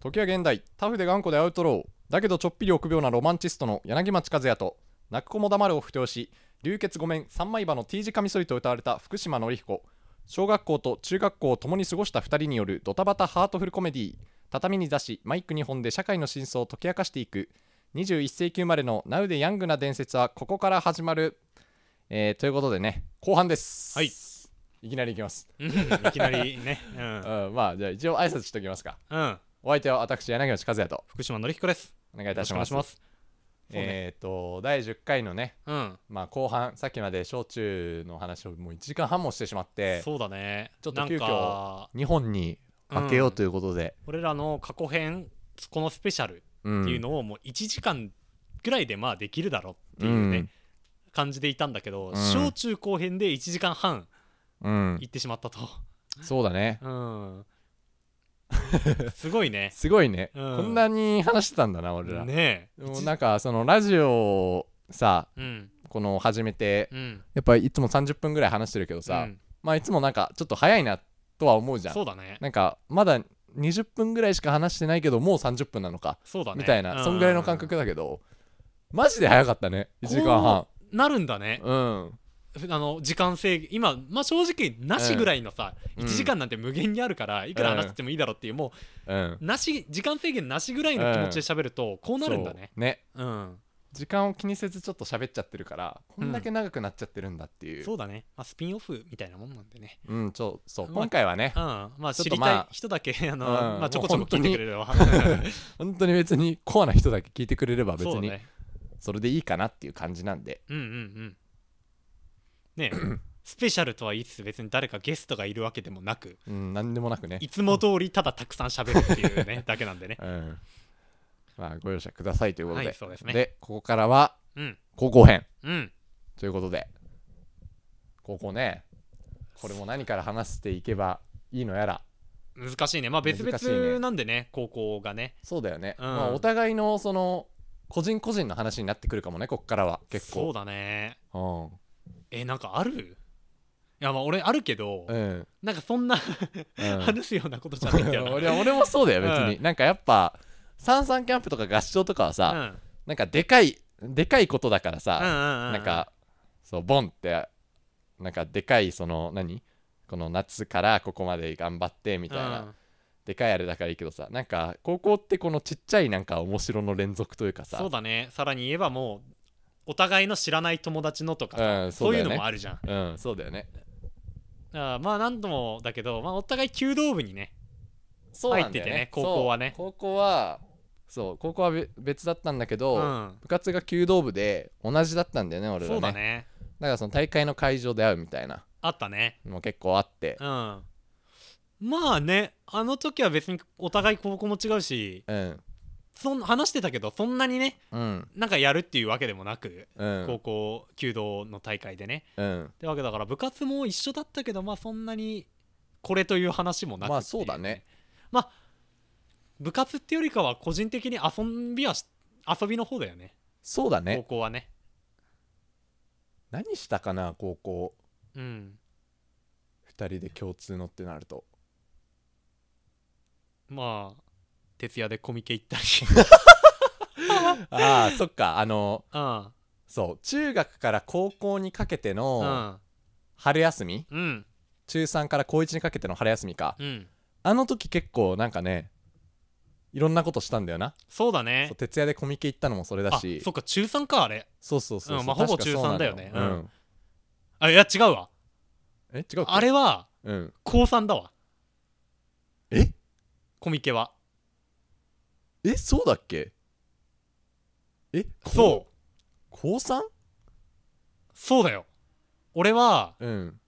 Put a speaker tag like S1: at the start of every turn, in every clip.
S1: 時は現代タフで頑固でアウトローだけどちょっぴり臆病なロマンチストの柳町和也と泣く子も黙るを不調し流血ごめん三枚刃の T 字カミソリと歌われた福島紀彦小学校と中学校を共に過ごした2人によるドタバタハートフルコメディ畳に出しマイク2本で社会の真相を解き明かしていく21世紀生まれのナウでヤングな伝説はここから始まる、えーということでね後半です
S2: はい
S1: いきなりいきます、
S2: うんいきなりね。うん。
S1: うん、まあじゃあ一応挨拶しておきますか
S2: うん。
S1: お相手は私柳町和也と
S2: 福島のりひこです。
S1: お願いいたします
S2: よろしくお願いしますそうね
S1: えっ、と第10回のね、
S2: うん。
S1: まあ、後半さっきまで小中の話をもう1時間半もしてしまって
S2: そうだね。
S1: ちょっと急遽
S2: なんか
S1: 日本に開けようということで、
S2: 俺らの過去編、このスペシャルっ
S1: うん
S2: ていうのをもう1時間ぐらいでまあできるだろうっていうね、
S1: うん
S2: 感じでいたんだけ
S1: ん
S2: ど、小中後編で1時間半
S1: うん
S2: 行ってしまったと。
S1: そうだね
S2: うん。すごいね。
S1: すごいね、
S2: うん
S1: こんなに話してたんだな俺ら、
S2: ねえ。
S1: でもなんかそのラジオをさ
S2: うん。
S1: この始めて
S2: うん。
S1: やっぱりいつも30分ぐらい話してるけどさ、
S2: うん
S1: まあいつもなんかちょっと早いなとは思うじゃん
S2: そうだね。
S1: なんかまだ20分ぐらいしか話してないけどもう30分なのか
S2: そうだね。
S1: みたいな、
S2: う
S1: そんぐらいの感覚だけど、マジで早かったね、1時間半。
S2: なるんだね。
S1: うん。
S2: あの時間制限今、まあ、正直なしぐらいのさ、
S1: うん
S2: 1時間なんて無限にあるからいくら話してもいいだろうっていう、も
S1: うん。
S2: うなし時間制限なしぐらいの気持ちで喋るとこうなるんだね
S1: そう。ね。
S2: うん
S1: 時間を気にせずちょっと喋っちゃってるから、こんだけ長くなっちゃってるんだっていう。
S2: そうだね、まあ、スピンオフみたいなもんなんでね、
S1: うん、そう、そう。
S2: まあ
S1: 今回はね
S2: う、んまあ、
S1: ちょっ
S2: 知
S1: と
S2: り
S1: ま
S2: た
S1: あ
S2: い人だけあの、
S1: うん
S2: まあ、ちょこちょこ
S1: もう本当
S2: 聞い
S1: に
S2: てくれれば
S1: 本当に別にコアな人だけ聞いてくれれば別
S2: そうだ
S1: に
S2: ね
S1: それでいいかなっていう感じなんで。
S2: うんうんうんねえ スペシャルとは言いつつ別に誰かゲストがいるわけでもなく
S1: うん、なんでもなくね
S2: い。つも通りただたくさん喋るってい うねだけなんでね
S1: うん。まあ、ご容赦くださいということで。
S2: はいそうですね
S1: で、ここからは
S2: うん
S1: 高校編
S2: うん
S1: ということで。高校ね、これも何から話していけばいいのやら。
S2: 難しいねまあ別
S1: 難しいね
S2: 々なんでね高校がね
S1: そうだよね、
S2: うん
S1: まあ、お互いのその個人個人の話になってくるかもねこっからは結
S2: そ
S1: 構
S2: うだね
S1: そ
S2: えなんかあるいやまあ俺あるけど
S1: うん、うん
S2: なんかそんな
S1: う
S2: 話すようなことじゃないんだよ
S1: ん、
S2: な
S1: 俺は俺もそうだよ別に、
S2: う
S1: なんかやっぱサンサンキャンプとか合唱とかは
S2: う
S1: さ、
S2: ん
S1: なんかでかいでかいことだから
S2: うん
S1: さ、
S2: うんうん
S1: なんかそうボンってなんかでかいその何この夏からここまで頑張ってみたいな、
S2: うん
S1: でかいあれだからいいけどさなんか高校ってこのちっちゃいなんか面白の連続というかさ
S2: そうだねさらに言えばもうお互いの知らない友達のとかさ、
S1: うんそ
S2: そうう
S1: だ
S2: い
S1: よ
S2: う
S1: ね
S2: のもあるじゃん
S1: うんそうだよね
S2: あまあ何度もだけど、まあ、お互い弓道部にね
S1: そうなんだよ
S2: 入っててね高校はね
S1: そう高校はそう高校はべ別だったんだけど、
S2: うん
S1: 部活が弓道部で同じだったんだよね俺らね
S2: そうだね
S1: だからその大会の会場で会うみたいな
S2: あったね
S1: のも結構あって
S2: うんまあねあの時は別にお互い高校も違うし
S1: うん
S2: そん話してたけどそんなにね
S1: うん
S2: なんかやるっていうわけでもなく
S1: うん
S2: 高校弓道の大会でね、
S1: うん
S2: ってわけだから部活も一緒だったけどまあそんなにこれという話もなく
S1: まあ
S2: ってい
S1: そうだね
S2: まあ部活ってよりかは個人的に遊びはし遊びの方だよね
S1: そうだ
S2: 高
S1: ね
S2: 校はね
S1: 何したかな高校
S2: うん
S1: 2人で共通のってなる と
S2: まあ徹夜でコミケ行った り
S1: ああそっかあの
S2: うん
S1: そう中学から高校にかけて
S2: う
S1: の
S2: ん
S1: 春休み
S2: うん
S1: 中3から高1にかけての春休みか
S2: うん
S1: あの時結構なんかねいろんなことしたんだよな
S2: そうだね
S1: そう徹夜でコミケ行ったのもそれだ
S2: あ
S1: し
S2: そっか中3かあれ
S1: そうそうそうそう、
S2: うんまあほぼ
S1: 確かそうなん
S2: 中三だよね
S1: うん
S2: うあいや違うわ
S1: え違うっけ
S2: あれは
S1: うん
S2: 高3だわ
S1: え
S2: コミケは
S1: えそうだっけえ
S2: そう
S1: 高 3?
S2: そうだよ俺は
S1: うん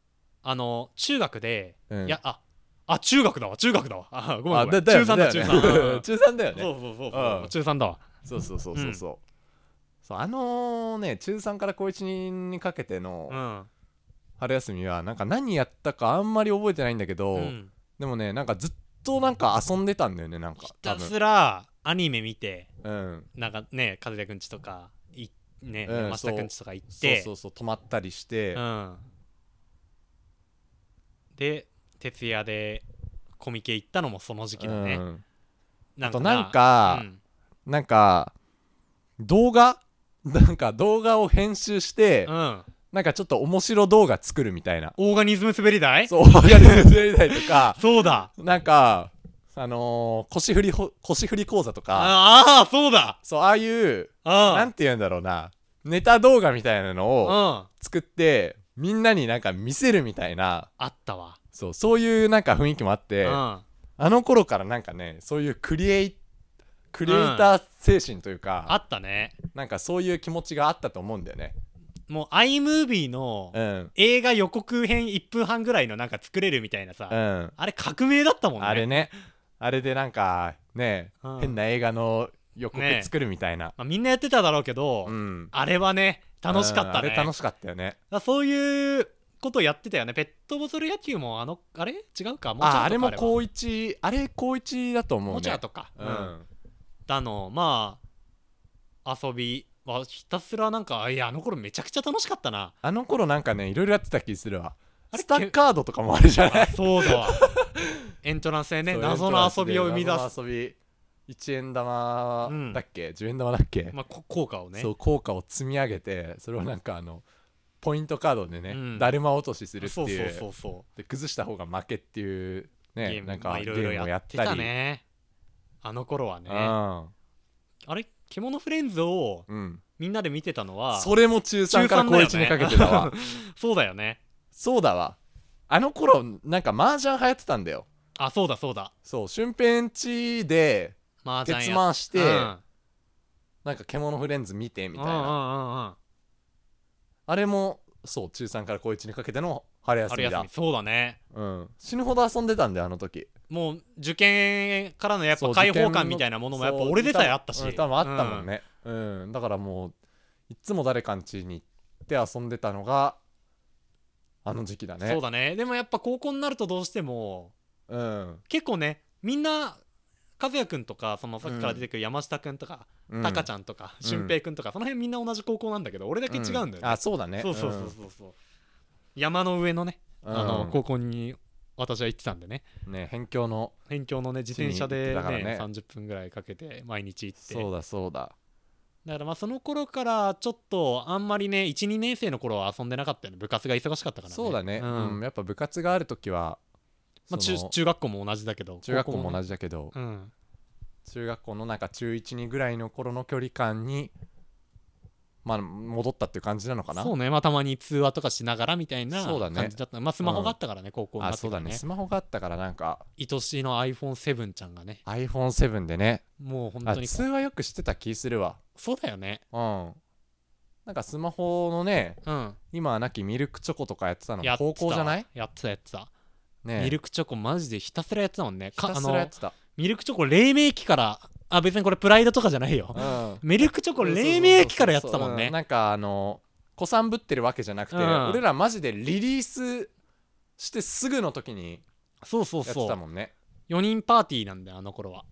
S2: あの中学で、
S1: うん
S2: いやああ中学だわ中学だわあごめんごめ
S1: だ
S2: ん
S1: だよ
S2: 中
S1: ねよ
S2: 3だ中
S1: ね
S2: 3うん
S1: 中3だよ
S2: そ
S1: ね
S2: うそうそう
S1: うん
S2: そう中3だわ
S1: そうそうそうそううんそうそうあのね中3から高1にかけての
S2: うん
S1: 春休みはなんか何やったかあんまり覚えてないんだけど、
S2: うん
S1: でもねなんかずっとなんか遊んでたんだよねなんか
S2: ひ
S1: 多
S2: た
S1: 分
S2: すらアニメ見て
S1: うん
S2: なんかね風邪くんちとかいね
S1: うん
S2: 山下くんちとか行っ
S1: そう
S2: て
S1: そうそう泊まったりして、
S2: うんで徹夜でコミケ行ったのもその時期だね
S1: うん
S2: な
S1: あと
S2: な
S1: なんか
S2: うん
S1: なんか動画 なんか動画を編集して
S2: うん
S1: なんかちょっと面白動画作るみたいな
S2: オーガニズム滑り台そ
S1: そうオーガニズムやりたいとか
S2: うだ
S1: なんかあのー腰振りほ腰振り講座とか
S2: ああーそうだ
S1: そうああいうなん
S2: あ
S1: て言うんだろうなネタ動画みたいなの
S2: あう
S1: を
S2: ん
S1: 作ってみんなになんか見せるみたいな
S2: あったわ
S1: そうそういうなんか雰囲気もあって
S2: うん
S1: あの頃からなんかねそういうクリエイクリエイター精神というか、
S2: あったね
S1: なんかそういう気持ちがあったと思うんだよね。
S2: もう iMovie の
S1: うん。
S2: 映画予告編1分半ぐらいのなんか作れるみたいなさ、
S1: うん。
S2: あれ革命だったもんね
S1: あれね、あれでなんかね、
S2: うん
S1: 変な映画の予告
S2: ね
S1: 作るみたいな。
S2: まあ、みんなやってただろうけど、
S1: うん。
S2: あれはね楽しかったね、
S1: うんあれ楽しかったよね。
S2: だそういうことやってたよねペットボトル野球もあのあれ違うかもうちょっと
S1: あ、あれも
S2: う
S1: 高一、あれ高一だと思うね。
S2: もうちょっとか、
S1: う
S2: うん
S1: ん。
S2: だのまあ遊びはひたすらなんかいやあの頃めちゃくちゃ楽しかったな
S1: あの頃なんかね、いろいろやってた気するわ。
S2: あれ
S1: スタッカードとかもあるじゃない
S2: あそうだわエントランスでね
S1: そう
S2: 謎の遊びを生み出す、
S1: 謎の遊び。1円玉
S2: うん
S1: だっけ、?10 円玉だっけ、
S2: まあ、こ効果をね
S1: そう効果を積み上げてそれをなんかあのポイントカードでね、
S2: うん
S1: だるま落としするっていう
S2: そうそうそうそう
S1: で崩した方が負けっていう
S2: ゲ
S1: ね
S2: ーム
S1: なん
S2: ま
S1: か
S2: あ
S1: ゲ
S2: いろいろ
S1: ームをや
S2: や
S1: っ
S2: って
S1: たり
S2: たねあの頃はねあれ獣フレンズを
S1: うん、うん、
S2: みんなで見てたのは
S1: それも中3から高1にかけてだわ
S2: そうだよね
S1: そうだわあの頃なんか麻雀流行ってたんだよ
S2: あそうだそうだ
S1: そう俊平んちで
S2: マージャン
S1: 鉄
S2: や
S1: 回して、
S2: うん
S1: なんか「獣フレンズ」見てみたいな、
S2: うんうんうんうん
S1: あれもそう中3から高1にかけての春休
S2: 春
S1: みだ
S2: 休みそうだね
S1: うん、死ぬほど遊んでたんだよあの時
S2: もう受験からのやっ
S1: そ
S2: ぱ
S1: う
S2: 解放感みたいなものもやっぱ俺でさえあったし
S1: そう多分あったもんね、うんだからもういつも誰かん家に行って遊んでたのがあの時期だ
S2: うん
S1: ね
S2: そうだねでもやっぱ高校になるとどうしても
S1: うん
S2: 結構ねみんな和也くんとかそのさっきから出てくる山下くんとか、
S1: うん
S2: タカちゃんとか
S1: うん
S2: 俊平くんとか、その辺みんな同じ高校なんだけど俺だけ違うんだよね、
S1: あそうだね
S2: そうそうそうそうそう山の上のね、
S1: うん
S2: あ
S1: う
S2: の
S1: ん
S2: 高校に私は行ってたんでね
S1: ね辺境の
S2: 辺境のね自転車で、
S1: 地に行ってたから
S2: ね
S1: ね
S2: 30分ぐらいかけて毎日行って
S1: そうだそうだ
S2: だからまあその頃からちょっとあんまりね12年生の頃は遊んでなかったよね部活が忙しかったからね
S1: そうだね、
S2: う
S1: うんんやっぱ部活がある時は、
S2: ま
S1: そ
S2: あ、中
S1: の
S2: 中学校も同じだけど
S1: 中学校も同
S2: じ、
S1: じだけど、
S2: うん、
S1: 中学校のなんか中12ぐらいの頃の距離感にまあ戻ったっていう感じなのかな
S2: そうねまあたまに通話とかしながらみたいな
S1: そうだね
S2: 感じだったまあスマホがあったからね、高校にな
S1: あ
S2: って
S1: そう
S2: か
S1: だ
S2: ら
S1: ね
S2: ね
S1: スマホがあったからなんか
S2: 愛しの iPhone7 ちゃんがね
S1: iPhone7 でね
S2: もう本
S1: あ
S2: 当に
S1: 通話よくしてた気するわ
S2: そうだよね
S1: うんなんかスマホのね
S2: うん
S1: 今はなきミルクチョコとかやってたの
S2: やってた
S1: 高校じゃない
S2: やってたやってた、
S1: ね
S2: ミルクチョコマジでひたすらやってたもんね
S1: ひ
S2: か
S1: た
S2: あ
S1: すらやっ
S2: の
S1: てた、
S2: ミルクチョコ黎明期からあ別にこれプライドとかじゃな いよ
S1: うん、
S2: ミルクチョコ黎明期からやってたもん
S1: そうそうそうそう
S2: ね
S1: うなんかあの子さんぶってるわけじゃなくて、
S2: うん
S1: 俺らマジでリリースしてすぐの時に
S2: そうそう
S1: やって
S2: そ
S1: た
S2: う
S1: もんね
S2: 4人パーティーなんだよあの頃は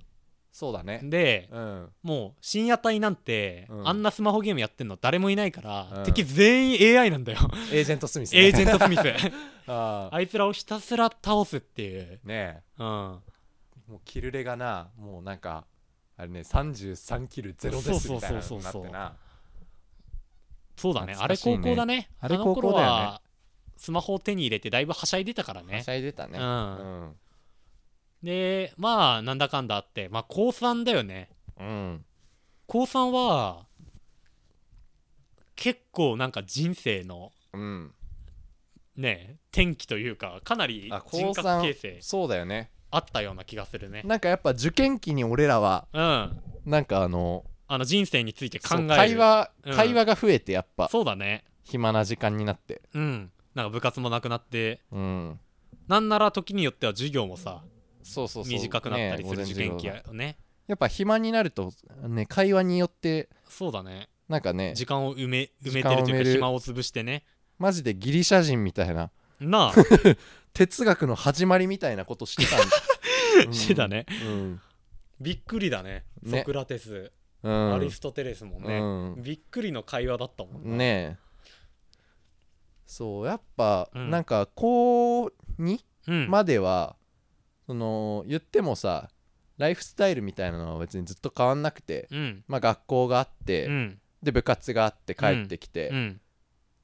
S1: そうだね
S2: で
S1: うん
S2: もう深夜帯なんて、
S1: うん
S2: あんなスマホゲームやってんの誰もいないから、
S1: うん
S2: 敵全員 AI なんだよ
S1: エージェントスミス、ね、
S2: エージェントスミス
S1: ああ
S2: あいつらをひたすら倒すっていう、
S1: ね
S2: うん、
S1: えもうキルレがなもうなんかあれね33キルゼロですみたいなのにな
S2: そうそう
S1: っ
S2: そうそ
S1: て
S2: う
S1: な
S2: そうだねあ
S1: 懐か
S2: れ
S1: しいね
S2: 高校だね
S1: あれ
S2: の頃
S1: 高校だよ
S2: はスマホを手に入れてだいぶはしゃいでたから
S1: は
S2: ね
S1: しゃいでたね
S2: うん
S1: うん
S2: でまあなんだかんだあってまあ高3だよね
S1: うん、
S2: 高3は結構なんか人生の
S1: うん、
S2: ね転機というかかなり
S1: あ高
S2: 人格形成
S1: 3そうだよね
S2: あったような気がするね
S1: なんかやっぱ受験期に俺らは
S2: うんあ
S1: なんかあの
S2: の人生について考
S1: そ
S2: え
S1: う
S2: る
S1: 会話、
S2: うん
S1: 会話が増えてやっぱ
S2: そうだね
S1: 暇な時間になって
S2: うんなんか部活もなくなって
S1: うん
S2: なんなら時によっては授業もさ
S1: そうそうそう
S2: 短くなったりする
S1: ね
S2: 受験期
S1: 午前中
S2: やね
S1: やっぱ暇になるとね会話によって
S2: そうだね
S1: なんかね
S2: 時間を埋め埋
S1: 時
S2: めて
S1: 間
S2: る
S1: を
S2: と
S1: 埋
S2: い
S1: める
S2: うか暇を潰してね
S1: マジでギリシャ人みたいな
S2: な
S1: 哲学の始まりみたいなことしてたんだ、う
S2: あ
S1: ん
S2: してたね
S1: うん
S2: びっくりだね
S1: ね
S2: ソクラテス
S1: うん
S2: アリストテレスもね
S1: う、
S2: びっくりの会話だったもんなん
S1: ねえそうやっぱ、
S2: うん
S1: なんか高2
S2: うん
S1: までは、その言ってもさライフスタイルみたいなのは別にずっと変わんなくて、
S2: うん
S1: まあ、学校があって、
S2: うん
S1: で部活があって帰ってきて、
S2: うん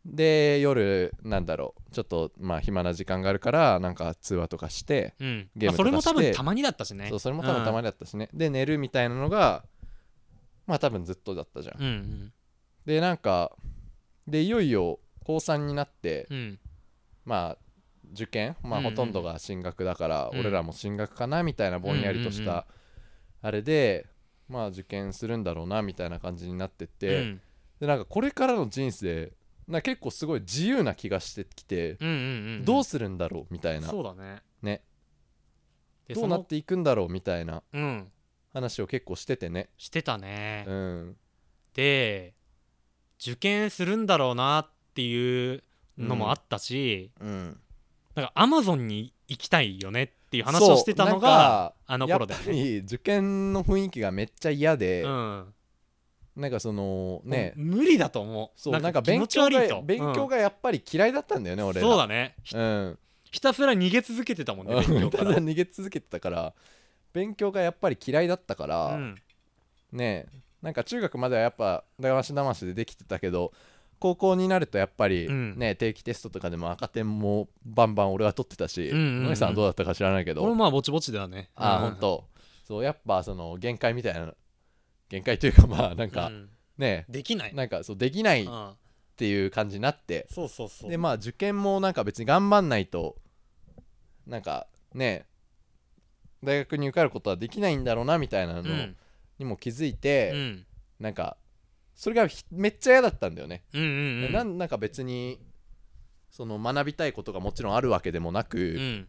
S1: で夜なんだろうちょっとまあ暇な時間があるからなんか通話とかして、
S2: うん
S1: ゲー
S2: ま
S1: ムとかして
S2: あそれも多分たまにだったしね
S1: そうそれも多分たま
S2: に
S1: にだったしね、で寝るみたいなのがまあ多分ずっとだったじゃん、
S2: うん
S1: でなんかでいよいよ高3になって、
S2: うんうん
S1: まあ受験まあ
S2: うんうん
S1: ほとんどが進学だから、
S2: うん
S1: 俺らも進学かなみたいなぼんやりとし
S2: うんうんうん
S1: たあれで、まあ受験するんだろうなみたいな感じになってって、
S2: うん
S1: でなんかこれからの人生なんか結構すごい自由な気がしてきて、
S2: うんうんうん
S1: どうするんだろうみたいな
S2: そうだね
S1: ね
S2: で
S1: どうなっていくんだろうみたいな
S2: そのうん
S1: 話を結構しててね
S2: してたね
S1: うん
S2: で受験するんだろうなっていうのもあったし、
S1: うん
S2: なんかアマゾンに行きたいよねっていう話をしてたのがあの
S1: や
S2: 頃
S1: っ
S2: だ
S1: ぱ
S2: よね。
S1: り受験の雰囲気がめっちゃ嫌で、
S2: うん、
S1: なんかそのね
S2: もう無理だと思う。
S1: そうなんか
S2: 気
S1: 勉
S2: 持ち
S1: 強
S2: 悪
S1: が
S2: いと
S1: 勉強
S2: が
S1: がやっぱり嫌いだったんだよね、俺ら
S2: そうだねひ
S1: うん
S2: ひたすら逃げ続けてたもん ね
S1: うん
S2: 勉強
S1: た
S2: か
S1: だ
S2: ら。
S1: 逃げ続けてたから勉強がやっぱり嫌いだったから、
S2: うん
S1: ねなんか中学まではやっぱだましだましでできてたけど高校になるとやっぱり、
S2: うん
S1: ね定期テストとかでも赤点もバンバン俺は取ってたし
S2: うんうんうん
S1: 野口さんはどうだったか知らないけど、
S2: 俺もまあぼちぼちだね。
S1: ああ
S2: うん
S1: ほんとそうやっぱその限界みたいな限界というかまあなんか、
S2: うん
S1: ね
S2: できない。
S1: なんかそうできないっ
S2: うん
S1: ていう感じになって、
S2: そうそうそう。
S1: でまあ受験もなんか別に頑張んないとなんかね大学に受かることはできないんだろうなみたいなの
S2: うん
S1: にも気づいうて、
S2: ん
S1: なんかそれがひめっちゃ嫌だったんだよね、
S2: うんうんうん。
S1: なんなんか別にその学びたいことがもちろんあるわけでもなく、
S2: うん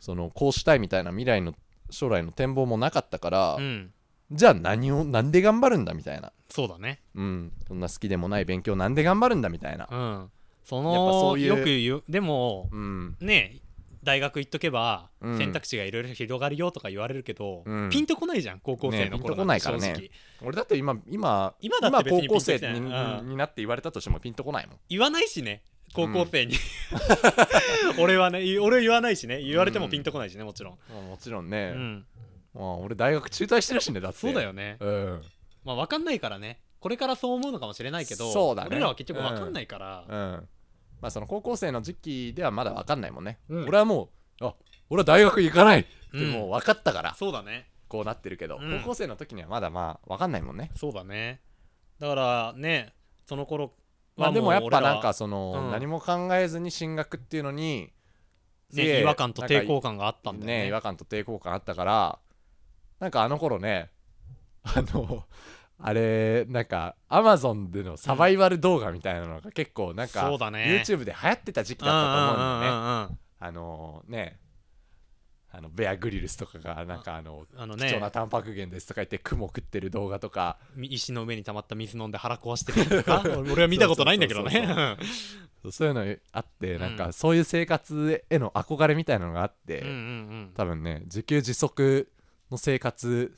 S1: そのこうしたいみたいな未来の将来の展望もなかったから、
S2: うん
S1: じゃあ何をなんで頑張るんだみたいな、
S2: そうだね。
S1: うん、そんな好きでもない勉強なんで頑張るんだみたいな、
S2: うん。そ
S1: やっぱそ
S2: の
S1: ういう
S2: よく言うでも
S1: うん、
S2: ね大学行っとけば
S1: うん
S2: 選択肢がいろいろ広がるよとか言われるけど、
S1: うん
S2: ピンとこないじゃん高校生の
S1: ね
S2: 頃
S1: ピンとこないからね
S2: 正直
S1: 俺だって今今
S2: 今だって別に
S1: 今高校生
S2: ピンときて
S1: に,、
S2: ないうん
S1: になって言われたとしてもピンとこないもん
S2: 言わないしね高校生に、 俺はね俺は言わないしね言われてもピンとこないしねもちろん、
S1: まあもちろん
S2: う
S1: ね、
S2: ん、
S1: まあ、俺大学中退してるしねだって
S2: そうだよね、
S1: うん
S2: まあ分かんないからねこれからそう思うのかもしれないけど
S1: そうだね
S2: 俺らは結局分かんないから、
S1: うんまあその高校生の時期ではまだ分かんないもんね、
S2: うん
S1: 俺はもうあ俺は大学行かないって
S2: うん
S1: もう分かったから、
S2: そうだね
S1: こうなってるけど、
S2: うん
S1: 高校生の時にはまだまあ分かんないもんね
S2: そうだねだからねその頃
S1: まあ
S2: は
S1: で
S2: も
S1: も
S2: う
S1: やっ
S2: 俺
S1: ぱ
S2: ら
S1: なんかその、
S2: うん
S1: 何も考えずに進学っていうのにすげ
S2: ね
S1: え
S2: 違和感と抵抗感があったんだよね
S1: ね違和感と抵抗感あったからなんかあの頃ね あのあれなんかアマゾンでのサバイバル動画みたいなのが結構なんか、
S2: そうだね
S1: YouTube で流行ってた時期だったと思うんだよね、
S2: うんうんうんうん
S1: あのねあのベアグリルスとかがなんかあの
S2: あの
S1: 貴重な
S2: ね
S1: タンパク源ですとか言って雲食ってる動画とか
S2: み石の上に溜まった水飲んで腹壊してるやつか俺俺は見たことないんだけど
S1: そうそう
S2: ね
S1: そういうのあってなん
S2: う
S1: か
S2: ん
S1: そういう生活への憧れみたいなのがあって、
S2: うんうん
S1: 多分ね自給自足の生活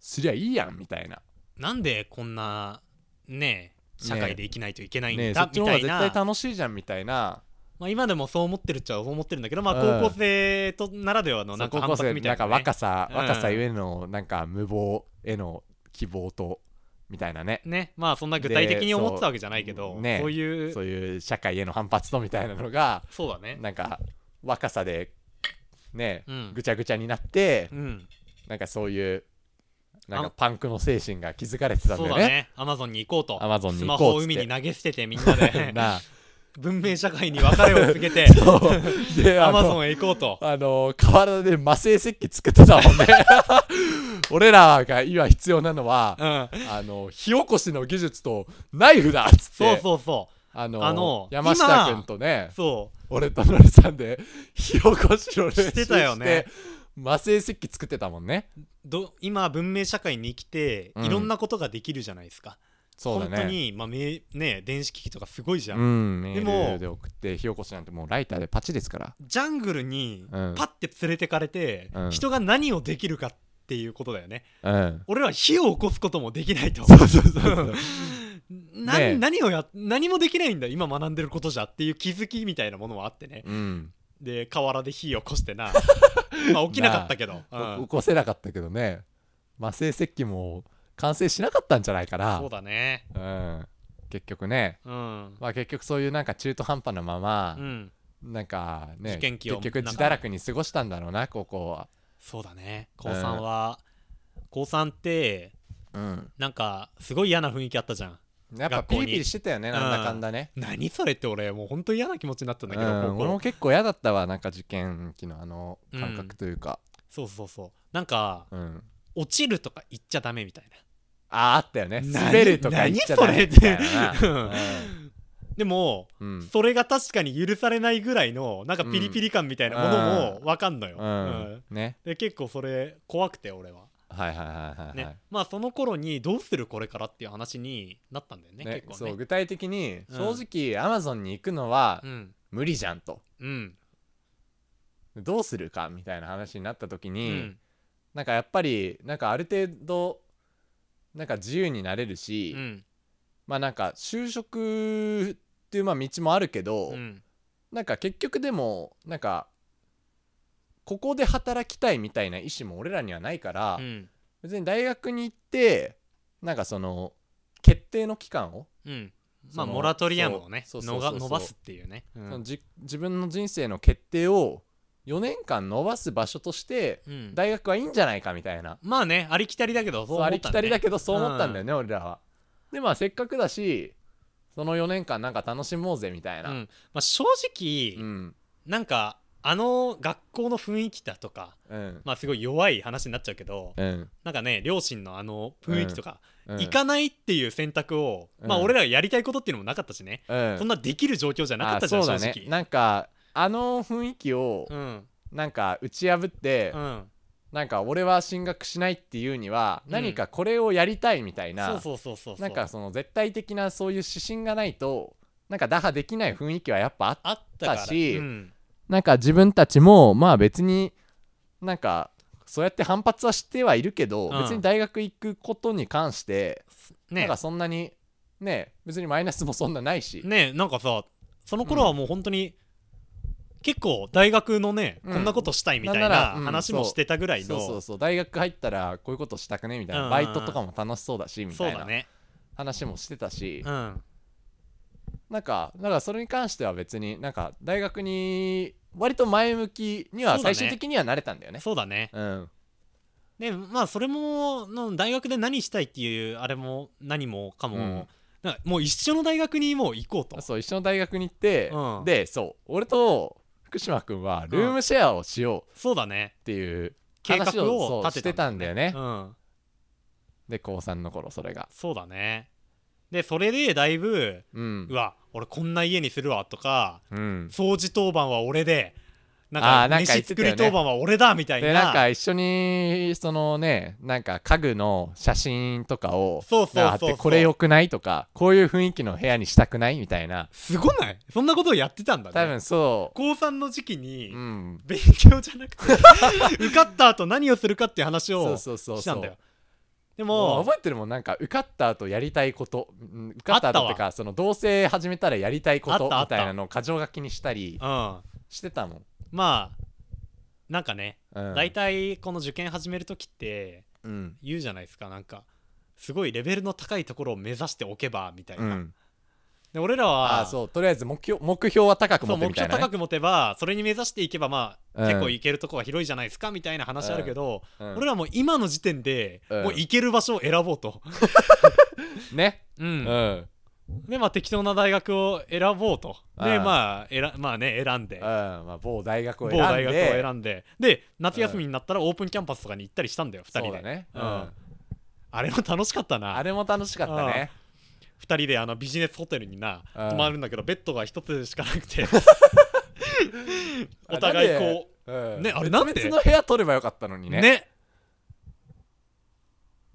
S1: すりゃいいやんみたいな
S2: うんなんでこんなねえ社会で生きないといけないんだ、
S1: ねえそっちの方
S2: みた
S1: が
S2: い
S1: 絶
S2: な
S1: 対楽しいじゃんみたいな
S2: まあ、今でもそう思ってるっちゃそう思ってるんだけど、まあ、
S1: うん
S2: 高校生とならではのなんか
S1: 高
S2: 反
S1: 校
S2: 発
S1: 生
S2: みた
S1: ないんか
S2: な、ね
S1: 若、さ、
S2: うん
S1: 若さゆえのなんか無謀への希望とみたいなね
S2: ねまあそんな具体的に思ってたわけじゃないけ
S1: そ
S2: ど
S1: うね
S2: そういうそ
S1: そうういう社会への反発とみたいなのが
S2: だね
S1: なんか若さでね、
S2: うん
S1: ぐちゃぐちゃになって
S2: うん
S1: なんかそういうなんかパンクの精神が築かれてたん
S2: そ
S1: だ
S2: う
S1: よ
S2: だ
S1: ね。
S2: ねアマゾンに行こうと
S1: Amazon
S2: ス
S1: に行
S2: マ
S1: こう
S2: ホを
S1: っつって
S2: 海に投げ捨ててみんなで
S1: な あ
S2: 文明社会に別れを告げて
S1: そうで
S2: ア
S1: あの
S2: マゾンへ行こうと
S1: あの河原で魔性石器作ってたもんね 俺らが今必要なのは
S2: うん
S1: あの火起こしの技術とナイフだっつって
S2: そうそうそ
S1: あの
S2: あの
S1: 山下君とね
S2: うそ
S1: 俺とノリさんで 火起こしの練習
S2: してたよね
S1: 魔性石器作ってたもんね
S2: うど今文明社会に生きて
S1: うん
S2: いろんなことができるじゃないですか、
S1: そうだね
S2: 本当に、まあ、めね電子機器とかすごいじゃん、
S1: うんメ
S2: でも
S1: ールで送って火起こしなんてもうライターでパチですから
S2: ジャングルに
S1: うん
S2: パッて連れてかれて、
S1: うん
S2: 人が何をできるかっていうことだよね
S1: うん
S2: 俺は火を起こすこともできないと
S1: そうそうそうそう
S2: な
S1: ねえ
S2: 何をや何もできないんだ今学んでることじゃっていう気づきみたいなものもあってね
S1: うん
S2: で河原で火を起こしてなまあ起きなかったけど、う
S1: 起
S2: ん
S1: こせなかったけどね、まあ、成績も完成しなかったんじゃないかな
S2: そうだね
S1: うん、結局ね、
S2: うん、
S1: まあ、結局そういうなんか中途半端なまま
S2: う、ん、
S1: なんかね
S2: 受験期を
S1: 結局自堕落に過ごしたんだろうな高校は、
S2: そうだね高3は、高3って
S1: うん、
S2: なんかすごい嫌な雰囲気あったじゃん
S1: やっぱ
S2: 学
S1: ピ
S2: 校に
S1: リピリしてたよねなんだかんだね、
S2: 何それって俺もう本当に嫌な気持ちになったん
S1: う
S2: だ
S1: ん
S2: けど、高校
S1: 俺も結構嫌だったわなんか受験期のあの感覚というか、
S2: そうそうそうなんか
S1: うん
S2: 落ちるとか言っちゃダメみたい
S1: ああったよね
S2: 何
S1: 滑るとか言っちゃダメ
S2: 何
S1: みたいな
S2: それって なでも
S1: うんうん
S2: それが確かに許されないぐらいのなんかピリピリ感みたいなもの
S1: う
S2: もわかんのよ、
S1: うん
S2: うん
S1: ね
S2: で結構それ怖くて俺は、
S1: はいはいはいはい、
S2: ね
S1: はい
S2: まあその頃にどうするこれからっていう話になったんだよね
S1: ね
S2: 結構
S1: そう
S2: ね
S1: 具体的に
S2: うん
S1: 正直アマゾンに行くのは
S2: うん
S1: 無理じゃんと、
S2: うん
S1: どうするかみたいな話になった時
S2: う
S1: に、
S2: ん
S1: なんかやっぱりなんかある程度なんか自由になれるし、
S2: うん
S1: まあなんか就職っていうまあ道もあるけど、
S2: うん
S1: なんか結局でもなんかここで働きたいみたいな意思も俺らにはないから、
S2: うん
S1: 別に大学に行ってなんかその決定の期間を、
S2: うん
S1: そ
S2: ま
S1: の
S2: あモラトリアムをね
S1: そうそう
S2: の
S1: そうそ
S2: が
S1: う
S2: 伸ばすっていうねうん
S1: そのじ自分の人生の決定を4年間伸ばす場所として
S2: うん
S1: 大学はいいんじゃないかみたいな、
S2: まあねありきたりだけどそう
S1: そう
S2: 思
S1: あ
S2: った
S1: り
S2: んだ
S1: きたりだ
S2: ね
S1: けどそう思ったんだよね、俺らはでまあせっかくだしその4年間なんか楽しもうぜみたいな
S2: うんまあ正直
S1: うん
S2: なんかあの学校の雰囲気だとか
S1: うん
S2: まあすごい弱い話になっちゃうけど
S1: うん
S2: なんかね両親のあの雰囲気とか、
S1: うん
S2: 行かないっていう選択を、まあ
S1: うん
S2: 俺らがやりたいことっていうのもなかったしね、
S1: うん
S2: そんなできる状況じゃなかったじゃん、
S1: あそうだ
S2: 正
S1: ね
S2: 直
S1: なんかあの雰囲気を
S2: うん
S1: なんか打ち破って、
S2: うん
S1: なんか俺は進学しないっていうには
S2: うん
S1: 何かこれをやりたいみたいな、
S2: そうそうそうそうそう
S1: なんかその絶対的なそういう指針がないとなんか打破できない雰囲気はやっぱあっ
S2: あったから
S1: だし
S2: うん
S1: なんか自分たちもまあ別になんかそうやって反発はしてはいるけど、
S2: うん
S1: 別に大学行くことに関して、
S2: ね
S1: なんかそんなにね別にマイナスもそんなないし、
S2: ねなんかさその頃はもう本当に、結構大学のね、
S1: うん
S2: こんなことしたいみたい
S1: なんなら
S2: な
S1: うん
S2: 話もしてたぐらい
S1: そ
S2: の、
S1: うそうそう大学入ったらこういうことしたくねみたいな、
S2: うん
S1: バイトとかも楽しそうだしみ
S2: そ
S1: た
S2: う
S1: い
S2: だ
S1: な
S2: ね
S1: 話もしてたし、
S2: うん
S1: なんかだからそれに関しては別になんか大学に割と前向きには
S2: そうだ
S1: 最
S2: ね
S1: 終的には慣れたんだよね。
S2: そうだね
S1: うん、
S2: でまあそれもの大学で何したいっていうあれも何もかも、
S1: うん
S2: なんかもう一緒の大学にもう行こうと
S1: そう一緒の大学に行って、
S2: うん
S1: でそう俺と福島君はルームシェアをしよう
S2: そうだね
S1: っていう
S2: 計画
S1: 話を
S2: を
S1: そう
S2: 立
S1: してて
S2: た
S1: たんだよね、
S2: うん
S1: で高3の頃それが
S2: そうだねでそれでだいぶ
S1: うん
S2: うわ俺こんな家にするわとか
S1: うん
S2: 掃除当番は俺でなん
S1: あーな
S2: か
S1: んか言
S2: 飯
S1: って
S2: 作
S1: たよね
S2: り当番は俺だみたい
S1: で
S2: な
S1: なんか一緒にそのねなんか家具の写真とかを
S2: そうそうそうそう
S1: なんか貼ってこれ良くないとかこういう雰囲気の部屋にしたくないみたいな
S2: すごないそんなことをやってたんだね
S1: 多分そ
S2: 高3の時期
S1: う
S2: に
S1: うん
S2: 勉強じゃなく て受かった後何をするかっていう話
S1: そうそ
S2: を
S1: うそうそう
S2: したんだよで
S1: もう
S2: も
S1: 覚えてるもんなんか受かった後やりたいことうん受かった後っていうかその同棲始めたらやりたいこ
S2: あ
S1: と
S2: ったあ
S1: み
S2: った
S1: たいなのを箇条書きにしたり
S2: うん
S1: してたもん、
S2: まあなんかね
S1: うん、
S2: 大体この受験始める時って
S1: うん
S2: 言うじゃないですかなんかすごいレベルの高いところを目指しておけばみたいな、
S1: うん
S2: で俺らは
S1: あーそうとりあえず目標目標は高く
S2: そ
S1: 持
S2: う
S1: って
S2: 目
S1: みたい
S2: 標
S1: な、ね、
S2: 高く持てばそれに目指していけばまあ、
S1: うん
S2: 結構いけるとこは広いじゃないですかみたいな話あるけど、
S1: うん
S2: 俺らもう今の時点で、
S1: うん
S2: もういける場所を選ぼうと、
S1: ね、
S2: う
S1: うんん
S2: でまあ適当な大学を選ぼうとで
S1: うん
S2: まあ選まあね選んで
S1: うんまあ、某大学を
S2: 某
S1: 選んで
S2: 大学を選んでで夏休みになったらオープンキャンパスとかに行ったりしたんだよ2人で
S1: そうだね、
S2: う
S1: うんん
S2: あれも楽しかったな
S1: あれも楽しかったね
S2: 2人であのビジネスホテルにな
S1: うん
S2: 泊まるんだけどベッドが1つしかなく て
S1: あ
S2: お互いこ
S1: なんでうん
S2: ねあれなんで
S1: 別々の部屋取ればよかったの
S2: う
S1: にね
S2: ね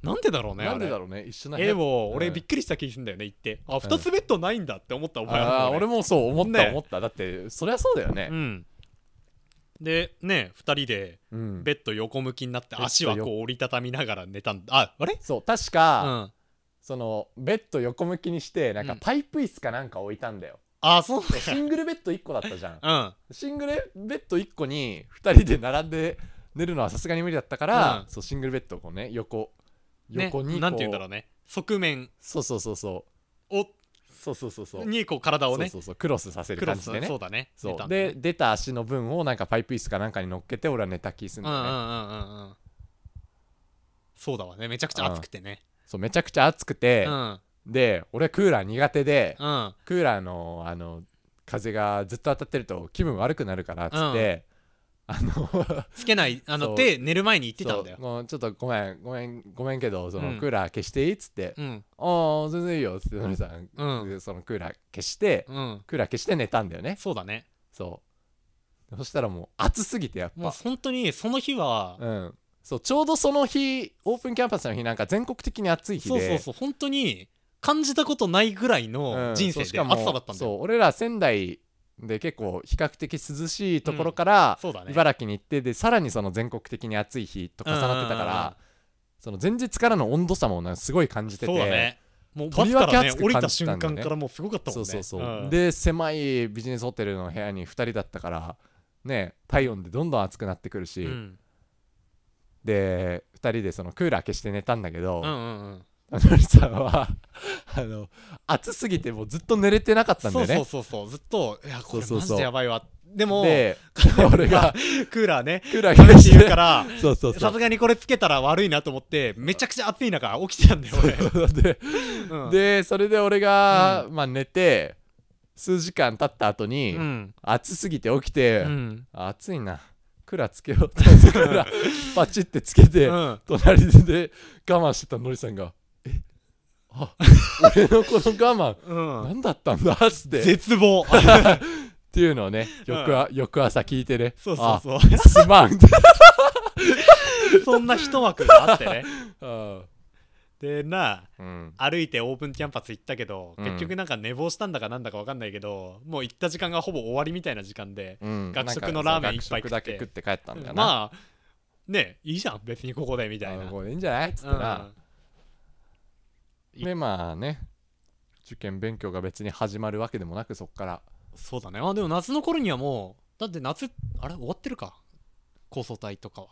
S2: なんでだろうね
S1: なんでだ
S2: う
S1: ろうね一緒の部
S2: え
S1: 屋
S2: でも俺
S1: うん
S2: びっくりした気すんだよね行ってあ2つベッドないんだって思った覚えある
S1: あー
S2: もん
S1: 俺もそう思った
S2: ね
S1: 思った、だってそりゃそうだよね
S2: うんでね2人で
S1: うん
S2: ベッド横向きになっ
S1: ベッ
S2: て
S1: ドよ
S2: 足はこう折りたたみながら寝たんだああれ
S1: そう確
S2: う
S1: か、
S2: ん
S1: そのベッド横向きにしてなんか
S2: うん
S1: パイプ椅子かなんか置いたんだ よ、
S2: あそう
S1: シングルベッド1個だったじゃん
S2: うん
S1: シングルベッド1個に2人で並んで寝るのはさすがに無理だったから、
S2: うん
S1: そうシングルベッドをこうね横
S2: ね
S1: 横にこう、
S2: なんて言うんだろうね側面
S1: そうそうそうそ
S2: を
S1: うそうそうそうそう
S2: にこう体をね
S1: そうそうそうクロスさせる
S2: クロ
S1: 感
S2: ス
S1: じでね
S2: そうだね
S1: そう
S2: 出たんだね
S1: で出た足の分をなんかパイプ椅子かなんかに乗っけて俺は寝た気す
S2: う
S1: る
S2: ん
S1: ん
S2: う
S1: だ
S2: んう
S1: よね、
S2: んうんうんそうだわねめちゃくちゃ暑くてね
S1: そうめちゃくちゃ暑くて
S2: う、ん
S1: で俺クーラー苦手で、
S2: うん
S1: クーラーのあの風がずっと当たってると気分悪くなるからっつって、あ の
S2: つけないあ
S1: そ
S2: の
S1: う
S2: で寝る前に言ってたんだ
S1: そう
S2: よ
S1: もうちょっとごめんごめんごめんけどその、
S2: うん
S1: クーラー消していいっつって
S2: うん
S1: 「ああ全然いいよ」っつってのりさん、
S2: うん
S1: そのクーラー消して、
S2: うん
S1: クーラー消して寝たんだよね
S2: そうだね
S1: そうそしたらもう暑すぎてやっ
S2: もう
S1: ぱ
S2: 本当にその日は
S1: うんそうちょうどその日オープンキャンパスの日なんか全国的に暑い日
S2: そう
S1: で
S2: そうそう本当に感じたことないぐらいの人生
S1: そうし
S2: で
S1: かも
S2: 暑さだったんだよ
S1: そう俺ら仙台で結構比較的涼しいところから、
S2: そうだね
S1: 茨城に行ってでさらにその全国的に暑い日と重なってたか
S2: うんうんうん
S1: らその前日からの温度差もなんかすごい感じてて
S2: そうだねもう
S1: と
S2: バ
S1: り
S2: ス
S1: わ
S2: か
S1: け
S2: らね
S1: 暑く
S2: 降り
S1: 感
S2: た
S1: じ
S2: 瞬
S1: たんだよね
S2: 間からもうすごかったもん
S1: そう
S2: ね
S1: そうそう、
S2: ん
S1: で狭いビジネスホテルの部屋に2人だったからね体温でどんどん暑くなってくる
S2: う
S1: し、
S2: ん
S1: で2人でそのクーラー消して寝たんだけど、
S2: うんうんうん
S1: のりさんは あの暑すぎてもうずっと寝れてなかったんだ
S2: そ
S1: よ
S2: う
S1: ね
S2: そうそうそうずっといやこれ
S1: そうそうそう
S2: マジでやばいわでも
S1: で俺
S2: 俺が
S1: が
S2: クーラ ーね
S1: クーラー
S2: 試
S1: 消
S2: し
S1: してて
S2: るから
S1: そうそうそ
S2: さす
S1: う
S2: がにこれつけたら悪いなと思ってめちゃくちゃ暑い中起きてた んだよ俺、
S1: で
S2: うん、
S1: でそれで俺が、まあ、寝て数時間経った後に、
S2: うん
S1: 暑すぎて起きて、
S2: うん
S1: あ暑いなクーラーつけようと思ってクー ラーパチってつけて、
S2: うん
S1: 隣でで我慢してたのりさんが「えあ俺のこの我慢
S2: うん
S1: 何だったんだ」っつってっ
S2: 絶望
S1: ていうのをね翌,、あ翌朝聞いてね
S2: そう そうそう
S1: あすまん って
S2: そんな一幕があってね
S1: あ
S2: でな
S1: ーうん
S2: 歩いてオープンキャンパス行ったけど、
S1: うん
S2: 結局なんか寝坊したんだかなんだか分かんないけどもう行った時間がほぼ終わりみたいな時間で、
S1: うん
S2: 学食の
S1: なんか
S2: ラーメン一杯
S1: 学食だけ食
S2: 食
S1: っ
S2: って
S1: 帰ったんだよなあ
S2: まあねいいじゃん別にここでみたいな
S1: これいいんじゃないっつってな、でまあね受験勉強が別に始まるわけでもなくそっから
S2: うんそうだねあでも夏の頃にはもうだって夏あれ終わってるか高層隊とかは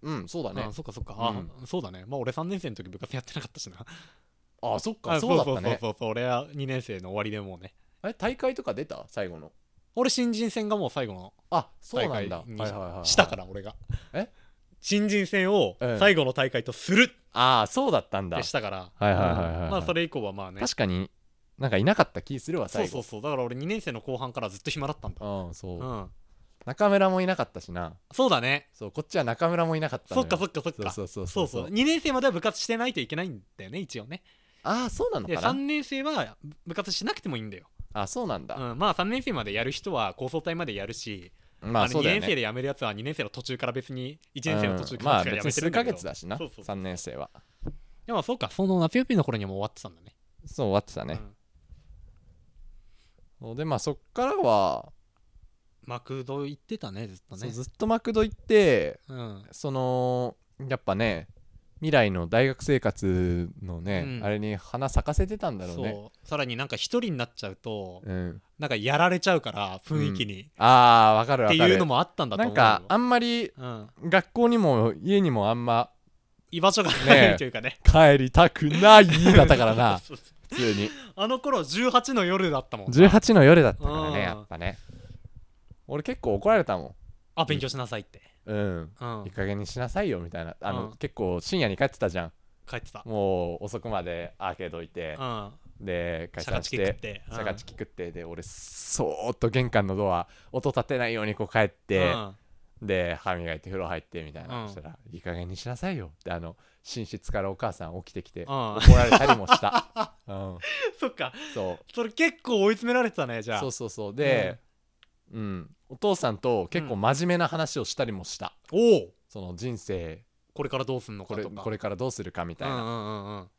S1: うんそうだね
S2: あそっかそっか、あ
S1: う
S2: そうだねまあ俺3年生の時部活やってなかったしな
S1: あそっ
S2: あ
S1: かそうだった
S2: そう
S1: ね
S2: そうそうそう俺は2年生の終わりでもうね
S1: あれ大会とか出た最後の
S2: 俺新人戦がもう最後の
S1: あそう
S2: 大
S1: な
S2: 会
S1: んだ
S2: に
S1: はいはいはい
S2: したから俺が
S1: え
S2: 新人戦を
S1: うん
S2: 最後の大会とする
S1: ああそうだったん
S2: っ
S1: だ
S2: てしたから
S1: はいはいはいはいはい
S2: うんまあそれ以降はまあね
S1: 確かになんかいなかった気するわ
S2: そう
S1: 最
S2: そ
S1: 後
S2: うそうだから俺2年生の後半からずっと暇だったんだ
S1: うんそう、
S2: うん
S1: 中村もいなかったしな
S2: そうだね
S1: そうこっちは中村もいなかったの
S2: そ
S1: よ
S2: っかそっかそっか
S1: そうそう
S2: そ
S1: そう
S2: うそう2年生までは部活してないといけないんだよね一応ね
S1: ああそうなの
S2: で
S1: か
S2: 3
S1: な
S2: 年生は部活しなくてもいいんだよ、
S1: あそうなん
S2: う
S1: だ、
S2: ん、まあ3年生までやる人は高層隊までやるし、
S1: ま
S2: あ
S1: あ
S2: の
S1: そうだよ
S2: 2年生
S1: ね
S2: で辞めるやつは2年生の途中から別に1年生の途中
S1: うん
S2: か
S1: ま
S2: ら
S1: あ
S2: しか
S1: 別
S2: 辞め
S1: に
S2: てる
S1: 数
S2: んだ
S1: ヶ
S2: けど、
S1: 月だしな
S2: そうそうそう
S1: 3年生は
S2: でもそうかその夏休みの頃にはもう終わってたんだね
S1: そう終わってたね、そうでまあそっからは、
S2: うんマクド行ってたねずっと
S1: そう
S2: ね
S1: ずっとマクド行って
S2: うん
S1: そのやっぱね未来の大学生活のね、
S2: うん
S1: あれに花咲かせてたんだろうね
S2: そうさらになんか一人になっちゃうと
S1: うん、
S2: なんかやられちゃうから雰囲気に、
S1: ああわかるわ
S2: っ
S1: か
S2: て
S1: る
S2: いうのもあったんだと
S1: なん
S2: 思う
S1: かあ
S2: よ
S1: んまり
S2: うん、
S1: 学校にも家にもあんま
S2: 居場所がな
S1: ねえ
S2: い というかね
S1: 帰りたくないだったからな
S2: そうそうそう
S1: 普通に
S2: あの頃18の夜だったもん
S1: 18の夜だったから
S2: うん
S1: ねやっぱね俺結構怒られたも
S2: あ勉強しなさいって、
S1: んうん
S2: うん
S1: いい、加減にしなさいよみたいなあの、
S2: うん
S1: 結構深夜に帰ってたじゃん
S2: 帰ってた、
S1: もう遅くまでアーケードいて
S2: うん、
S1: で解
S2: シャカ
S1: 散
S2: チ
S1: し
S2: キ食ってて
S1: シャカチキ食ってで俺そーっと玄関のドア音立てないようにこう帰って、
S2: うん
S1: で歯磨いて風呂入ってみたいな、
S2: うん
S1: したら「いい加減にしなさいよ」ってあの寝室からお母さん起きてきて、
S2: うん、
S1: 怒られたりもした、うん、
S2: そっか
S1: そう
S2: それ結構追い詰められてたねじゃあ
S1: そうそうそうで、うんお父さんと結構真面目な話をしたりもした、
S2: おお
S1: その人生
S2: これからどうすんの
S1: こ
S2: か
S1: れ
S2: とか
S1: これからどうするかみたい
S2: うん
S1: な、
S2: うんうんうん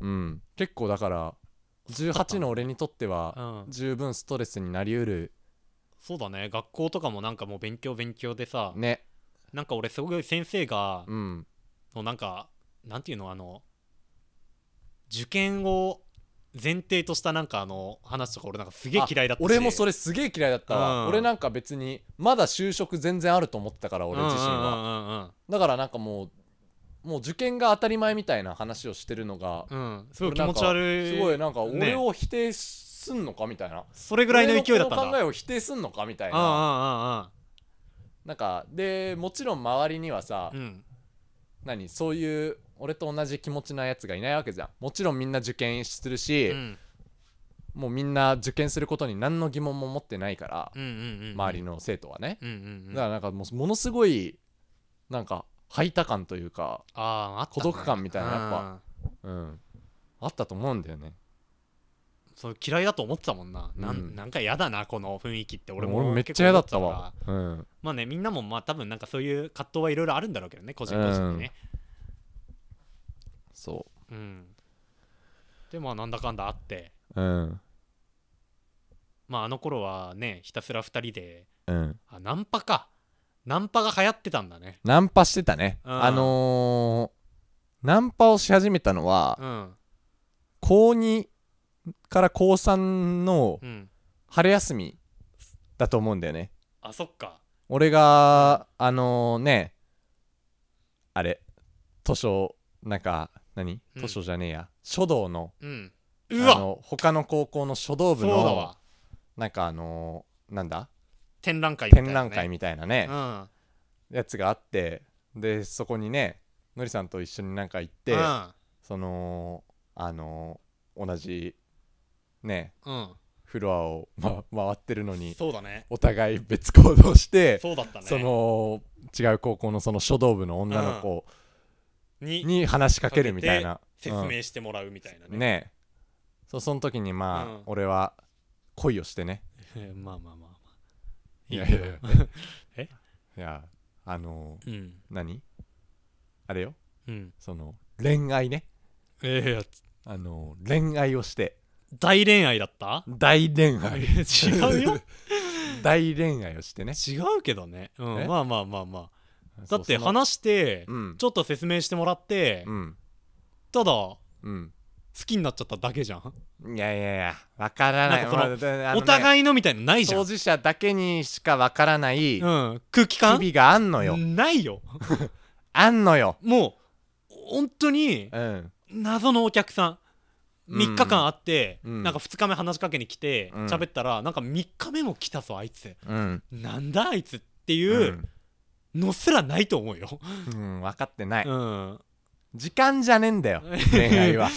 S1: うん結構だから18の俺にとって
S2: う
S1: は
S2: ん
S1: 十分ストレスになりうる
S2: そうだね学校とかもなんかもう勉強勉強でさ、
S1: ね
S2: なんか俺すごい先生が
S1: うん
S2: のなんかなんていうのあの受験を前提としたなんかあの話とか俺なんかすげえ嫌いだったし
S1: 俺もそ
S2: れ
S1: れすげえ嫌いだったわ、
S2: うん
S1: 俺なんか別にまだ就職全然あると思ってたから俺自身は、
S2: は
S1: だからなんかもうもう受験が当たり前みたいな話をしてるのが、
S2: うんうんうんうんすごい
S1: 俺
S2: 気
S1: なん
S2: 持
S1: か
S2: ち悪い
S1: すごいなんか
S2: ね
S1: 俺を否定すんのかみたいな、
S2: それぐらいの勢いだったんだ
S1: 俺のこの考えを否定すんのかみたい
S2: うんう
S1: な
S2: んうん
S1: なんかでもちろん周りにはさ、
S2: うんうん
S1: 何そういう俺と同じ気持ちなやつがいないわけじゃんもちろんみんな受験するし、
S2: うん
S1: もうみんな受験することに何の疑問も持ってないから、
S2: うんうんうん
S1: 周りの生徒はね、
S2: うんうんう
S1: だ
S2: ん
S1: からなんかもうものすごいなんか排他感というか、
S2: あーあったね
S1: 孤独感みたいなやっぱ
S2: うん
S1: うん、あったと思うんだよね
S2: そう嫌いだと思ってたもんなな
S1: うんん
S2: なんか嫌だなこの雰囲気って俺
S1: 俺
S2: も
S1: もめっちゃ嫌だったわうん
S2: まあねみんなもまあ多分なんかそういう葛藤はいろいろあるんだろうけどね個人個人でね
S1: そ
S2: うんでまあなんだかんだあって
S1: ううん
S2: まああの頃はねひたすら2人で
S1: うん
S2: あナンパかナンパが流行ってたんだね
S1: ナンパしてたね、
S2: うん
S1: あのー、ナンパをし始めたのは
S2: うん
S1: 高2から高3の
S2: うん
S1: 春休みだと思うんだよね
S2: あそっか
S1: 俺があのねあれ図書なんか何
S2: うん
S1: 図書じゃねえや、書道の
S2: うん
S1: あ
S2: うわ
S1: の他の高校の書道
S2: そ
S1: 部
S2: うだ
S1: の
S2: わ
S1: なんかあのなんだ
S2: 展覧会みたいな
S1: 展覧会みたいなね
S2: うん
S1: やつがあってでそこにねのりさんと一緒になんか行って
S2: うん
S1: そのあの同じね
S2: うん
S1: フロアを、ま、回ってるのに
S2: そうだね
S1: お互い別行動して
S2: そうだったね
S1: その違う高校のその書道部の女の子
S2: に
S1: に話しかけるみたいな
S2: 説明してもらうみたいな
S1: うん
S2: ね
S1: ねそうその時にまあ、
S2: うん
S1: 俺は恋をしてね
S2: まあまあまあまあ
S1: いやいやいや
S2: え
S1: いやあの
S2: うん
S1: 何あれよ
S2: うん
S1: その恋愛ね
S2: ええ
S1: あの恋愛をして
S2: 大恋愛 だった
S1: 大恋愛
S2: 違うよ
S1: 大恋愛をしてね
S2: 違うけどねうん
S1: え
S2: まあまあまあまあだって
S1: そうその
S2: 話して
S1: うん
S2: ちょっと説明してもらって
S1: うん
S2: ただ好
S1: うん
S2: きになっちゃっただけじゃん
S1: いやいやいやわからない
S2: なんかその
S1: まあだあの
S2: お
S1: ね
S2: 互いのみたいのないじゃん
S1: 当事者だけにしかわからない日
S2: うん空気感
S1: 々があんのよ
S2: ないよ
S1: あんのよ
S2: もう本当に
S1: うん
S2: 謎のお客さん
S1: うん
S2: 3日間会って、
S1: うん
S2: なんか2日目話しかけに来て
S1: うん
S2: 喋、ったらなんか3日目も来たぞあいつ
S1: うん
S2: なんだあいつって
S1: う、
S2: いうんのすらないと思うよ、
S1: うん、分かってない、
S2: うん
S1: 時間じゃねえんだよ 恋愛は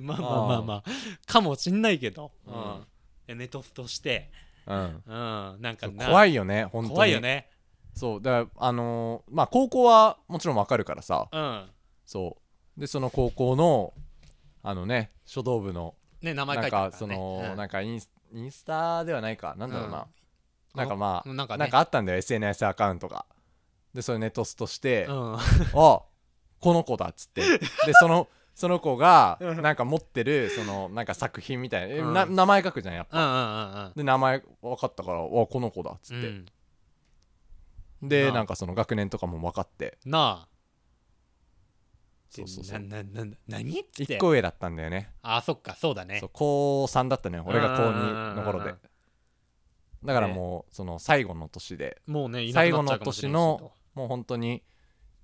S2: まあまあまあまあかもしんないけど、うんネトスとして、
S1: うん
S2: うん、なんかな
S1: 怖
S2: い
S1: いよね本当に
S2: 怖いよね
S1: そうだからあのーまあ高校はもちろんわかるからさ
S2: うん
S1: そうでその高校のあのね書道部の
S2: ね名前書
S1: ないん
S2: てあ
S1: か
S2: るか
S1: そ
S2: らね
S1: の、
S2: うん
S1: なんかインスインスタではないかなんだろうな、
S2: うん
S1: なんかまあ
S2: うん
S1: な
S2: なん
S1: か、
S2: んかね
S1: あったんだよ SNS アカウントがでそれネトストして、あ
S2: うん
S1: この子だっつってでそのその子が
S2: うん
S1: なんか持ってるそのなんか作品みたいな,え、
S2: うん
S1: な名前書くじゃんやっぱ
S2: うんうん
S1: で名前分かったからあこの子だっつ
S2: う
S1: っ
S2: んう
S1: て、
S2: ん
S1: で
S2: なあ
S1: なんかその学年とかも分かって
S2: なあ
S1: そうそうそう
S2: ななな何っつって
S1: 1個上だったんだよね
S2: あそっかそうだね
S1: そう高3だったのよ俺が高2の
S2: うんうんうん
S1: 頃
S2: うん
S1: で
S2: うん
S1: だからもうその最後の年で
S2: もうねいな
S1: 最
S2: く
S1: 後
S2: な
S1: の
S2: っちゃうかもし
S1: 年
S2: れないけど
S1: のもう本当に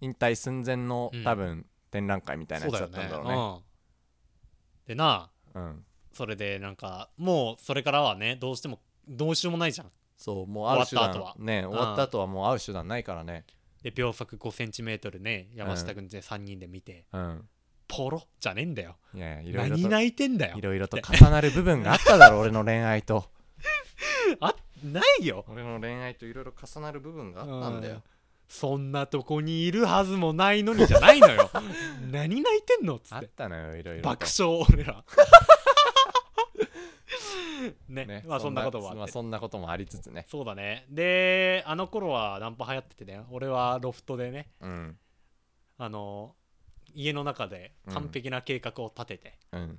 S1: 引退寸前の、
S2: うん
S1: 多分展覧会みたいな
S2: そ
S1: や
S2: う
S1: つ
S2: だ
S1: だ
S2: よ
S1: ったんだろう
S2: ね
S1: ね
S2: うんでな
S1: うん
S2: それでなんかもうそれからはねどうしてもどうしようもないじゃん
S1: そうもうある手段
S2: 終わった後は
S1: ね終わった後はもう会う手段ないからね
S2: で秒速 5cm ね山下君で3人で見て、
S1: うん
S2: ポロじゃねえんだよ
S1: いやいやいろい
S2: 何
S1: ろと
S2: 泣いてんだよ
S1: いろいろと重なる部分があっただ ろ俺の恋愛と
S2: あないよ
S1: 俺の恋愛といろいろ重なる部分が
S2: うんそんなとこにいるはずもないのにじゃないの よ何泣いてんのっつ
S1: あ
S2: っ
S1: ってたのよいろいろと
S2: 爆笑 俺らね
S1: ね
S2: まあそんなこともあって
S1: まあそんなこともありつつね
S2: そうだねであの頃はナンパ流行っててね俺はロフトでね
S1: うん
S2: あの家の中で完璧な計画を立てて、
S1: うん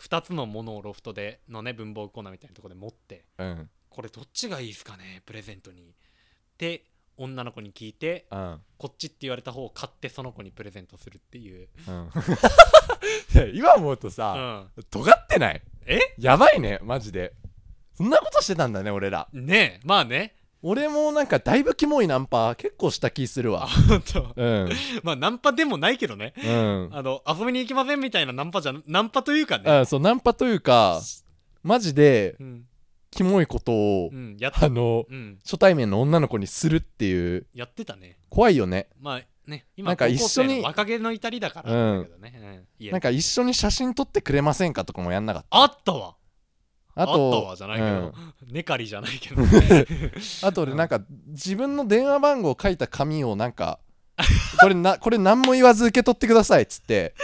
S2: 2つのものをロフトでのね文房具コーナーみたいなところで持って
S1: うん
S2: これどっちがいいですかねプレゼントにって女の子に聞いて
S1: うん
S2: こっちって言われた方を買ってその子にプレゼントするっていう
S1: うんや今思うと
S2: う
S1: さ、
S2: ん
S1: 尖ってない
S2: え
S1: やばいねマジでそんなことしてたんだね俺ら
S2: ねえまあね
S1: 俺もなんかだいぶキモいナンパ結構した気するわ
S2: ほんと
S1: うん
S2: まあナンパでもないけどね
S1: うん
S2: あの遊びに行きませんみたいなナンパじゃナンパというかね
S1: あそうナンパというかマジで
S2: うん、
S1: キモいことを、
S2: うん、やっ
S1: あの
S2: うん、
S1: 初対面の女の子にするっていう
S2: やってたね
S1: 怖いよね
S2: まあね今
S1: なんか一緒に
S2: 高校生の若気の至りだから
S1: うん
S2: だけどね、うん言え
S1: なんか一緒に写真撮ってくれませんかとかもやんなかった
S2: あったわ
S1: あ
S2: あった
S1: と
S2: わじゃないけど、
S1: うん
S2: ネカリじゃないけど
S1: あと俺なんか自分の電話番号書いた紙をなんかこれなこれ何も言わず受け取ってくださいっつって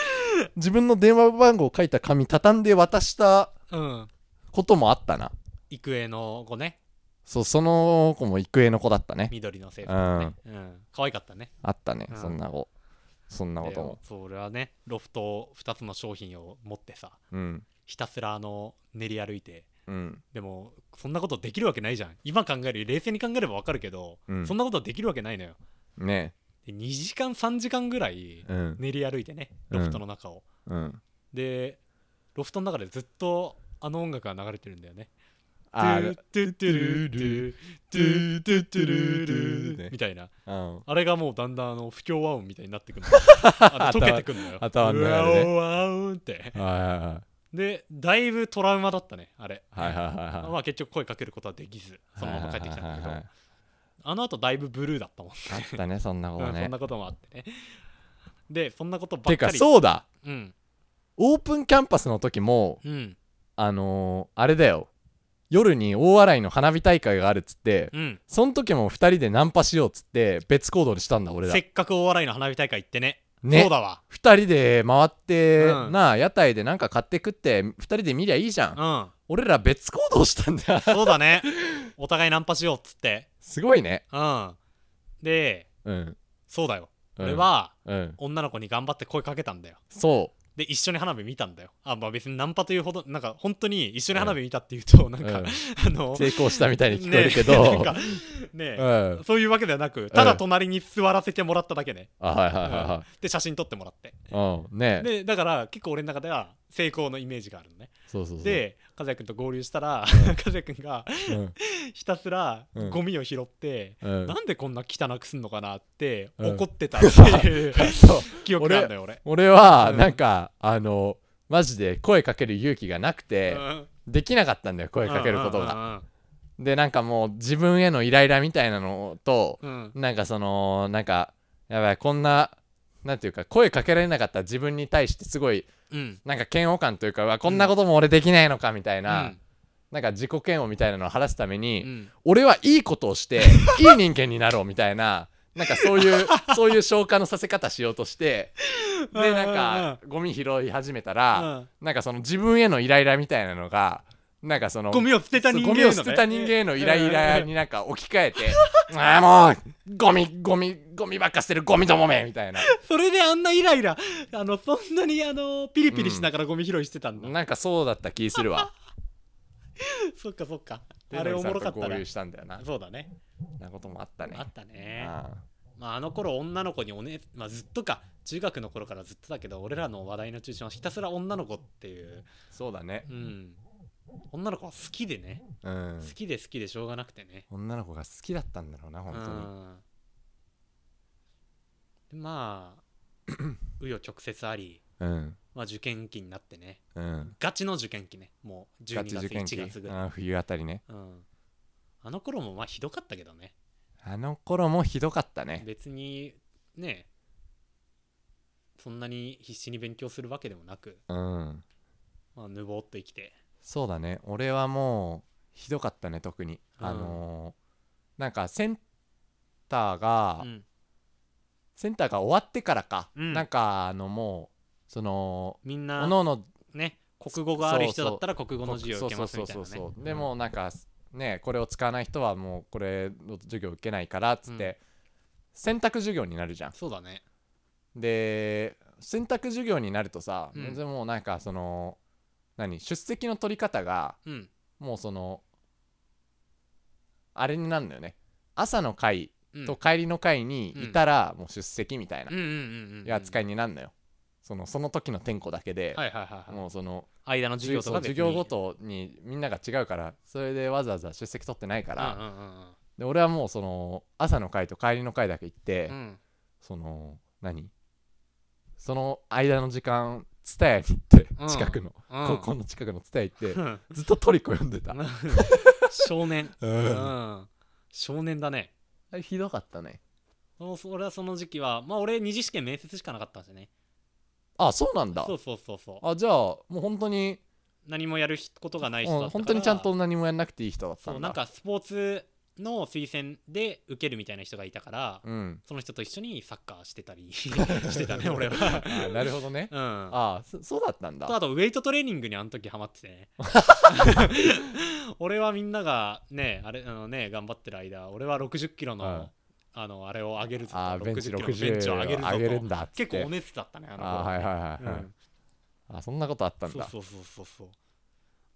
S1: 自分の電話番号書いた紙畳んで渡した
S2: うん
S1: こともあったな
S2: 育英の子ね
S1: そうその子も育英の子だったね
S2: 緑の制服のね、うん、可愛かったね
S1: あったね
S2: うん
S1: そんな子そんなことも
S2: でそう俺はねロフト2つの商品を持ってさ
S1: うん
S2: ひたすらあの練り歩いて
S1: うん
S2: でもそんなことできるわけないじゃん今考える冷静に考えればわかるけど、
S1: うん
S2: そんなことできるわけないのよ
S1: ね
S2: で2時間3時間ぐらい
S1: うん
S2: 練り歩いてね
S1: うん
S2: ロフトの中を、
S1: うん
S2: でロフトの中でずっとあの音楽が流れてるんだよね
S1: あ
S2: トゥ
S1: る
S2: トゥトゥルートゥトゥトゥルートゥ
S1: ね
S2: みたいな
S1: うん
S2: あれがもうだんだんあの不協和音みたいになってくる あの溶けてくるのよ
S1: 頭頭の
S2: うわ
S1: 中でね
S2: おわおんって
S1: は
S2: でだいぶトラウマだったねあれ
S1: いはいはいはいはい
S2: まあ結局声かけることはできずそのまま帰ってきたんだけ
S1: はいはいはいはい
S2: どあの後だいぶブルーだったもん
S1: あったねそんなこ
S2: う
S1: と
S2: んそ
S1: ね
S2: んなこともあってねでそんなことばってか
S1: か
S2: り
S1: そうだ
S2: うん
S1: オープンキャンパスの時も
S2: うん
S1: あのーあれだよ夜に大洗の花火大会があるっつって
S2: うん
S1: その時も2人でナンパしようっつって別行動にしたんだ俺ら
S2: せっかく大洗の花火大会行ってね
S1: ね
S2: そうだわ
S1: 2人で回って、
S2: うん
S1: なあ屋台でなんか買って食って2人で見りゃいいじゃん、
S2: う
S1: 俺ら別行動したんだ
S2: んそうだね お互いナンパしようっつって
S1: すごいね
S2: うんで
S1: うん
S2: そうだよ
S1: うん
S2: 俺は
S1: うん
S2: 女の子に頑張って声かけたんだよ
S1: そ
S2: で一緒に花火見たんだよあまあ別にナンパというほどなんか本当に一緒に花火見たっていうとなん
S1: う、
S2: か、
S1: うん
S2: あの
S1: 成功したみたいに聞こえるけ
S2: ねなん
S1: ど、
S2: かね
S1: うん、あ
S2: そういうわけではなくただ隣に座らせてもらっただけね、
S1: はいはいは
S2: で写真撮ってもらって
S1: いはいうんね
S2: でだから結構俺の中では成功のイメージがあるのね
S1: そうそうそう、
S2: で和也君と合流したら和也君が
S1: うん
S2: ひたすら
S1: うん
S2: ゴミを拾って、
S1: うん、
S2: なんでこんな汚くすんのかなって
S1: うん
S2: 怒ってたって いう
S1: そう
S2: 記憶なんだよ俺。
S1: 俺は
S2: うん
S1: なんか、あのマジで声かける勇気がなくて、
S2: うん
S1: できなかったんだよ声かけることが、
S2: が。
S1: でなんかもう自分へのイライラみたいなのと、
S2: うんうん
S1: なんかそのなんかやばいこんななんていうか声かけられなかった自分に対してすごい
S2: うん
S1: なんか嫌悪感というかうわこんなことも俺できないのかみたいな、
S2: うん
S1: なんか自己嫌悪みたいなのを晴らすために、
S2: うん
S1: 俺はいいことをして いい人間になろうみたいななんかそういうそういう消化のさせ方しようとして
S2: うんうんう
S1: で
S2: ん
S1: なんかゴミ拾い始めた
S2: う
S1: ら
S2: ん
S1: なんかその自分へのイライラみたいなのがなんかその
S2: ゴミを捨てた人間
S1: ゴ
S2: へのね
S1: ミを捨てた人間へのイライラになんか置き換えて「ああもうゴミゴミゴミばっか捨てるゴミどもめ」みたいな
S2: それであんなイライラあのそんなにあのピリピリしながらゴミ拾いしてたんだ、
S1: なんかそうだった気するわ
S2: そっかそっか あれおもろかっ
S1: で野木さんと
S2: た
S1: 合流
S2: な
S1: したんだよな
S2: そうだね
S1: なこともあったね
S2: あったねあ,、
S1: あ
S2: まあ、あの頃女の子におね、まあ、ずっとか中学の頃からずっとだけど俺らの話題の中心はひたすら女の子っていう
S1: あそうだね
S2: うん女の子は好きでね、
S1: うん
S2: 好きで好きでしょうがなくてね
S1: 女の子が好きだったんだろうな本当に
S2: うんでまあ 紆余曲折あり、
S1: うん
S2: まあ、受験期になってね
S1: うん
S2: ガチの受験期ねもう12
S1: ガチ
S2: 月
S1: 受験期
S2: 1月ぐらい、
S1: ああ冬あたりね
S2: うん、あの頃もまあひどかったけどね
S1: あの頃もひどかったね
S2: 別にねそんなに必死に勉強するわけでもなく、
S1: うん
S2: まあ、ぬぼーっと生きて
S1: そうだね俺はもうひどかったね特に、
S2: うん
S1: あのーなんかセンターが、
S2: うん
S1: センターが終わってからか、
S2: うん
S1: なんかあのもうその
S2: み
S1: お
S2: んな
S1: のおの
S2: ね国語がある人だったら国語の授業を受けますみたいなね
S1: そうそうそうそうでもうなんかねこれを使わない人はもうこれの授業受けないからっつって、選択授業になるじゃん
S2: そうだね
S1: で選択授業になるとさ、
S2: うん
S1: でもうなんかその何出席の取り方が
S2: うん
S1: もうそのあれになるんだよね朝の会
S2: うん
S1: と帰りの会にいたらもう出席みたいな
S2: うんうんうんうんうん
S1: 扱いになるのよ、そのその時の点呼だけで、
S2: はいはいはいはい
S1: もうその
S2: 間の授業と
S1: そう
S2: か
S1: 授業ごとにみんなが違うからそれでわざわざ出席取ってないか、
S2: からうんうんうんうん
S1: で俺はもうその朝の会と帰りの会だけ行って、
S2: うん
S1: その何その間の時間蔦屋に行って
S2: うん
S1: 近くの、
S2: うん
S1: 高校の近くの蔦屋行 って
S2: うん
S1: ずっとトリコ読んでた、
S2: 少年
S1: う、
S2: うんん少年だね
S1: あれひどかったね
S2: そうそ俺はその時期はまあ俺二次試験面接しかなかったんですよね
S1: あそうなんだ
S2: そうそうそうそう
S1: あじゃあもう本当に
S2: 何もやることがない人だった
S1: う
S2: か
S1: ん本
S2: ら
S1: 当にちゃんと何もやんなくていい人だったんだ
S2: そうなんかスポーツの推薦で受けるみたいな人がいたから、
S1: うん
S2: その人と一緒にサッカーしてたり してた ね俺は
S1: あーなるほどね
S2: うんあ
S1: ああそそうだったんだ
S2: とあとウェイトトレーニングにあの時ハマって てね俺はみんながねあれあのね頑張ってる間俺は6 0キロの、
S1: うん
S2: あのあれを上げるぞと
S1: あーベンチ
S2: 60キロのベンチを上げるぞ
S1: 60
S2: と
S1: 上げるんだっつって
S2: 結構お熱だったねあの頃
S1: あーはいはいはいはい、
S2: うん
S1: あそんなことあったん
S2: そう
S1: だ
S2: そうそうそうそう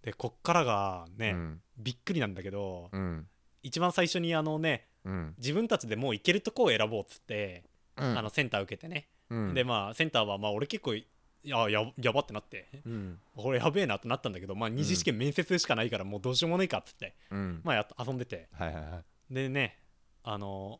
S2: でこっからがね、
S1: うん
S2: びっくりなんだけど、
S1: うん
S2: 一番最初にあのね
S1: うん
S2: 自分たちでもう行けるとこを選ぼうっつって、
S1: うん
S2: あのセンター受けてね、
S1: うん
S2: でまあセンターはまあ俺結構いやややばってなって
S1: うん
S2: これやべえなってなったんだけどまあ二次試験面接しかないからもうどうしようもないかっつって、
S1: うん
S2: まあや遊んでて
S1: はいはいはい
S2: でねあの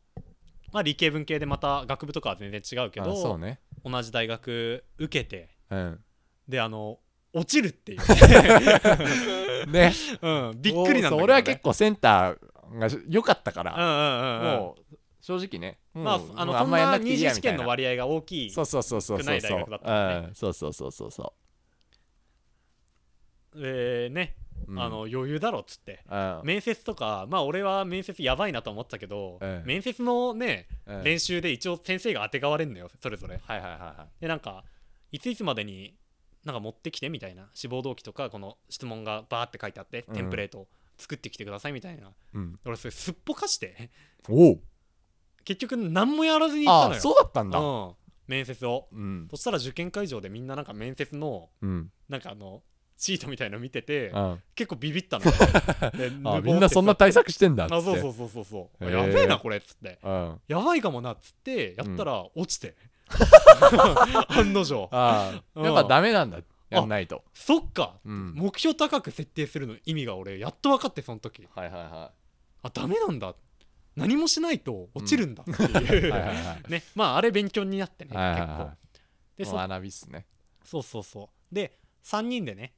S2: まあ理系文系でまた学部とかは全然違うけ
S1: あそう
S2: ど、
S1: ね
S2: 同じ大学受けて
S1: うん
S2: であの落ちる っていう、
S1: ね
S2: うん、 びっくりなんだけど、
S1: そう
S2: ね、
S1: 俺は結構センターが良かったから、
S2: うんうんうんうん
S1: もう正直ね、
S2: まあ
S1: もうも
S2: あ
S1: う
S2: のそん
S1: や
S2: な
S1: くて
S2: 二
S1: いい
S2: 次
S1: や
S2: 試験
S1: みたい
S2: の
S1: な
S2: 割合が大きい
S1: そうそうそうそう
S2: 少な
S1: そう
S2: い
S1: そ
S2: 大
S1: う
S2: 学だったからね
S1: うんそうそうそうそうそ
S2: でね、
S1: う、うん、
S2: あの余裕だろっつって
S1: うん、
S2: 面接とかまあ俺は面接やばいなと思ったけど、
S1: ええ
S2: 面接のね、
S1: うん
S2: 練習で一応先生が当てがわれんのよそれぞれ
S1: はいはいはいはい
S2: でなんかいついつまでになんか持ってきてみたいな志望動機とかこの質問がバーって書いてあって
S1: うん
S2: テンプレートを作ってきてくださいみたいな、
S1: うん、
S2: 俺それすっぽかして
S1: おお
S2: 結局何もやらずに行った
S1: あ
S2: のよ
S1: そうだったんだ
S2: うん、面接を
S1: うん
S2: そしたら受験会場でみんななんか面接の
S1: うん
S2: なんかあのシートみたいの見てて
S1: あ
S2: 結構ビ ビったのよで
S1: あみ
S2: 無謀
S1: ん
S2: っ
S1: な
S2: て
S1: そんな対策してんだっつって
S2: あそうそううそうそうそう、
S1: へえ
S2: やべえなこれっつって
S1: うん
S2: やばいかもなっつってやったら落ちて、 案の定
S1: ああやっぱダメなんだやんないと
S2: そっか、
S1: うん
S2: 目標高く設定するの意味が俺やっと分かってその時
S1: はいはいは
S2: あダメなんだ何もしないと落ちるんだっていう、
S1: いはいはいは
S2: ねまああれ勉強になってね
S1: いはいはい
S2: 結
S1: は
S2: 構
S1: い
S2: で
S1: も
S2: そう
S1: 学びっすね
S2: そうそうそうで3人でね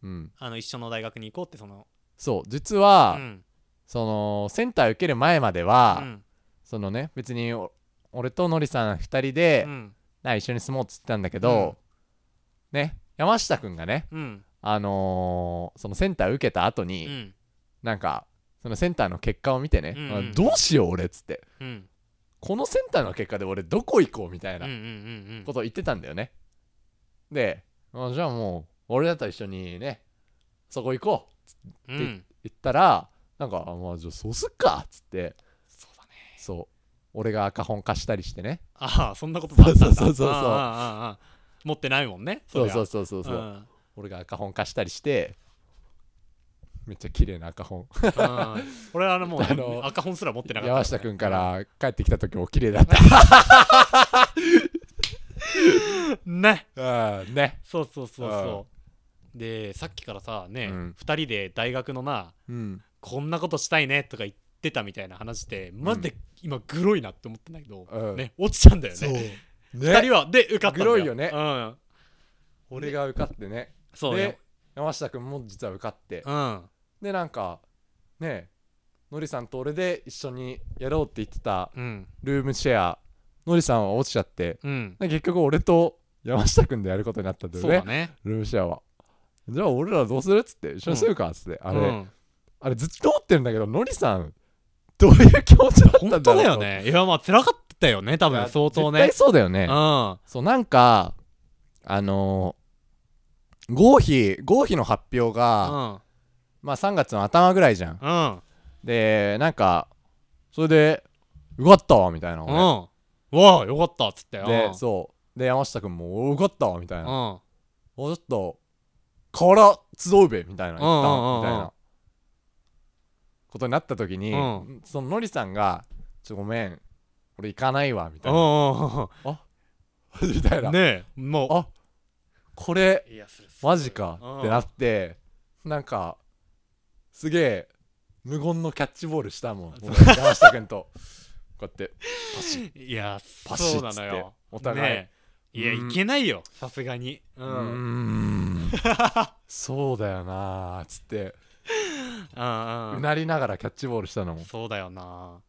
S1: うん
S2: あの一緒の大学に行こうってその
S1: そう実
S2: う
S1: は、
S2: ん
S1: そのセンター受ける前まで
S2: う
S1: は、
S2: ん
S1: そのね別にお俺とのりさん2人で、
S2: うん
S1: な一緒に住もうっつってたんだけど、ね山下くんがね
S2: うん
S1: あのーそのセンター受けた後に、
S2: うん
S1: なんかそのセンターの結果を見てね、
S2: うん
S1: あどうしよう俺っつって
S2: うん
S1: このセンターの結果で俺どこ行こうみたい
S2: うんうんう
S1: なんことを言ってたんだよね、であじゃあもう俺だったら一緒にねそこ行こう
S2: うん
S1: って言ったらなんかあまあじゃあそうすっかっつって
S2: そうだね
S1: そう俺が赤本貸したりしてね
S2: ああそんなこともあったん
S1: そ
S2: だ
S1: うそうそうそう
S2: ああああああ持ってないもんね
S1: そうそううそうそうそう、
S2: ん
S1: 俺が赤本貸したりしてめっちゃ綺麗な赤本
S2: うん俺はあのもうね、
S1: あの
S2: 赤本すら持ってなかった
S1: 山下君から帰ってきた時も綺麗だった
S2: ね
S1: うんね
S2: そうそうそうそうでさっきからさね、
S1: うん
S2: 2人で大学のな
S1: うん
S2: こんなことしたいねとか言ってたみたいな話でマジで今グロいなって思ってんだけど、
S1: うん
S2: ね、落ちたんだよ
S1: そう
S2: ね2
S1: ね
S2: 人はで受かったんだよ
S1: グロいよね
S2: うん
S1: 俺が受かってね
S2: そうよ
S1: で山下君も実は受かって
S2: うん
S1: でなんかねのりさんと俺で一緒にやろうって言ってた
S2: うん
S1: ルームシェアのりさんは落ちちゃって
S2: うん
S1: で結局俺と山下君でやることになったんだよ
S2: そう
S1: ね
S2: だね
S1: ルームシェアはじゃあ俺らどうするっつって一緒にするかっつって、あれ、
S2: うん、
S1: あれずっと思ってるんだけどのりさんどういう気持ちだったんだ
S2: 本
S1: ろう
S2: 当だよね いやまあ辛かったよね多
S1: いや
S2: 分相当
S1: 絶
S2: ね
S1: 対そうだよね
S2: うん
S1: そうなんかあのー合否合否の発表が、まあ3月の頭ぐらいじゃん
S2: うんうん
S1: でなんかそれで「受かったわ」みたいな
S2: うん
S1: 俺
S2: わあよかったっつってう
S1: で
S2: ん
S1: そうで山下君も「お受かったわ」みたいうな「
S2: ん
S1: もうちょっとから集うべ」みたいな言った
S2: うんう
S1: み
S2: んうんうん
S1: たいなことになった時に、
S2: うん
S1: そののりさんが「ちょごめん俺行かないわ」みた
S2: う
S1: いな、
S2: んうん
S1: みたいな
S2: ねえもう
S1: あこれ
S2: いやそれすごい
S1: マジか
S2: うん
S1: ってなってなんかすげえ無言のキャッチボールしたもん俺山下君とこうやってパシッ
S2: いや
S1: パシ
S2: そう
S1: ッ
S2: な
S1: つって
S2: のよ
S1: お互い
S2: ねえいや
S1: うん
S2: いけないよさすがにう
S1: うんん そうだよなーっつって
S2: うんう
S1: うんなりながらキャッチボールしたのも
S2: そうだよな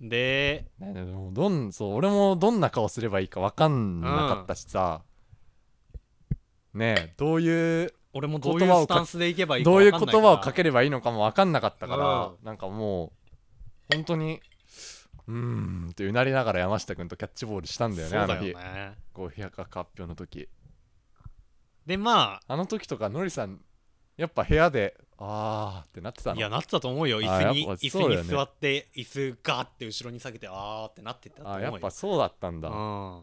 S2: で
S1: ねでもどんそう俺もどんな顔すればいいか分かんなかったしさ、ねえどういう
S2: 俺もどうい
S1: 言葉を
S2: うス
S1: か
S2: タンスでいけばいいか
S1: どういう
S2: 分
S1: 言
S2: かんないから
S1: 葉をかければいいのかも分かんなかったから、
S2: う
S1: なんかもう本当にうーんってうなりながら山下君とキャッチボールしたんだよね
S2: そう
S1: あ
S2: だ
S1: の
S2: よ
S1: 日
S2: ね
S1: 500カップ発表の時
S2: でま
S1: あの時とかのりさんやっぱ部屋であーってなってた
S2: あ
S1: の
S2: いやなってたと思うよ椅
S1: あ
S2: 子に
S1: やっぱ
S2: 椅
S1: そうだよ
S2: 子
S1: ね
S2: に座って椅子ガーって後ろに下げてあーってなってたと思
S1: あー
S2: うよ
S1: やっぱそうだったんだ、
S2: うん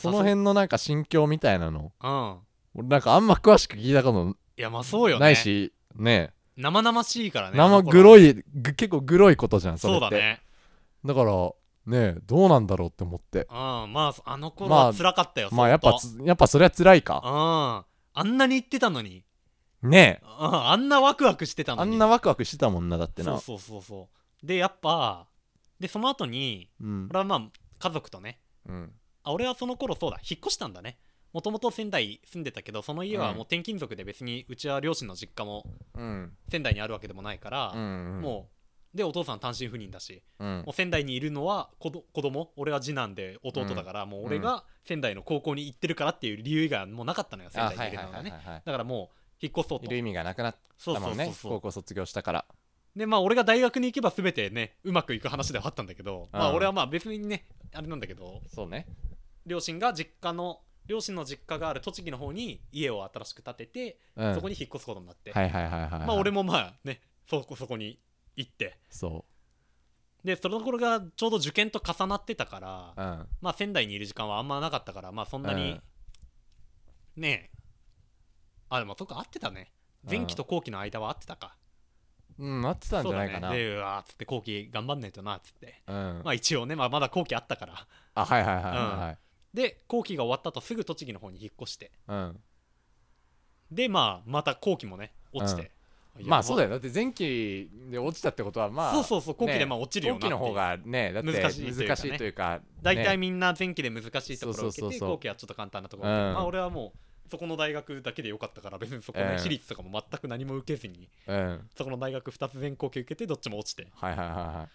S1: その辺のなんか心境みたいなの
S2: うん
S1: 俺なんかあんま詳しく聞いたこと
S2: いやまあそうよね
S1: ないしね
S2: 生々しいからね
S1: 生グ
S2: い
S1: ロいぐ結構グロいことじゃんそれ
S2: そ
S1: っ
S2: う
S1: て
S2: だ
S1: だ,、
S2: ね
S1: からねどうなんだろうって思って
S2: うんまああの頃
S1: まあ
S2: は辛かったよ、
S1: まあやっ
S2: 相
S1: ぱ
S2: 当
S1: つやっぱそれは辛いか
S2: うんあんなに言ってたのに
S1: ねえ
S2: うんあんなワクワクしてた
S1: あ
S2: のに
S1: んなワクワクしてたもんなだってな
S2: そうそうそうそうでやっぱでその後に
S1: うん
S2: 俺はまあ家族とね
S1: うん
S2: あ俺はその頃そうだ引っ越したんだねもともと仙台住んでたけどその家はもう転勤族で別にうちは両親の実家も
S1: うん
S2: 仙台にあるわけでもないから、
S1: も
S2: もうでお父さん単身赴任だし
S1: うんうん
S2: もう仙台にいるのは子ど子供俺は次男で弟だから、もう俺が仙台の高校に行ってるからっていう理由以外はもうなかったのよ仙
S1: あは
S2: 台
S1: い
S2: に
S1: はいい
S2: る
S1: は
S2: の
S1: い
S2: がね、
S1: はいはい
S2: だからもう引っ越そうと
S1: いる意味がなくなっ
S2: そう
S1: た
S2: そ
S1: も
S2: うんそう
S1: ね
S2: そう
S1: 高校卒業したから
S2: でまあ俺が大学に行けば全てねうまくいく話ではあったんだけど、
S1: う
S2: まあ
S1: ん
S2: 俺はまあ別にねあれなんだけど
S1: そうね
S2: 両親が実家の両親の実家がある栃木の方に家を新しく建てて、
S1: うん
S2: そこに引っ越すことになって、
S1: はいはいはいはいはい
S2: まあ俺もまあねそこそこに行って
S1: そ
S2: でその頃がちょうど受験と重なってたから、
S1: ううん
S2: まあ仙台にいる時間はあんまなかったからまあそんなに、ねえあでもそっか合ってたね前期と後期の間は合ってたか、
S1: うんなってたんじ
S2: そう
S1: ゃな
S2: だ
S1: い
S2: ね
S1: かな
S2: でうわーっつって後期頑張んねえとなっつって
S1: うん
S2: まあ一応ね、まあ、まだ後期あったから
S1: あはいはいはいはい
S2: で後期が終わった後すぐ栃木の方に引っ越して
S1: はいうん
S2: でまあまた後期もね落ちて、いや
S1: まあそうだ
S2: よ
S1: よだって前期で落ちたってことはまあ
S2: そうそうそう後期で
S1: ね
S2: まあ落ちるよなってい
S1: 後
S2: う
S1: 期の方がねだって難
S2: 難
S1: し
S2: し
S1: い
S2: い
S1: と
S2: と
S1: い
S2: いうう
S1: か,、
S2: か
S1: ね、
S2: ね大体みんな前期で難しいところを受けて
S1: そうそうそうそう
S2: 後期はちょっと簡単なところを受けて
S1: うん
S2: まあ俺はもうそこの大学だけでよかったから別にそこ
S1: うん
S2: の私立とかも全く何も受けずに
S1: うんはい
S2: そこの大学2つ全校級受けてどっちも落ちて
S1: はいは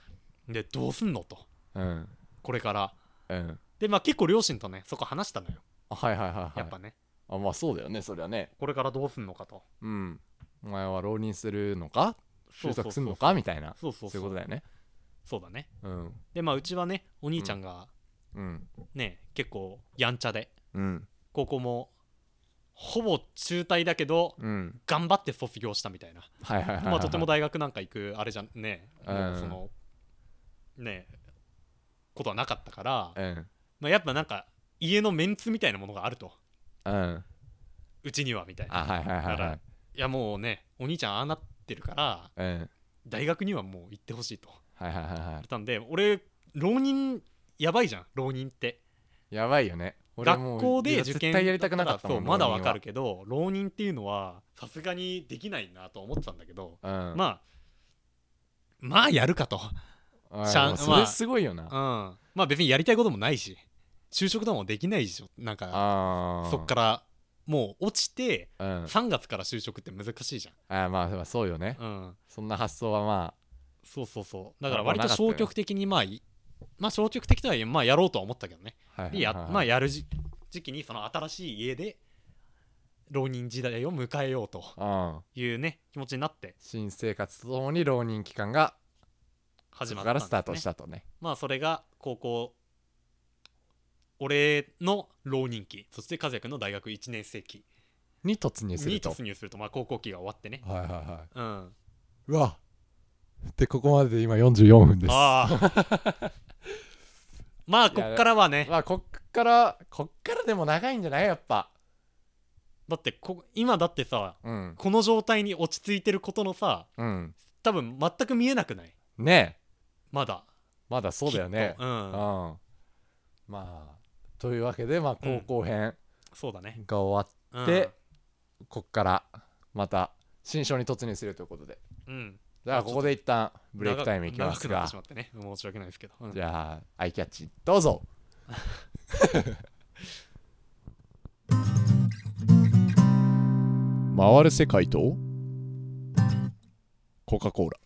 S2: でどうすんのと
S1: いはいうん
S2: これから
S1: うん
S2: でまあ結構両親とねそこ話したのよ
S1: あはいはいはいはい
S2: やっぱね
S1: あまあそうだよねそりゃね
S2: これからどうすんのかと
S1: うんお前は浪人するのか就職するのかみたいな
S2: そうそう
S1: そういうこ
S2: そ
S1: と
S2: う
S1: だよね
S2: そうだね
S1: うん
S2: でまあうちはねお兄ちゃんが
S1: うん
S2: ね、結構やんちゃで
S1: うん
S2: 高校もほぼ中退だけど
S1: うん
S2: 頑張って卒業したみたいな、
S1: はいはいはいはい、
S2: まあ、とても大学なんか行くあれじゃねえ、もう
S1: うん
S2: そのねえことはなかったから、
S1: うん
S2: まあ、やっぱなんか家のメンツみたいなものがあると
S1: うん
S2: うちにはみたいな
S1: あはいはいは
S2: だ
S1: い
S2: か
S1: は
S2: ら
S1: い
S2: いやもうねお兄ちゃんああなってるから
S1: うん
S2: 大学にはもう行ってほしいと言
S1: はいはいはいは
S2: われたんで俺浪人やばいじゃん浪人って
S1: いやばいよね俺もう
S2: 学校で受験
S1: 絶対やりたくなかったもん
S2: そうまだ
S1: 浪
S2: わ
S1: 人
S2: かるけど浪人っていうのはさすがにできないなと思ってたんだけど、
S1: うん
S2: まあまあやるかと、
S1: あ
S2: ちゃん
S1: もうそ
S2: ま
S1: れ
S2: あ
S1: すごいよ
S2: うん、
S1: な、
S2: まあ別にやりたいこともないし就職とかもできないでしょなんか
S1: ああ
S2: そっからもう落ちて
S1: らうん
S2: 3月から就職って難しいじ
S1: あーまあまあそうよね、
S2: ゃん、うん、
S1: そんな発想はま
S2: そうそうそうだから割と消極的にまあいまあ消極的とはいえまあやろうとは思ったけどね
S1: あ、はい
S2: でやまあやるじ時期にその新しい家で浪人時代を迎えようと
S1: うん、
S2: いうね気持ちになって
S1: 新生活とともに浪人期間が
S2: 始
S1: そ
S2: ま
S1: こ
S2: っ
S1: から
S2: たんです、ね、
S1: スタートしたとね
S2: まあそれが高校俺の浪人期そして和也君の大学1年生期
S1: に突入する
S2: に
S1: と
S2: 突入するとまあ高校期が終わってね
S1: はいはいは
S2: うんあ
S1: いうわでここまでで今44分です
S2: あ まあこっからはね
S1: まあこっからこっからでも長いんじゃないやっぱ
S2: だってこ今だってさ
S1: うん
S2: この状態に落ち着いてることのさ
S1: うん
S2: 多分全く見えなくない
S1: ねえ
S2: まだ
S1: まだそうだよね
S2: きっとう
S1: うん
S2: ん
S1: まあというわけでまあ高校編、
S2: そうだね。
S1: が終
S2: う
S1: わ
S2: ん
S1: って、こっからまた新章に突入するということで
S2: うん。
S1: じゃあここで一旦ブレイクタイムいきます
S2: 長
S1: が
S2: く長くなってしまってね。申し訳ないですけど。うん
S1: じゃあアイキャッチどう ぞ回る世界とコカ・コーラ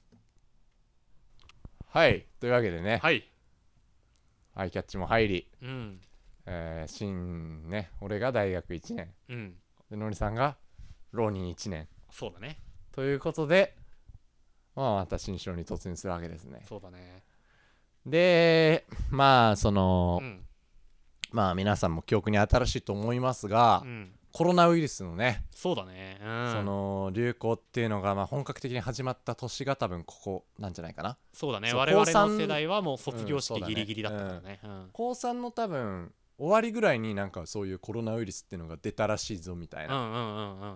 S1: はいというわけでね、
S2: はい。
S1: アイキャッチも入り、
S2: うん。
S1: えー、新ね俺が大学1年
S2: うん。
S1: でのりさんが浪人1年
S2: そうだね。
S1: ということで、まあ、また新章に突入するわけですね
S2: そうだね。
S1: でまあそうの、
S2: ん。
S1: まあ皆さんも記憶に新しいと思いますが、
S2: うん。
S1: コロナウイルスのね、
S2: そうだね。うん。
S1: その流行っていうのがまあ本格的に始まった年が多分ここなんじゃないかな
S2: そうだね。
S1: そう
S2: 我々
S1: 高
S2: の
S1: 三
S2: 世代はもう卒業
S1: うん
S2: 式
S1: そうだね
S2: ギリギリだったからね。うん。
S1: 高3の多分終わりぐらいになんかそういうコロナウイルスっていうのが出たらしいぞみたいうな、
S2: んうんうんうん。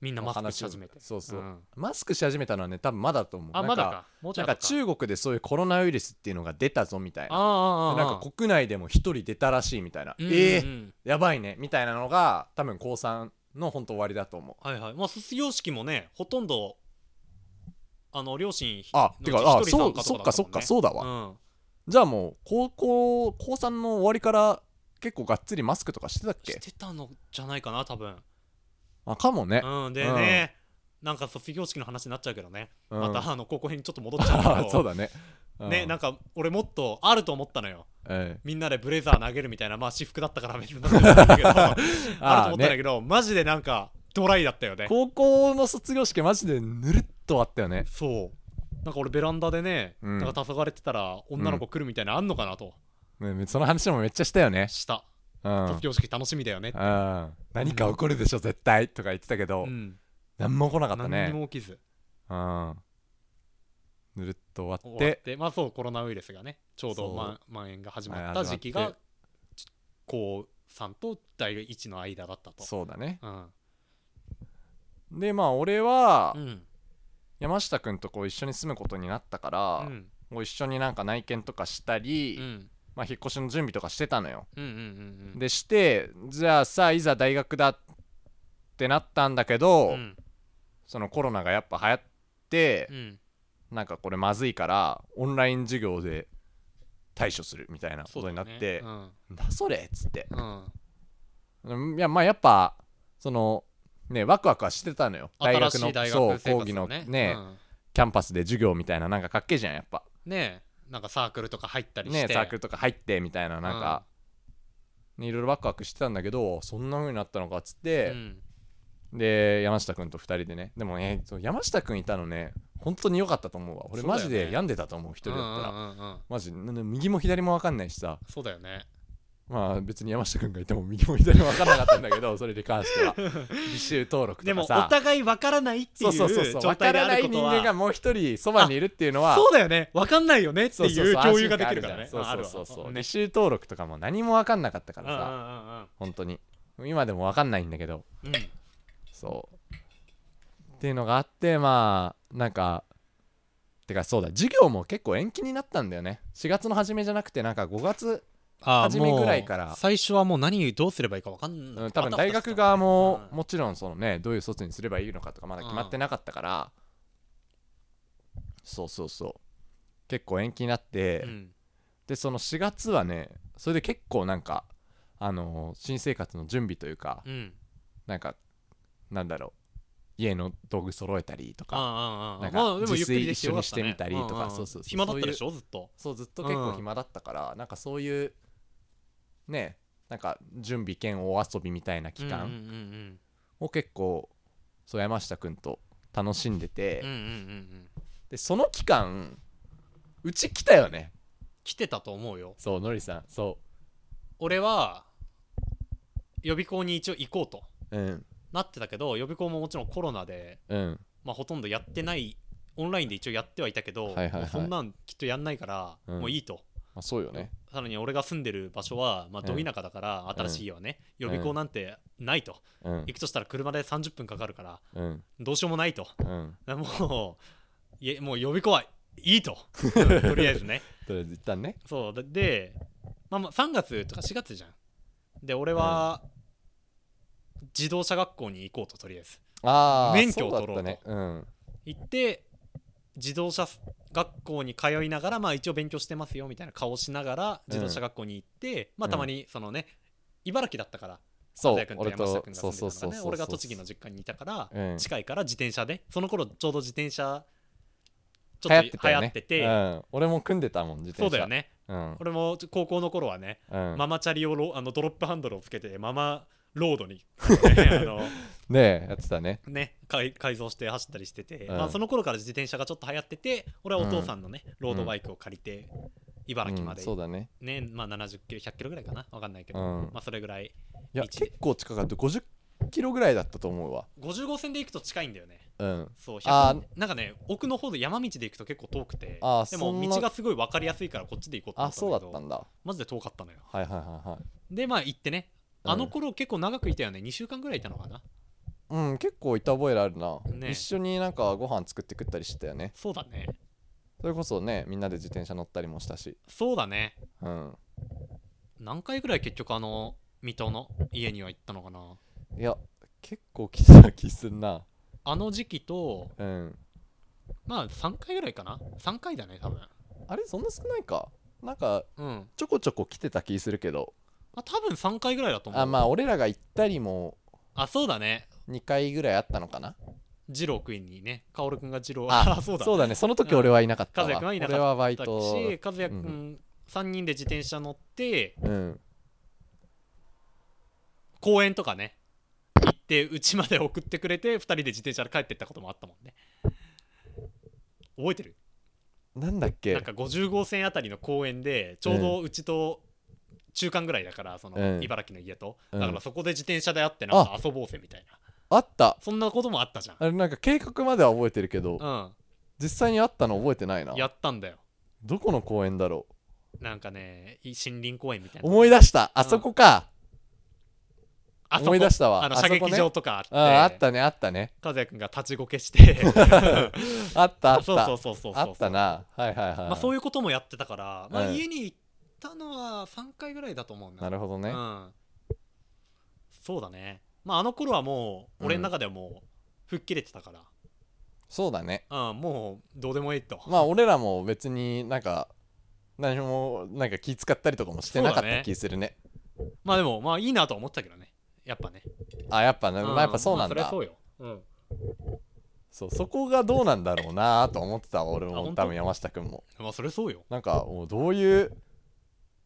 S2: みんなマスクし始めて。
S1: そうそう、
S2: ん
S1: マスクし始めたのはね多分まだと思う
S2: あ、
S1: なん
S2: まだか。もうちょ
S1: ないん
S2: 後
S1: か中国でそういうコロナウイルスっていうのが出たぞみたい
S2: あ
S1: な
S2: あああ。
S1: でなんか国内でも一人出たらしいみたいな、
S2: うんうんうん
S1: ええやばいねみたいなのが多分高3の本当終わりだと思う
S2: はいはい。まあ、卒業式もね、ほとんど、あの、両親、
S1: あてか
S2: の
S1: あ
S2: うち一人
S1: そう
S2: 参加
S1: そ
S2: と
S1: っ
S2: だ
S1: かそ
S2: も
S1: っ
S2: んね
S1: かそうだわ、
S2: うん。
S1: じゃあもう高校高3の終わりから結構がっつりマスクとかしてたっ
S2: し
S1: け
S2: てたのじゃないかな、多分。
S1: あかもね、
S2: うん。でね、なんか卒業式の話になっちゃうけどね。
S1: うん
S2: また、あの、高校編にちょっと戻っちゃう
S1: あ
S2: け
S1: そう
S2: ど。
S1: だね、うん
S2: ね、なんか俺もっとあると思ったのよ
S1: え
S2: みんなでブレザー投げるみたいなまあ私服だったから別になんかある けど あ
S1: え
S2: ると思ったん
S1: あー
S2: だ
S1: ね
S2: けど、マジでなんかドライだったよね
S1: 高校の卒業式マジでぬるっとあったよね
S2: そうなんか俺ベランダでね、
S1: うん
S2: なんか黄昏れてたら女の子来るみたいなのあんのかなと、
S1: ねその話もめっちゃしたよね
S2: した
S1: うん、うん
S2: 卒、業式楽しみだよねって
S1: 何か起こるでしょ絶対とか言ってたけど、
S2: うん
S1: 何も来なかった
S2: 何に
S1: ね
S2: も起きず
S1: うんぬるっと終
S2: 終
S1: わ
S2: わ
S1: っ
S2: っててまあそうコロナウイルスがねちょう
S1: そ
S2: ど
S1: う
S2: ま蔓延が始ま
S1: は
S2: っ
S1: い
S2: た時期
S1: 始まっ
S2: が
S1: て
S2: 高3と大1の間だったと
S1: そうだね
S2: うん
S1: でまあ俺は
S2: うん
S1: 山下くんとこう一緒に住むことになったから、
S2: うん
S1: もう一緒になんか内見とかしたり、
S2: うん
S1: まあ、引っ越しの準備とかしてたのよ、
S2: うんうんうんうん
S1: でしてじゃあさあいざ大学だってなったんだけど、
S2: うん
S1: そのコロナがやっぱ流行って
S2: う、ん
S1: なんかこれまずいからオンライン授業で対処するみたいなことになって「
S2: うん
S1: なんだそれ」っつって、
S2: うん
S1: うんいやまあやっぱそのねワクワクはしてたのよ
S2: 新しい大学
S1: そう
S2: 生
S1: 講
S2: 活
S1: 義の
S2: の
S1: ね
S2: ね、うん
S1: キャンパスで授業みたいななんかかっけえじゃんやっぱ
S2: ねえなんかサークルとか入ったりして
S1: ねサークルとか入ってみたいななんか、ねいろいろワクワクしてたんだけどそんな風になったのかっつっ
S2: うん
S1: て、で山下くんと2人でねでもねそう山下くんいたのね本当に良かったと思うわ俺
S2: そうだ
S1: マ
S2: よね
S1: ジで病んでたと思う1人だったら、
S2: うんうんうんうん
S1: マジなな右も左も分かんないしさ
S2: そうだよね
S1: まあ別に山下くんがいても右も左も分かんなかったんだけ どそれに関しては履修登録
S2: で
S1: とか
S2: もお
S1: さ
S2: 互いわからないってい
S1: そううそうそうそう
S2: 状
S1: 分か
S2: 態で
S1: ら
S2: あ
S1: な
S2: る
S1: い
S2: こと
S1: 人
S2: は
S1: 間がもう一人そばにいるっていうのは
S2: そうだよね分かんないよねって
S1: そうそう
S2: い
S1: そうう
S2: 共有ができるからね
S1: 安心感あるじゃんそうそうそうそ
S2: あ
S1: う
S2: あるわ
S1: 履修登録とかも何も分かんなかったからさ、
S2: あ
S1: 本当に今でも分かんないんだけど
S2: るうんうんうんうん
S1: そうっていうのがあってまあなんかてかそうだ授業も結構延期になったんだよね4月の初めじゃなくてなんか5月、
S2: ああ
S1: 初め
S2: もう
S1: ぐらいから
S2: 最初はもう何どうすればいいか分かん
S1: う
S2: ない
S1: ん、多分大学側も
S2: うん
S1: もちろんそのねどういう卒にすればいいのかとかまだ決まってなかったからそうそうそう結構延期になって、
S2: うん
S1: でその4月はねそれで結構なんかあの新生活の準備というか、
S2: うん
S1: なんかなんだろう家の道具揃えたりと
S2: あ
S1: か
S2: あああ
S1: なんか
S2: まあでもゆっくりできてよかった
S1: 自炊一緒にして
S2: ね
S1: みたりとか
S2: うんうん
S1: そうそうそう
S2: 暇だったでしょずっと
S1: そうずっと結構
S2: うん
S1: 暇だったから、なんかそういうねなんか準備兼お遊びみたいな期
S2: うんう
S1: 間
S2: んうん
S1: を結構そう山下くんと楽しんでて、
S2: うんうんうんうんうん
S1: でその期間うち来たよね
S2: 来てたと思うよ
S1: そうのりさんそ
S2: 俺は予備校に一応行こうと
S1: ううん
S2: なってたけど予備校ももちろんコロナで
S1: うん
S2: まあほとんどやってないオンラインで一応やってはいたけど、
S1: はいはいはい
S2: もうそんなんきっとやんないから、
S1: うん
S2: もういいと
S1: まあそうよね
S2: さらに俺が住んでる場所は、まあ、ど田舎だから、新しい家はね、予備校なんてないと、
S1: うん
S2: 行くとしたら車で30分かかるから、
S1: うん
S2: どうしようもないと、
S1: うん
S2: もう、いえもう予備校はい いと、うんとりあえずね。
S1: とりあえず一旦ね
S2: そうで、まあ、まあ3月とか4月じゃん。で、俺は、自動車学校に行こうととりあえず
S1: ああ
S2: 免許を取ろうと
S1: ねうん
S2: 行って自動車学校に通いながらまあ一応勉強してますよみたいな顔しながら自動車学校に行って、まあたまにそのね茨城だったから
S1: そ
S2: 和
S1: う
S2: 也君と
S1: 俺
S2: 山下
S1: と
S2: 君が
S1: そ
S2: 住
S1: うん
S2: でた
S1: そうそう
S2: のがね
S1: そう
S2: 俺が栃木の実家にいたから、
S1: うん
S2: 近いから自転車でその頃ちょうど自転車
S1: 流行って
S2: ちょっと
S1: た
S2: 流
S1: よ
S2: 行
S1: ね
S2: ってて、
S1: うん、俺も組んでたもん自転車
S2: そうだよね
S1: うん、
S2: 俺も高校の頃はね、
S1: うん、
S2: ママチャリをロあのドロップハンドルをつけてママロードに、 ね、あの
S1: ねえやってたね
S2: ね改改造して走ったりしてて、
S1: うん
S2: まあ、その頃から自転車がちょっと流行ってて俺はお父さんのね、ロードバイクを借りて茨城ま
S1: う
S2: で、
S1: ん、そうだね
S2: ねまあ、70キロ100キロぐらいかなわかんないけど、
S1: うん
S2: まあ、それぐら
S1: い
S2: い
S1: や
S2: 道で
S1: 結構近かった50キロぐらいだったと思うわ
S2: 55線で行くと近いんだよね
S1: うん
S2: そう
S1: あ
S2: 100なんかね奥の方で山道で行くと結構遠くて
S1: あー
S2: で
S1: そん
S2: も
S1: な
S2: 道がすごい分かりやすいからこっちで行こうと思
S1: あ
S2: ったん
S1: そうだ
S2: だけど
S1: ったんだ
S2: マジで遠かったのよ
S1: はいはいはいはい
S2: でまあ行ってね
S1: うん
S2: あの頃結構長くいたよね2週間ぐらいいたのかな
S1: うん結構いた覚えあるな、
S2: ね
S1: 一緒になんかご飯作って食ったりしてたよね
S2: そうだね
S1: それこそねみんなで自転車乗ったりもしたし
S2: そうだね
S1: うん
S2: 何回ぐらい結局あの水戸の家には行ったのかない
S1: や結構来た気すんな
S2: あの時期と
S1: うん
S2: まあ3回ぐらいかな3回だね多分
S1: あれそんな少ないかなんか
S2: うん
S1: ちょこちょこ来てた気するけど
S2: あ多分3回ぐらいだと思う
S1: あまあ俺らが行ったりも
S2: あそうだね
S1: 2回ぐらいあったのかな
S2: 二郎君にね薫君が二郎
S1: あ
S2: そうだ
S1: そうだねその時俺はいなかったわ
S2: 和也君はいなかった
S1: 俺はバイ
S2: タ
S1: ト
S2: クシー和也
S1: う
S2: 君3人で自転車乗って
S1: うん
S2: 公園とかね行ってうちまで送ってくれて2人で自転車で帰ってったこともあったもんね覚えてる
S1: なんだっけ
S2: なんか50号線あたりの公園でちょうどうちと中間ぐらいだからそ
S1: うん
S2: の茨城の家と
S1: うん
S2: だからそこで自転車で会ってなんか遊ぼうぜみたいな
S1: あった
S2: そんなこともあったじゃん
S1: あれなんか計画までは覚えてるけど
S2: う
S1: 実際にあったの覚えてないなん
S2: やったんだよ
S1: どこの公園だろ
S2: なんかねい森林公園みたいうな
S1: 思い出したあ
S2: うん
S1: そこか、
S2: あそこ
S1: 思い出したわ
S2: あの
S1: あそ
S2: 射
S1: こね
S2: 撃場とかあって
S1: あああったねあったね
S2: 和也くんが立ちこけして
S1: あ ったあった
S2: そうそうそうそうそう
S1: あったなはいはいはい、
S2: まあ、そういうこともやってたから、まあ、
S1: うん
S2: 家に行ったのは3回ぐらいだと思うな
S1: なるほどね、
S2: うん、そうだねまああの頃はもう俺の中ではもう吹っ切れてたから、
S1: そうだね
S2: うんもうどうでもいいと、
S1: まあ俺らも別になんか何もなんか気使ったりとかもしてなかった気するね
S2: まあでもまあいいなとは思ってたけどねやっぱね、
S1: あやっぱな、
S2: ん
S1: まあ、やっぱそうなんだ、
S2: まあそ
S1: そ
S2: りゃそうよ、
S1: うそこがどうなんだろうなと思ってた俺
S2: あ
S1: も
S2: 本当
S1: 多分山下君も
S2: うん、まあそれそうよ
S1: なんかもうどういう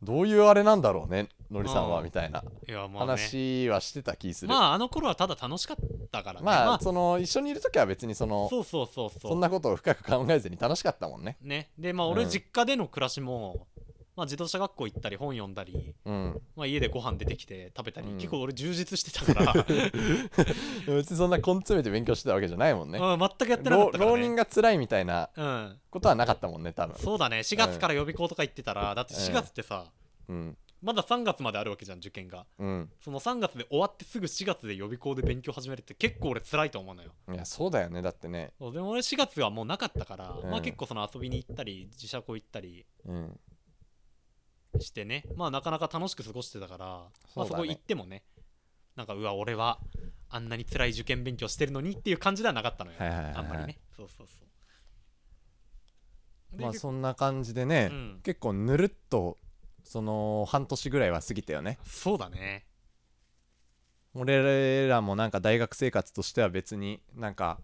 S1: どういうあれなんだろうねのりさんは
S2: うん
S1: みたいない
S2: やまあ、ね、
S1: 話はしてた気する、
S2: まああの頃はただ楽しかったからね
S1: まあ、
S2: まあ
S1: その一緒にいる時は別にその
S2: そうそうそうそう
S1: そんなことを深く考えずに楽しかったもんね
S2: ねでまあ
S1: うん
S2: 俺実家での暮らしも、まあ、自動車学校行ったり本読んだり、
S1: うん
S2: まあ、家でご飯出てきて食べたり、
S1: うん
S2: 結構俺充実して たから、
S1: 別にそんな根詰めて勉強してたわけじゃないもんね
S2: うん、全くやってなかっ
S1: 浪
S2: たから、ね、
S1: 浪人が辛いみたいな
S2: うん、
S1: ことはなかったもんね多分
S2: そうだね4月から予備校とか行ってたら、だって4月ってさ、
S1: うん
S2: まだ3月まであるわけじゃん受験が
S1: うん
S2: その3月で終わってすぐ4月で予備校で勉強始めるって結構俺辛いと思うのよ
S1: いやそうだよねだってね
S2: そうでも俺4月はもうなかったから、
S1: うん
S2: まあ結構その遊びに行ったり自社校行ったり
S1: うん
S2: してねまあなかなか楽しく過ごしてたから
S1: そ
S2: ま
S1: うだね
S2: あ、そこ行ってもねなんかうわ俺はあんなに辛い受験勉強してるのにっていう感じではなかったのよ、
S1: はいはいはいはい
S2: あんまりねそうそうそうで
S1: まあそんな感じでね、
S2: うん
S1: 結構ぬるっとその半年ぐらいは過ぎたよね
S2: そうだね
S1: 俺らもなんか大学生活としては別になんか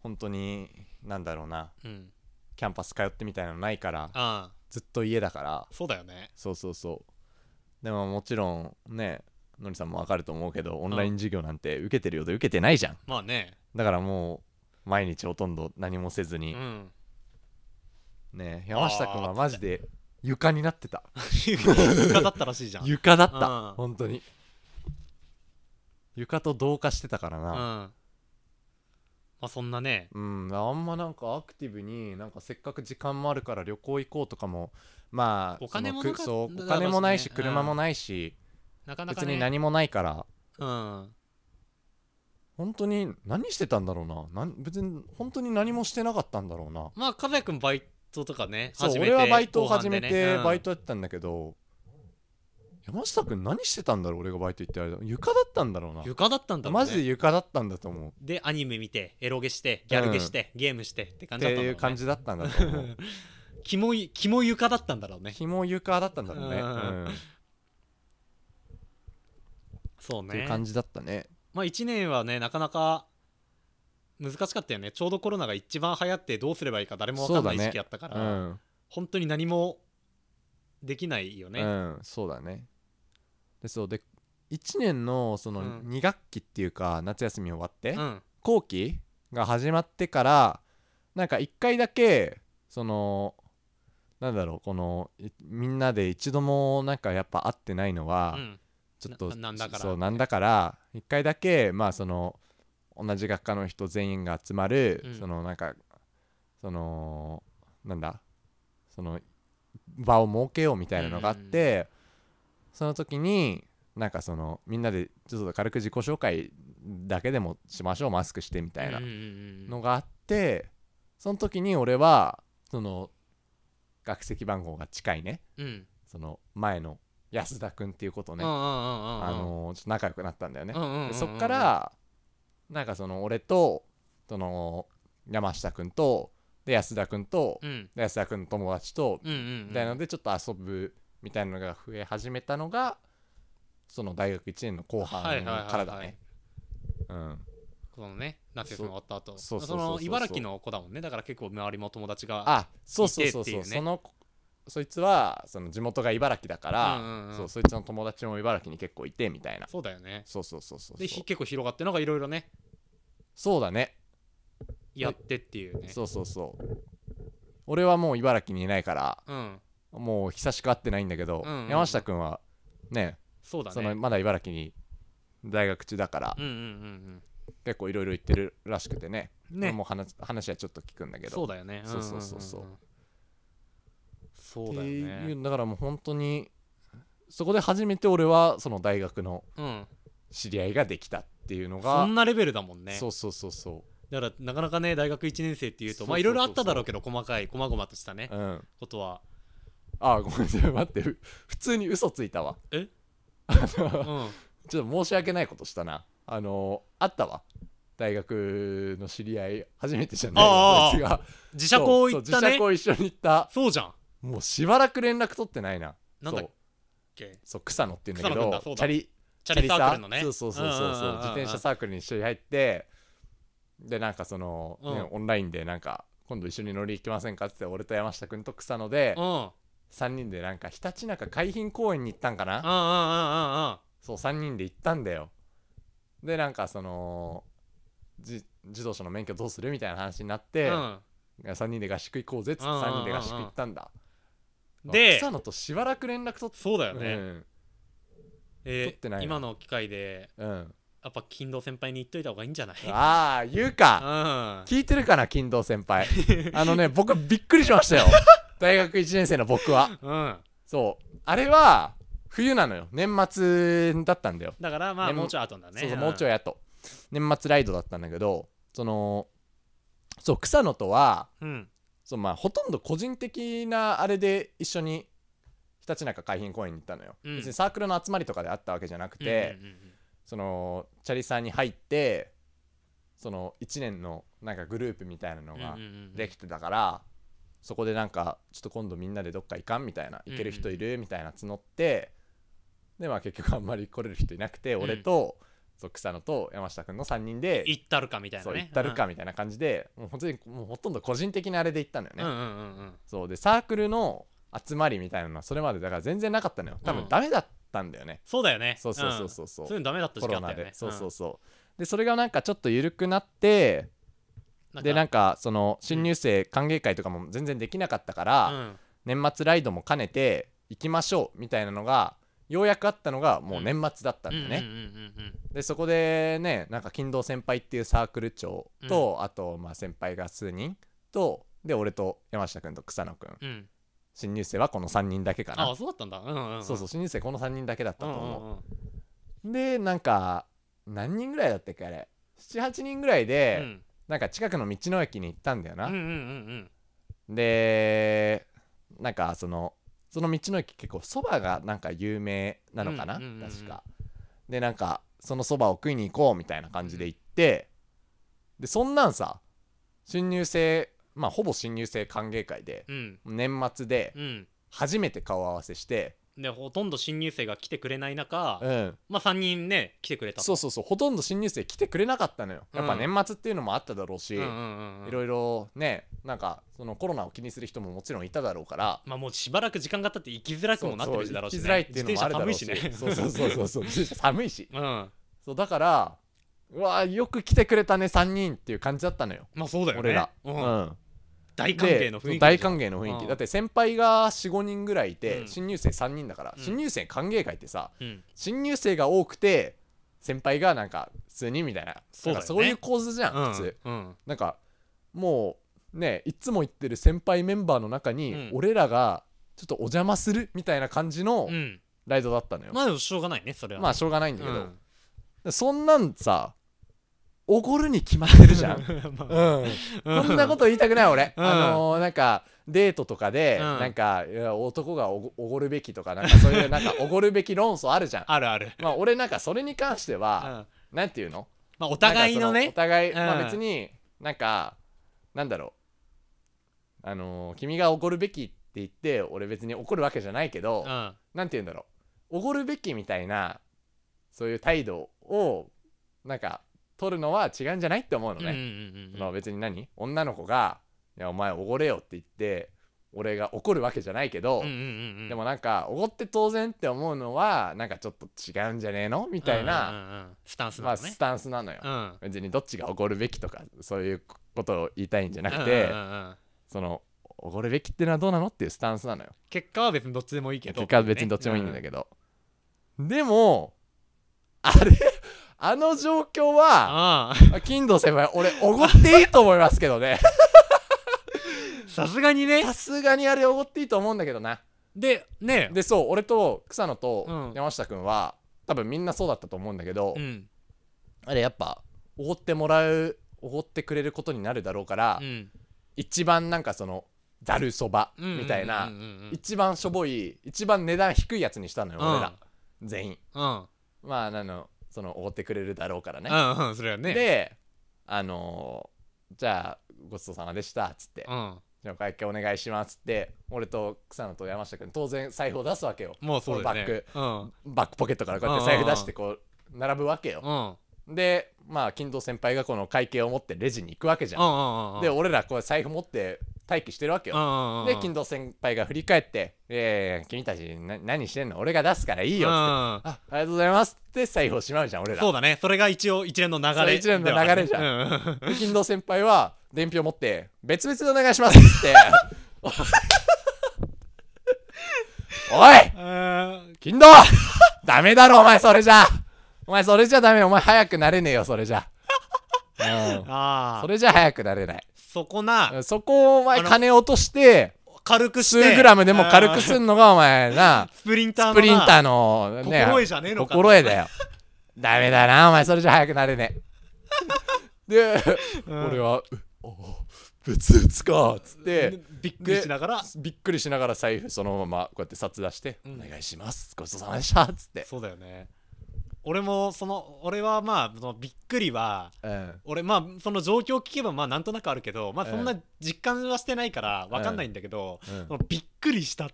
S1: 本当になんだろうな
S2: うん
S1: キャンパス通ってみたいなのないから
S2: ああ
S1: ずっと家だから
S2: そうだよね
S1: そうそうそうでももちろんねのりさんもわかると思うけどオンライン授業なんて受けてるようで受けてないじゃん
S2: まあね
S1: だからもう毎日ほとんど何もせず
S2: う
S1: に、
S2: ん
S1: ね山下君はマジで床になってた
S2: 床だったらしいじゃんう
S1: 床だっ
S2: あ
S1: た
S2: ー
S1: 本当に床と同化してたから
S2: ん
S1: な
S2: まあそんなね
S1: うん、あんまなんかアクティブになんかせっかく時間もあるから旅行行こうとかもまあ
S2: お金も
S1: その
S2: なか
S1: くそう
S2: だ
S1: お
S2: から
S1: 金もないし
S2: ねうん
S1: 車もないし、
S2: なかなか
S1: 別
S2: ね
S1: に何もないから
S2: うん
S1: 本当に何してたんだろうななん別に本当に何もしてなかったんだろうな
S2: まあ和也君バイトとかね
S1: そう
S2: 始めて
S1: 俺はバイトを始め
S2: 後半で
S1: て
S2: ね
S1: バイトやってたんだけど、山下君何してたんだろう俺がバイト行ってあれだ床だったんだろうな
S2: 床だったんだろう、ね、
S1: マジで床だったんだと思う
S2: でアニメ見てエロゲしてギャルゲして、ゲームしてって感
S1: っ
S2: じ
S1: てい
S2: だったんだろう、
S1: う
S2: ね、
S1: 感じだったんだと 思う
S2: キモいキモ床だったんだろうね
S1: ひも床だったんだろうね、う
S2: うん
S1: ん
S2: そう
S1: ってい
S2: ね
S1: う感じだったね
S2: まあ1年はねなかなか難しかったよねちょうどコロナが一番流行ってどうすればいいか誰も分かんな
S1: そ
S2: い
S1: うだね
S2: 時期やったから、
S1: うん、
S2: 本当に何もできないよね、
S1: うん、そうだねでそうで1年のその
S2: うん
S1: 2学期っていうか夏休み終わって、
S2: うん
S1: 後期が始まってからなんか1回だけそのなんだろうこのいみんなで一度もなんかやっぱ会ってないのは、
S2: うん
S1: ちょっと
S2: ななんだから
S1: そうなんだから1回だけまあその同じ学科の人全員が集まる、
S2: うん
S1: そのなんかそのなんだその場を設けようみたいなのがあって、その時になんかそのみんなでちょっと軽く自己紹介だけでもしましょうマスクしてみたいな
S2: うんうんうん
S1: のがあってその時に俺はその学籍番号が近いね
S2: うんうん
S1: その前の安田君っていうことね、
S2: うんうんうんうん
S1: あのーちょっと仲良くなったんだよね、
S2: うんうんうんうん
S1: でそっからなんかその俺とその山下くんとで安田くんと、
S2: うん
S1: で安田くんの友達と、
S2: うんうん
S1: みたいなのでちょっと遊ぶみたいなのが増え始めたのがその大学1年の後半
S2: はいはいはいはい
S1: からだねうん
S2: このね夏休み終わった後
S1: そうそうそうそう
S2: の茨城の子だもんねだから結構周りも友達が
S1: あそうそうそうそう
S2: いてっていうね
S1: そのそいつはその地元が茨城だから、
S2: うんうんうん
S1: そうそいつの友達も茨城に結構いてみたいな
S2: そうだよね
S1: そうそうそうそう
S2: でひ結構広がってなんかいろいろね
S1: そうだね
S2: やってっていうね
S1: そうそうそう俺はもう茨城にいないから
S2: うん
S1: もう久しく会ってないんだけど、
S2: うんうんうん
S1: 山下君はね
S2: そうだ
S1: その
S2: ね
S1: まだ茨城に大学中だから、
S2: うんうんうん
S1: 結構いろいろ行ってるらしくてね
S2: うんね
S1: 俺もう話話はちょっと聞くんだけど
S2: そうだよね
S1: そうそうそうそうん
S2: んんんそうだよ
S1: ってい
S2: ね
S1: うだからもう本当にそこで初めて俺はその大学の
S2: うん
S1: 知り合いができたっていうの
S2: そ
S1: が
S2: んなレベルだもんね
S1: そうそうそうそ
S2: だからなかなかね大学1年生っていう
S1: そ
S2: と
S1: うそうそうそう
S2: まあいろいろあっただろうけど細かい細々としたね
S1: ううん
S2: ことは
S1: あごめんなさい待ってふ普通に嘘ついたわ
S2: え うん
S1: ちょっと申し訳ないことしたな。あのあったわ。大学の知り合い、初めてじゃない
S2: ああ
S1: 私が。
S2: 自社校行
S1: そう
S2: っ
S1: そう
S2: た
S1: 自
S2: ね
S1: 社校一緒に行った。
S2: そうじゃん
S1: もうしばらく連絡取ってないな。
S2: なんだっ
S1: そう
S2: け
S1: そう草野って言うんだけ
S2: 草
S1: ど、
S2: 野くんだそうだ
S1: チャリ、
S2: チャリサークルのね
S1: そうそうそうそうそう、自転車
S2: ー
S1: サークルに一緒に入って、で、なんかその、ね
S2: うん
S1: オンラインでなんか、今度一緒に乗り行きませんかって言って、俺と山下くんと草野で
S2: ク、うんうんうん
S1: 3人でなんか、ひたちなか海浜公園に行ったんかな。
S2: うんうんうん
S1: そう3人で行ったんだよでなんかそのじ自動車の免許どうするみたいな話になって、
S2: う
S1: 3人で合宿行こうぜっつって
S2: うんうんうんう
S1: 3
S2: ん
S1: 人で合宿行ったんだ、
S2: んで
S1: 草野としばらく連絡取っ
S2: そうだよ
S1: て、
S2: ね、
S1: 撮っ
S2: え
S1: てない
S2: ー、
S1: な
S2: 今の機会で
S1: うん、うん、
S2: やっぱ金堂先輩に言っといた方がいいんじゃない
S1: ああ言うか
S2: あ
S1: 聞いてるかな金堂先 輩あのね僕びっくりしましたよ大学1年生の僕は
S2: うん、うん、
S1: そうあれは冬なのよ年末だったんだよ
S2: だからまあ
S1: でも
S2: もうちょい後だね
S1: そうそうもうちょ
S2: い
S1: いあと年末ライドだったんだけどそのそう草野とは
S2: うん
S1: そう、まあ、ほとんど個人的なあれで一緒にひたちなか海浜公園に行ったのよ、
S2: うん
S1: 別にサークルの集まりとかであったわけじゃなくて、
S2: うんうんうん
S1: そのチャリさんに入ってその1年のなんかグループみたいなのが
S2: うんうんうん
S1: できてたから、そこでなんかちょっと今度みんなでどっか行かんみたいな行ける人いる、みたいな募ってでまあ結局あんまり来れる人いなくて、
S2: ん
S1: 俺とそう草野と山下くんの3人で
S2: 行ったるかみたいな
S1: そう
S2: ね
S1: 行ったるかみたいな感じで、もう本当にもうほとんど個人的なあれで行ったのよ
S2: う
S1: ね、
S2: んうんうんうんうん
S1: そうでサークルの集まりみたいなのはそれまでだから全然なかったのよ多
S2: う
S1: 分
S2: ん
S1: ダメだったんだよね、
S2: そうだよね
S1: そうそうそうそうそ、
S2: そうういうのダメだった
S1: コ
S2: 時期あ
S1: ロ
S2: った
S1: ナ
S2: よ
S1: で、
S2: ね
S1: そうそう
S2: そ
S1: そうでそれがなんかちょっと緩くなって
S2: うん
S1: でなん
S2: か
S1: かその新入生歓迎会とかも全然できなかったから、
S2: うん
S1: 年末ライドも兼ねて行きましょうみたいなのがようやくあったのがもう年末だったんだよね、
S2: うんうんうんうん
S1: でそこでねなんか金堂先輩っていうサークル長と、あとまあ先輩が数人とで俺と山下くんと草野くん
S2: うんうん
S1: 新入生はこの3人だけかな
S2: ああそうだったんだうんうん
S1: そうそう
S2: う
S1: 新入生この3人だけだったと
S2: んうん
S1: 思う、
S2: うんうん
S1: でなんか何人ぐらいだったっけあれ78人ぐらいで、
S2: うん
S1: なんか近くの道の駅に行ったんだよな、
S2: うんうんうん
S1: でなんかそのその道の駅結構そばがなんか有名なのかな、
S2: うんうんうんうん
S1: 確かでなんかそのそばを食いに行こうみたいな感じで行って、でそんなんさ新入生まあほぼ新入生歓迎会で、
S2: うん
S1: 年末で
S2: うん
S1: 初めて顔合わせして、
S2: でほとんど新入生が来てくれない中、
S1: うん、
S2: まあ3人ね来てくれた
S1: そうそうそうほとんど新入生来てくれなかったのよやっぱ
S2: うん
S1: 年末っていうのもあっただろうし、
S2: うんうんうんうん
S1: いろいろねなんかそのコロナを気にする人ももちろんいただろうから
S2: まあもうしばらく時間が経って行きづらくもなってるしだろうし、
S1: そう
S2: ね、
S1: そう行きづらいっていうのもあるだろうし
S2: 自転
S1: そ
S2: 車寒
S1: う
S2: いしね
S1: そうそうそうそう自転車寒いし
S2: うんま
S1: そうだからうわーよく来てくれたね3人っていう感じだったのよ
S2: あそうだよね
S1: 俺ら、
S2: うん
S1: うん
S2: 大歓
S1: で
S2: 迎の雰囲気
S1: 大歓迎の雰囲気、
S2: うん
S1: だって先輩が45人ぐらいいて、
S2: うん
S1: 新入生3人だから、
S2: うん
S1: 新入生歓迎会ってさ
S2: うん
S1: 新入生が多くて先輩がなんか普通にみたいな
S2: そうだよね
S1: なんかそういう構図じゃん、普通
S2: うんうん
S1: なんかもうねいつも言ってる先輩メンバーの中に、
S2: うん
S1: 俺らがちょっとお邪魔するみたいな感じの
S2: うん
S1: ライドだったのよ、
S2: まあでもしょうがないねそれは
S1: まあ
S2: し
S1: しょうがないん
S2: ょ
S1: だけど、そんなんさおごるに決まってるじゃん、 うん、こんなこと言いたくない俺、
S2: うん
S1: あのーなんかデートとかで、
S2: うん
S1: なんかいや男がおごおごるべきとかなんかそう いうなんかおごるべき論争あるじゃん
S2: あるある、
S1: まあ俺なんかそれに関して
S2: うん
S1: は、
S2: ま
S1: なんていうの
S2: あお互い
S1: な
S2: の
S1: ん
S2: ね
S1: かそお互い、
S2: うん
S1: まあ別になんかなんだろうあのー君がおごるべきって言って俺別に怒るわけじゃないけど、
S2: うん
S1: なんて言うんだろうおごるべきみたいなそういう態度をなんか取るのは違うんじゃないって思うの
S2: うんうん
S1: ね、
S2: うんう
S1: そ
S2: ん
S1: の別に何女の子が「いやお前おごれよ」って言って俺が怒るわけじゃないけど、
S2: うんうんうんうん
S1: でもなんかおごって当然って思うのはなんかちょっと違うんじゃねえのみたいな、
S2: うんうんうんスタンス
S1: ま
S2: な
S1: あ、
S2: のね
S1: ス、タンスなのよ、
S2: うん
S1: 別にどっちがおごるべきとかそういうことを言いたいんじゃなくて、
S2: うんうんうん
S1: そのおごるべきっていうのはどうなのっていうスタンスなのよ
S2: 結果は別にどっちでもいいけど
S1: 結果は別にどっちもいいんだ
S2: ど、
S1: けど、でもあれあの状況は
S2: あ
S1: 金堂先輩俺おごっていいと思いますけど ね
S2: あ さすがにね
S1: さすがにあれおごっていいと思うんだけどな
S2: でね
S1: でそう俺と草野
S2: う
S1: と
S2: ん
S1: 山下君は、多分みんなそうだったと思うんだけど、
S2: うん
S1: あれやっぱおごってもらうおごってくれることになるだろうから、
S2: うん
S1: 一番なんかそのざるそばみたいな、
S2: うんうんうんうんうん
S1: 一番しょぼい一番値段低いやつにしたのよ、俺ら全員
S2: うん
S1: まああのそのおごってくれるだろうからね、
S2: うんうんそれはね
S1: であのーじゃあごちそうさまでしたっつって、
S2: うん
S1: じゃあお会計お願いしますっつって俺と草野と山下君当然財布を出すわけよ
S2: もうそうだよね
S1: この
S2: バ
S1: バ
S2: ッ
S1: ックポケットからこうやって財布出してこう並ぶわけよ
S2: うんうん
S1: でまあ金堂先輩がこの会計を持ってレジに行くわけじゃん
S2: うんうんうん
S1: で俺らこう財布持って待機してるわけよ
S2: うん
S1: で金堂先輩が振り返って「えー、君たちな何してんの俺が出すからいいよ」っつって
S2: うん
S1: あありがとうございますって財布をしまうじゃん俺ら
S2: そうだねそれが一応一連の流
S1: そ
S2: れ
S1: れ一連の流れじゃん
S2: ん
S1: で金堂先輩は伝票持って別々でお願いしますっておい 金堂ダメだろお前それじゃお前それじゃダメお前早くなれねえよそれじゃ、うん、
S2: あ
S1: そ
S2: あ
S1: れじゃ早くなれない
S2: そこな
S1: そこをお前
S2: あの
S1: 金落として
S2: 軽くし
S1: 数
S2: て
S1: グラムでも軽くす
S2: うん
S1: のがお前な
S2: スプリンターの
S1: スプリン
S2: ー
S1: ターのね
S2: 心得じゃねえのか
S1: 心得だよダメだなお前それじゃ早くなれねえで、
S2: うん
S1: 俺は「おお別々か」っつって
S2: びっくりしながら
S1: びっくりしながら財布そのままこうやって札出して「
S2: うん
S1: お願いしますごちそうさまでした」っつって、
S2: そうだよね俺もその俺はまあそのびっくりは
S1: うん、
S2: 俺まあその状況を聞けばまあなんとなくあるけどまあそんな実感はしてないからわかんないんだけど、
S1: うん
S2: そのびっくりした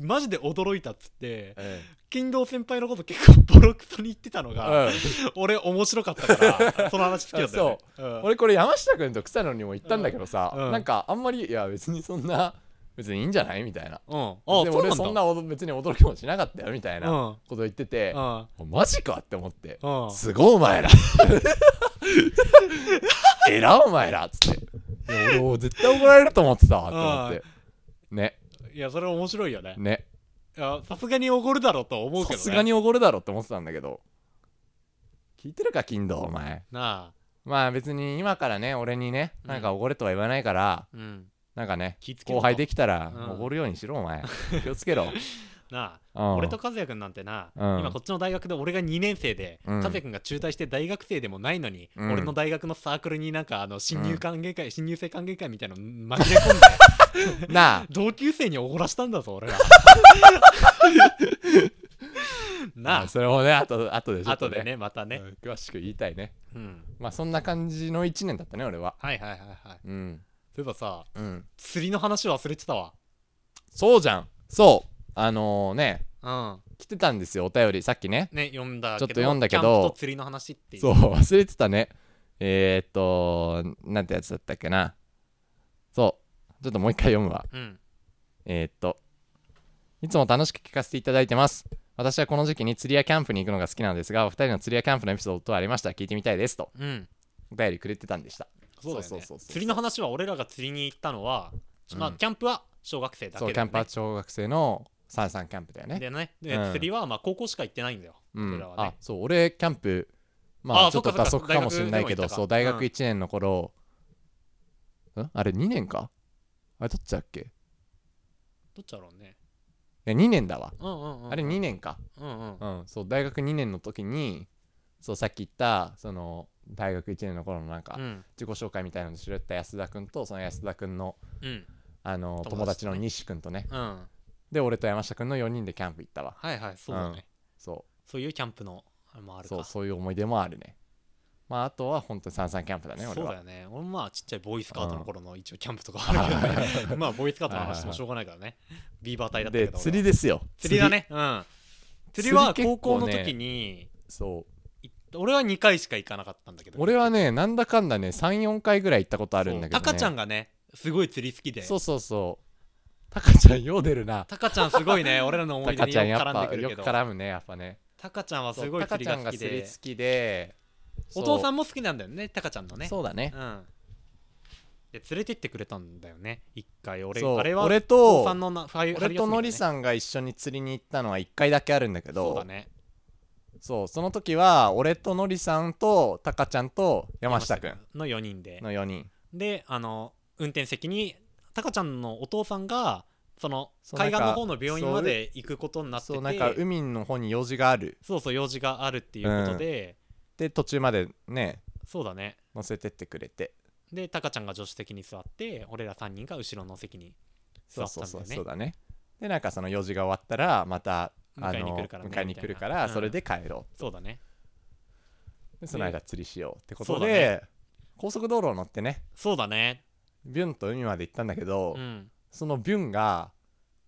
S2: マジで驚いたっつって
S1: うん
S2: 金堂先輩のこと結構ボロクソに言ってたのが、
S1: うん
S2: 俺面白かったからその話好きだった よ、ね、そう、ん、
S1: 俺これ山下君と草野にも言ったんだけどさ、
S2: うん
S1: なんかあんまり「いや別にそんな別にいいんじゃない?」みたいな。
S2: うん、あ
S1: で
S2: そう
S1: 俺
S2: なんだ
S1: そんな驚別に驚きもしなかったよみたいな
S2: うん
S1: こと言ってて、
S2: うん
S1: マジかって思って、
S2: うん
S1: すごいお前らえらお前らっつっていや俺も絶対怒られると思ってたわって思って、ね
S2: いやそれ面白いよね
S1: ね
S2: いやさすがにおごるだろうと思うけど
S1: さ
S2: ね
S1: すがに怒るだろって思ってたんだけど聞いてるか金堂お前
S2: なあ
S1: まあ別に今からね俺にねなんか怒れとは言わないから、
S2: うん
S1: なんかね
S2: 気ぃつけろ
S1: 後輩できたら
S2: うん
S1: おごるようにしろお前気をつけろ
S2: な
S1: う
S2: あ
S1: ん
S2: 俺と和也君なんてな、
S1: うん
S2: 今こっちの大学で俺が2年生で、
S1: うん
S2: 和也君が中退して大学生でもないのに、
S1: うん
S2: 俺の大学のサークルになんかあの新入歓迎会、新入生歓迎会みたいなの紛れ込んで
S1: なあ
S2: 同級生におごらしたんだ ぞ俺らなあ
S1: それをねあとあとでちょっと
S2: 後でねまたね、
S1: うん詳しく言いたいね
S2: うん、
S1: まあそんな感じの1年だったね俺は
S2: はいはいはいはい
S1: うん
S2: そういえばさ
S1: うん
S2: 釣りの話忘れてたわ
S1: そうじゃんそうあのね
S2: うん
S1: 来てたんですよお便りさっきね
S2: ね読んだ
S1: ちょっと読んだけど
S2: キャンプと釣りの話っていう
S1: そう忘れてたねえー、っとなんてやつだったっけなそうちょっともう一回読むわ
S2: うん
S1: えーっと、いつも楽しく聞かせていただいてます。私はこの時期に釣りやキャンプに行くのが好きなのですが、お二人の釣りやキャンプのエピソードとありましたら聞いてみたいですと、
S2: うん
S1: お便りくれてたんでした。
S2: そうだよ
S1: そう
S2: ね
S1: そうそうそう
S2: 釣りの話は俺らが釣りに行ったのは、まあ
S1: うん
S2: キャンプは小学生だけ
S1: そ
S2: だ
S1: う、
S2: よ
S1: キャンパー
S2: ね
S1: 小学生の三三キャンプだよね。
S2: でねで
S1: うん
S2: 釣りはまあ高校しか行ってないんだよ、
S1: うん
S2: 俺ら、は
S1: あ
S2: ね、
S1: そう、俺、キャンプ、まあ、
S2: あ
S1: ちょっと
S2: そっか
S1: 打
S2: そっ
S1: 足
S2: か
S1: かもしれないけど、
S2: 大学でも行ったか
S1: そう、大
S2: う
S1: 学
S2: ん
S1: 1年の頃、んあれ、2年かあれ、どっちだっけ
S2: どっちだろうね
S1: いや、2年だわ。
S2: うんうん、うん、
S1: あれ、2年か。
S2: うんうん
S1: うん、そう大学2年の時にそうさっき言ったその大学1年の頃のなんか
S2: うん
S1: 自己紹介みたいなので知り合った安田君とその安田君の、
S2: うん
S1: あの友達
S2: 友達と
S1: の
S2: ね
S1: 西君とね
S2: うん
S1: で俺と山下君の4人でキャンプ行ったわ
S2: はいはいそうだね、
S1: そ
S2: そういうキャンプのあれもあ
S1: う
S2: るか
S1: そうそういう思い出もあるねまああとは本当に三々キャンプだね俺
S2: そうだ
S1: は
S2: よね俺もまあちっちゃいボーイスカートの頃の一応キャンプとかあるけどね まあボーイスカートの話してもしょうがないからねビーバー隊だったけ
S1: で
S2: ど
S1: 釣りですよ
S2: 釣りだねうん釣りは
S1: 釣り
S2: 高
S1: 結構
S2: 校
S1: ね
S2: の時に
S1: そう
S2: 行った俺は2回しか行かなかったんだけど
S1: 俺はねなんだかんだね34回ぐらい行ったことあるんだけど、ね、
S2: そうタカちゃん
S1: が
S2: がねすごい釣り好きで
S1: そうそうそうタカちゃんよう出るな
S2: タカちゃんすごい ね俺らの思
S1: タ
S2: い出
S1: カ
S2: に
S1: ちゃんや
S2: よく
S1: っ
S2: 絡ん
S1: ぱ
S2: でく
S1: よ
S2: る
S1: く
S2: けど
S1: 絡むねやっぱね
S2: タカちゃんは
S1: そう
S2: すごい釣りが
S1: タカちゃん
S2: 好
S1: が
S2: き
S1: 釣り
S2: で
S1: 好きで
S2: お父さ
S1: ん
S2: んも好きなんだよねタカちゃんのね
S1: そうだね
S2: うんで連れてってくれたんだよね一回俺
S1: そう
S2: あれは
S1: 俺
S2: お
S1: と
S2: 父さんのな俺
S1: 俺とのり
S2: ん
S1: さんが一緒に釣りに行ったのは1回だけあるんだけど
S2: そうだね
S1: そうその時は俺とのりさんとたかちゃんと山下くん
S2: の4人で
S1: の4人
S2: であの運転席にタカちゃんのお父さんがその
S1: そう
S2: 海岸
S1: なん
S2: の
S1: か
S2: 方の病院まで行くことになってて
S1: そうなんか海の方に用事がある
S2: そうそう用事があるっていうことで、
S1: で途中までね
S2: そうだね
S1: 乗せてってくれて
S2: でタカちゃんが助手席に座って俺ら3人が後ろの席に座
S1: そう
S2: った
S1: そ
S2: ん
S1: う
S2: だ
S1: そうそ
S2: よね
S1: うだねでなんかその用事が終わったらまたあ
S2: 迎えに
S1: の
S2: 来るからね
S1: 迎えに来るか
S2: みた
S1: ら
S2: いな
S1: それで帰ろ
S2: そうだね
S1: うでその間釣りしようってこと
S2: そうだ
S1: で
S2: ね
S1: 高速道路を乗ってね
S2: そうだね
S1: ビュンと海まで行ったんだけど、
S2: うん
S1: そのビュンが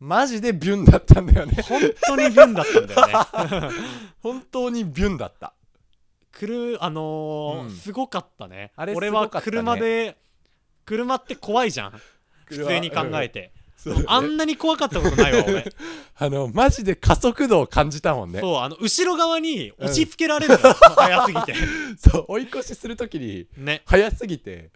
S1: マジでビュンだったんだよね
S2: 本当に便だったんだ よね
S1: 本当にビュンだった
S2: くるあのー
S1: うん
S2: すごかったね
S1: あれ
S2: 俺
S1: す
S2: は
S1: ごかったね
S2: 車で車って怖いじ ゃん普通に考
S1: て、
S2: えて、
S1: うんそう
S2: あ
S1: ね
S2: んなに怖かったことない わ俺、
S1: あのマジで加速度を感じたもんね
S2: そうあの後ろ側に押し付けられる のよ、早すぎて
S1: そう追い越しするときに
S2: ね
S1: 速すぎて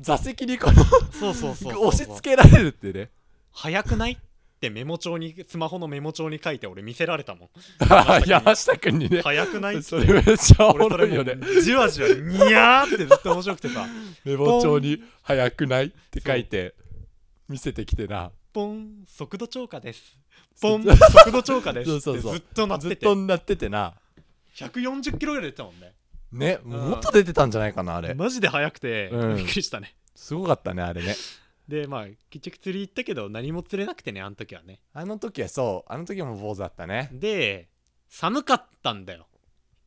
S1: 座席にこの
S2: そうそうそうそう
S1: 押し付けられるっていうね
S2: 早くないってメモ帳にスマホのメモ帳に書いて俺見せられたもん
S1: 山下君にね
S2: 早くないって
S1: それめっちゃおも
S2: 俺そ
S1: ろい
S2: れ
S1: よ
S2: も
S1: ね
S2: じわじわにゃーってずっと面白くてさ
S1: メモ帳に「速くない?」って書いて見せてきてな
S2: ポン速度超過ですポン速度超過です
S1: そうそうそう
S2: ってずっとなっ
S1: ず
S2: て
S1: ってとなっててな
S2: 140キロぐらい出てたもんね
S1: ね
S2: うん
S1: もっと出てたんじゃないかなあれ
S2: マジで速くて、
S1: うん
S2: びっくりしたね
S1: すごかったねあれね
S2: でまあ結局釣り行ったけど何も釣れなくてねあの時はね
S1: あの時はそうあの時も坊主だったね
S2: で寒かったんだよ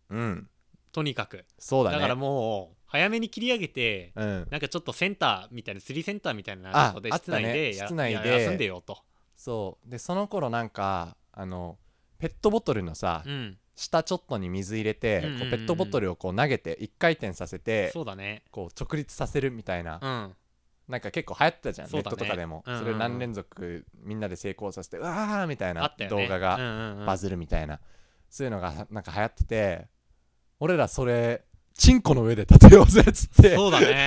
S1: うん
S2: とにかく
S1: そう
S2: だ,、
S1: だね
S2: からもう早めに切り上げて、
S1: うん
S2: なんかちょっとセンターみたいな釣りセンターみたいな
S1: あ
S2: とこで
S1: あっ
S2: 室
S1: たね
S2: 内でや
S1: 室内で
S2: いや休んでよと、
S1: そうでその頃なんかあのペットボトルのさ、
S2: うん、
S1: 下ちょっとに水入れて、
S2: うんうんうん
S1: こうペットボトルをこう投げて一回転させて
S2: そうだね
S1: こう直立させるみたいな、
S2: うん
S1: なんか結構流行ってたじゃん、
S2: そ
S1: ネ
S2: う
S1: ッ
S2: だ
S1: ト
S2: ね
S1: とかでも、
S2: うんうんうん
S1: それを何連続みんなで成功させてうわーみたい
S2: あ
S1: な
S2: ったよね
S1: 動画
S2: う
S1: が
S2: んうんうん
S1: バズるみたいな、そういうのがなんか流行ってて俺らそれチンコの上で立てようぜっつって
S2: そうだね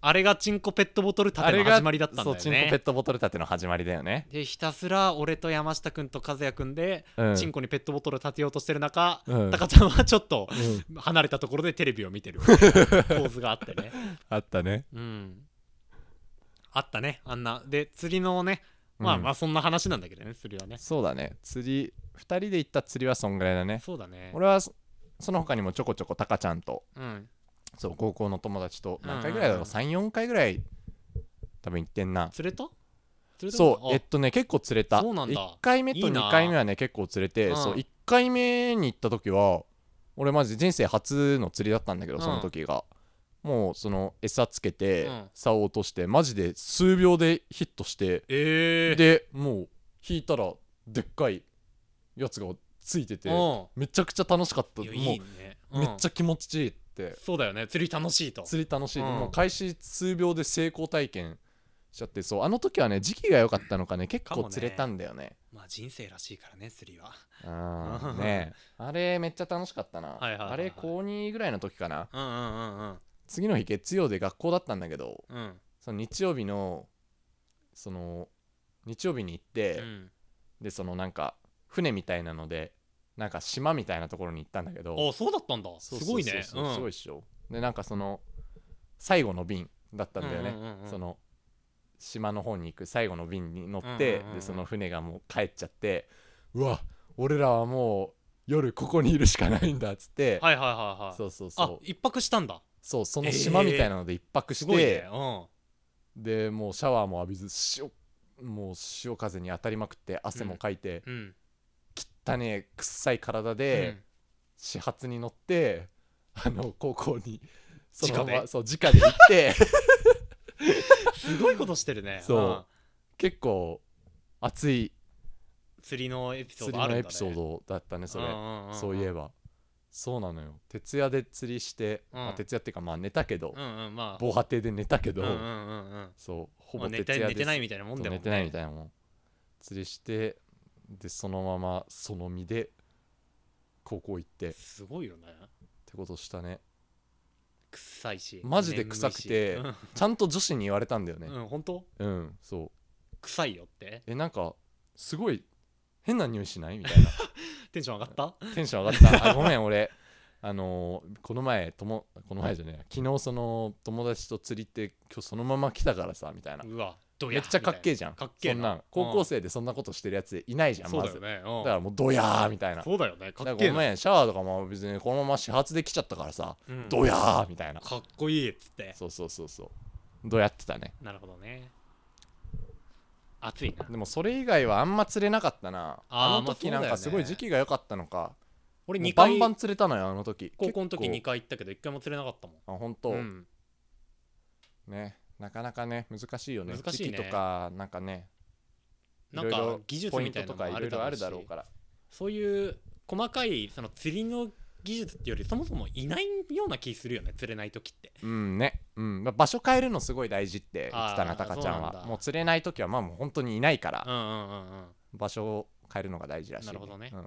S2: あれがチンコペットボトル立ての始まりだったんだよ
S1: そうチンコペッ
S2: ね
S1: トボトル立ての始まりだよね、
S2: でひたすら俺と山下君と和也君で、
S1: うん、
S2: チンコにペットボトル立てようとしてる中、
S1: うん
S2: タカちゃんはちょっと
S1: うん
S2: 離れたところでテレビを見てる みたいな構図があってね
S1: あったね
S2: うんあったねあんなで釣りのねまあ
S1: うん
S2: まあそんな話なんだけどね釣りはね
S1: そうだね釣り2人で行った釣りはそんぐらいだね
S2: そうだね
S1: 俺はそその他にもちょこちょこタカちゃんと
S2: うん
S1: そう高校の友達と何回ぐらいだろう
S2: うん
S1: 34回ぐらい多分行ってんな
S2: 釣れた釣れた
S1: そうえ
S2: え
S1: っとね結構釣れた
S2: そうなんだ
S1: 1回目と
S2: いいな
S1: 2回目はね結構釣れて
S2: うん
S1: そう1回目に行った時は俺マジ人生初の釣りだったんだけど
S2: うん
S1: その時がもうその餌つけて
S2: うん
S1: 竿を落としてマジで数秒でヒットして
S2: えー、
S1: でもう引いたらでっかいやつがついてて
S2: う
S1: めちゃくちゃ楽しかった
S2: ん
S1: もう
S2: いやいいね、うん
S1: めっちゃ気持ちいいって
S2: そうだよね釣り楽しいと
S1: 釣り楽しい、
S2: うん
S1: もう開始数秒で成功体験しちゃってそうあの時はね時期が良かったのかね結
S2: か
S1: 構
S2: もね
S1: 釣れたんだよね
S2: まあ人生らしいからね釣りは
S1: あ ーね
S2: ね
S1: あれめっちゃ楽しかったな、
S2: はいはいはいはい
S1: あれ高2ぐらいの時かな
S2: うんうんうん
S1: 次の日月曜で学校だったんだけど
S2: うんうん
S1: その日曜日のその日曜日に行って、
S2: うん
S1: でそのなんか船みたいなのでなんか島みたいなところに行ったんだけど
S2: あそうだったんだ
S1: そう
S2: す
S1: そう
S2: ごい
S1: そう
S2: ね
S1: そうすごいっしょでなんかその最後の便だったんだよね、
S2: うんうんうんうん
S1: その島の方に行く最後の便に乗って、
S2: うんうんうんうん
S1: でその船がもう帰っちゃってうわ俺らはもう夜ここにいるしかないんだっつって、
S2: はいはいはいはい
S1: そうそう
S2: あ
S1: そう
S2: 一泊したんだ
S1: そうその島みたいなので一泊
S2: す
S1: して、
S2: ごいねうん
S1: でもうシャワーも浴びず潮もう潮風に当たりまくって汗もかいて、
S2: うん
S1: 汚ね臭い体で、始発に乗ってあの高校にそのまま
S2: 直で
S1: そう直で行って
S2: うんすごいことしてるね
S1: そう
S2: うん
S1: 結構熱い
S2: 釣りのエピソ
S1: 釣
S2: ー
S1: り
S2: ドある
S1: の
S2: んだ
S1: エ
S2: ね
S1: ピソードだったねそれ
S2: んんんん
S1: そういえばそうなのよ徹夜で釣りして、
S2: うん
S1: まあ、徹夜っていうかまあ寝たけど
S2: うんうんまあ
S1: 防波堤で寝たけど、
S2: うんうんうんうん
S1: そうほぼ
S2: まあ
S1: 徹
S2: 寝
S1: 夜です
S2: て寝てないみたいなもん
S1: そ
S2: だ
S1: う寝
S2: もんね
S1: てないみたいなもん釣りしてでそのままその身で高校行ってって
S2: すごいよね
S1: ことしたね
S2: 臭いし
S1: マジで臭くて
S2: 眠いし
S1: ちゃんと女子に言われたんだよ
S2: う
S1: ね
S2: んうん本当
S1: うんそう
S2: 臭いよって
S1: えなんかすごい変な匂いしないみたいな
S2: テンション上がった
S1: テンション上がったあごめん俺あのーこの前ともこの前じゃねえ昨日その友達と釣りって今日そのまま来たからさみたいな
S2: うわど
S1: めっちゃかっけえじゃん
S2: かっけえ
S1: そん
S2: な
S1: なん高校生でそんなことしてるやついないじゃん
S2: そう
S1: ま
S2: だ
S1: ず
S2: よ
S1: だ
S2: ね
S1: か
S2: う
S1: らもうドヤーみたいなん
S2: そうだよねか
S1: だ
S2: っ
S1: か
S2: けえ
S1: らご
S2: な
S1: めんシャワーとかも別にこのまま始発で来ちゃったからさ
S2: うん
S1: ドヤーみたいな
S2: かっこいいっつって
S1: そうそうそうそうどうやってたね
S2: なるほどね暑いな
S1: でもそれ以外はあんま釣れなかったな
S2: あー
S1: あの時なん
S2: ま
S1: か
S2: あそ
S1: す
S2: うだ
S1: ご
S2: よ
S1: い
S2: ね
S1: 時期が良かったのか
S2: 俺
S1: もう
S2: 2
S1: バ
S2: 回
S1: ンバン釣れたのよあの時
S2: 高校の時2
S1: 結構
S2: 回行ったけど1回も釣れなかったもん
S1: あ本当、
S2: うん
S1: ねなかなかね難しいよね
S2: 難しいね
S1: 時期とかなんかね
S2: なん
S1: いろい
S2: か
S1: ろ
S2: 技術
S1: ポイン
S2: みた
S1: ト
S2: いな
S1: と
S2: の
S1: かい
S2: もあ
S1: ろ
S2: る
S1: いろあ
S2: だろ
S1: る
S2: うし
S1: だろうから
S2: そういう細かいその釣りの技術ってよりそもそもいないような気するよね釣れない時って
S1: うんね、うんまあ場所変えるのすごい大事って言ってたな
S2: あー
S1: タカちゃん
S2: そうなん
S1: は
S2: だ
S1: もう釣れない時はまあもう本当にいないから、
S2: うんうんうんうん
S1: 場所を変えるのが大事らしい、
S2: なるほどね
S1: うん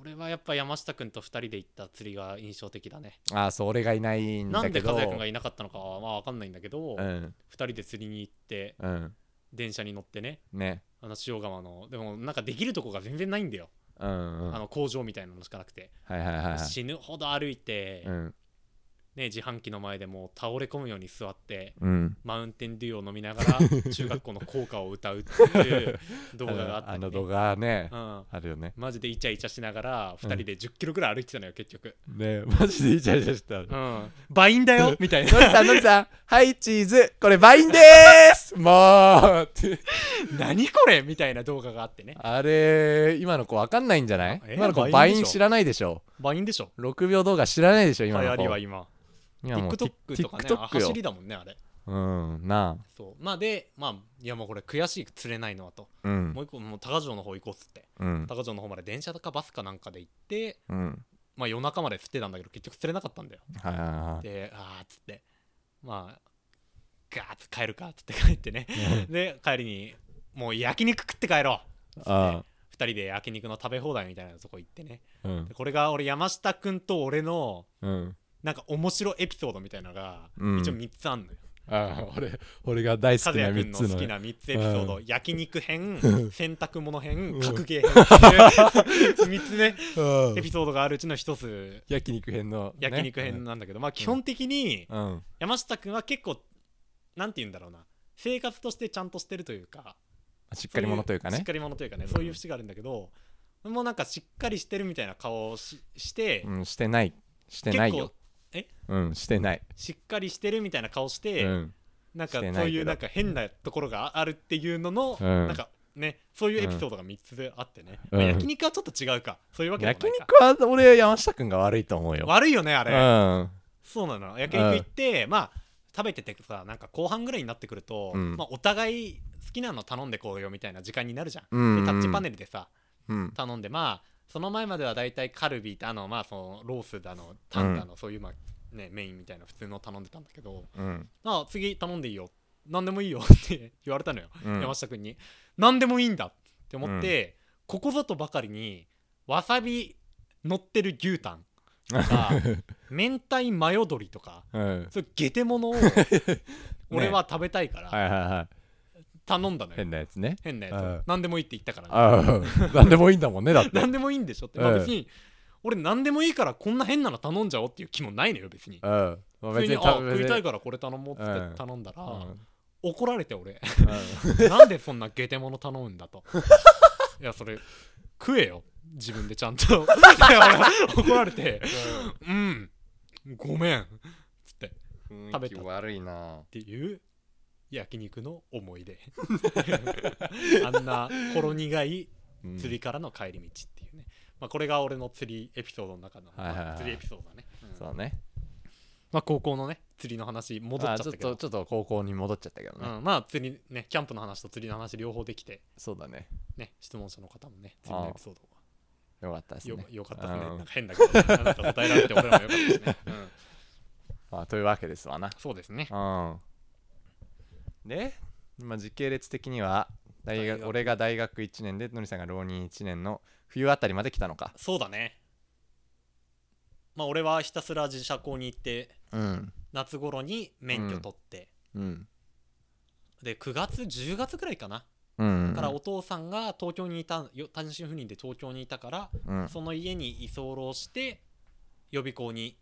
S2: 俺はやっぱ山下君と2人で行った釣りが印象的だね
S1: ああそう俺がいないんだ
S2: なん
S1: け
S2: で
S1: ど
S2: 和也君がいなかったのかはまあ分かんないんだけど、
S1: う
S2: 2
S1: ん
S2: 人で釣りに行って
S1: うん
S2: 電車に乗ってね
S1: ね
S2: あの塩釜のでもなんかできるとこが全然ないんだよ、
S1: うんうん
S2: あ
S1: はい
S2: の工場みたいなのしかなくて、
S1: はいはいはい
S2: 死ぬほど歩いて、
S1: うん
S2: ね、自販機の前でもう倒れ込むように座って
S1: うん
S2: マウンテンデューを飲みな がら中学校の校歌を歌うっていう動画があった
S1: あ
S2: り
S1: の
S2: ね
S1: 動画ね、
S2: うん、
S1: あるよね
S2: マジでイチャイチャしながら
S1: う
S2: 2
S1: ん
S2: 人で1 0キロぐらい歩いてたのよ結局、
S1: ねマジでイチャイチャした
S2: うん、倍んだよ みたいな
S1: のりさんのりさんはいチーズこれバインでーす もうって
S2: 何これみたいな動画があってね
S1: あれ今の子わかんないんじゃない
S2: え
S1: 今の子バ
S2: バイン
S1: イ
S2: でしょ
S1: ン知らないでしょ
S2: 倍んでしょ
S1: 6秒動画知らないでしょ
S2: 流
S1: 今の
S2: 行りは
S1: 子
S2: 今
S1: 今もう
S2: TikTok とかねあ
S1: TikTok
S2: 走
S1: よ
S2: りだもんねあれ
S1: うんな
S2: そうまあでまあいやもうこれ悔しい釣れないのはと、
S1: あうん
S2: もう一個もう高城の方行こうっつって
S1: うん
S2: 高城の方まで電車とかバスかなんかで行って
S1: うん
S2: まあ夜中まで釣ってたんだけど結局釣れなかったんだよ
S1: はいはいはい
S2: であーっつってまあガーッつ帰るかっつって帰っ てねで帰りにもう焼肉食って帰ろうっつって
S1: あ
S2: 2人で焼肉の食べ放題みたいなとこ行ってね
S1: あうん
S2: でこれが俺山下くんと俺の
S1: うん
S2: なんか面白エピソードみたいなのが
S1: うん
S2: 一応3つあんのよ、
S1: ああ俺俺が大好
S2: 和
S1: きな
S2: 也
S1: 3
S2: 君
S1: つ
S2: の
S1: の
S2: 好き
S1: ね
S2: な3つエピソード、
S1: う
S2: 焼肉編
S1: うん
S2: 洗濯物
S1: う
S2: 編
S1: ん
S2: 格ゲー編って いう3つね
S1: う
S2: エ
S1: ん
S2: ピソードがあるうちの1つ
S1: 焼肉編のね
S2: 焼肉編なんだけど、まあ基本的に
S1: うん
S2: 山下君は結構なんて言うんだろうな生活としてちゃんとしてるというか
S1: しっかり者というか
S2: そし
S1: ね
S2: っかり者というかねそういう節があるんだけど、もうなんかしっかりしてるみたいな顔をしして、
S1: うんしてないしてないよ
S2: 結
S1: うんしてない
S2: しっかりしてるみたいな顔して、
S1: うん
S2: なんか
S1: してないけど
S2: そういうなんか変なところがあるっていうのの、
S1: うん
S2: なんかねそういうエピソードが3つあってね、
S1: うん
S2: まあ焼肉はちょっと違うかそういうわけでも
S1: 焼
S2: ないか
S1: 肉は俺山下君が悪いと思うよ
S2: 悪いよねあ
S1: う
S2: れ、
S1: ん
S2: そうなの焼肉行って、まあ食べててさなんか後半ぐらいになってくると、
S1: うん
S2: まあ、お互い好きなの頼んでこうよみたいな時間になるじゃん、
S1: うん
S2: でタッチパネルでさ
S1: うん
S2: 頼んでまあその前までは大体カルビあのまあそのロースだのタンだの、そういうまあねメインみたいな普通の頼んでたんだけど
S1: うん
S2: 「あ次頼んでいいよ何でもいいよ」 って言われたのよ、
S1: うん
S2: 山下君に「何でもいいんだ」って思って、ここぞとばかりにわさび乗ってる牛タンと か明太マヨ鶏とか
S1: うん
S2: そういうゲ テモノを俺は食べたいか
S1: はい
S2: ら
S1: はいはい
S2: 頼んだのよ、
S1: 変なやつね
S2: 変な
S1: う
S2: や
S1: ん
S2: つ何でもいいって言ったからね、
S1: ああ何でもいいんだもんねだって
S2: 何でもいいんでしょって、まあ、
S1: ええ
S2: 別に俺何でもいいからこんな変なの頼んじゃおうっていう気もないのよ別に
S1: うんまあ
S2: 普通
S1: 別
S2: に
S1: に
S2: あ
S1: 食べ
S2: 食いたいからこれ頼もうっ
S1: う
S2: つっ
S1: ん
S2: て頼んだら、
S1: うん
S2: 怒られ て俺
S1: うん
S2: なんでそんなゲテモノ頼むん だといやそれ食えよ自分でち ゃんといや俺怒られてうんごめんっつってっ
S1: 雰囲気悪いな
S2: ていう焼肉の思い出あんなほろ苦い
S1: うん
S2: 釣りからの帰り道っていうね、まあ、これが俺の釣りエピソードの中の、
S1: はいはいはい
S2: まあ釣りエピソードだね、うん
S1: そうね
S2: まあ、高校のね釣りの話戻っちゃ
S1: あ
S2: った
S1: ちょっ
S2: けど
S1: とちょっと高校に戻っちゃったけどね
S2: うん、まあ釣りねキャンプの話と釣りの話両方できて
S1: そうだね
S2: ね質問者の方もね釣りのエピソードは
S1: よかったです
S2: よ
S1: ね
S2: よかったですね
S1: うん
S2: なんか変だけどねなんか答えられて俺らもよかったです ね、うん、
S1: まあというわけですわな
S2: そうですね
S1: うんで、まあ、時系列的には大
S2: 大
S1: 学
S2: 学
S1: 俺が大学1年でのりさんが浪人1年の冬あたりまで来たのか
S2: そうだねまあ俺はひたすら自社校に行って
S1: うん
S2: 夏頃に免許取って、
S1: うん
S2: で9月10月くらいかな、
S1: うん
S2: からお父さんが東京にいたよ単身赴任で東京にいたから
S1: うんはい
S2: その家に居候して予備校に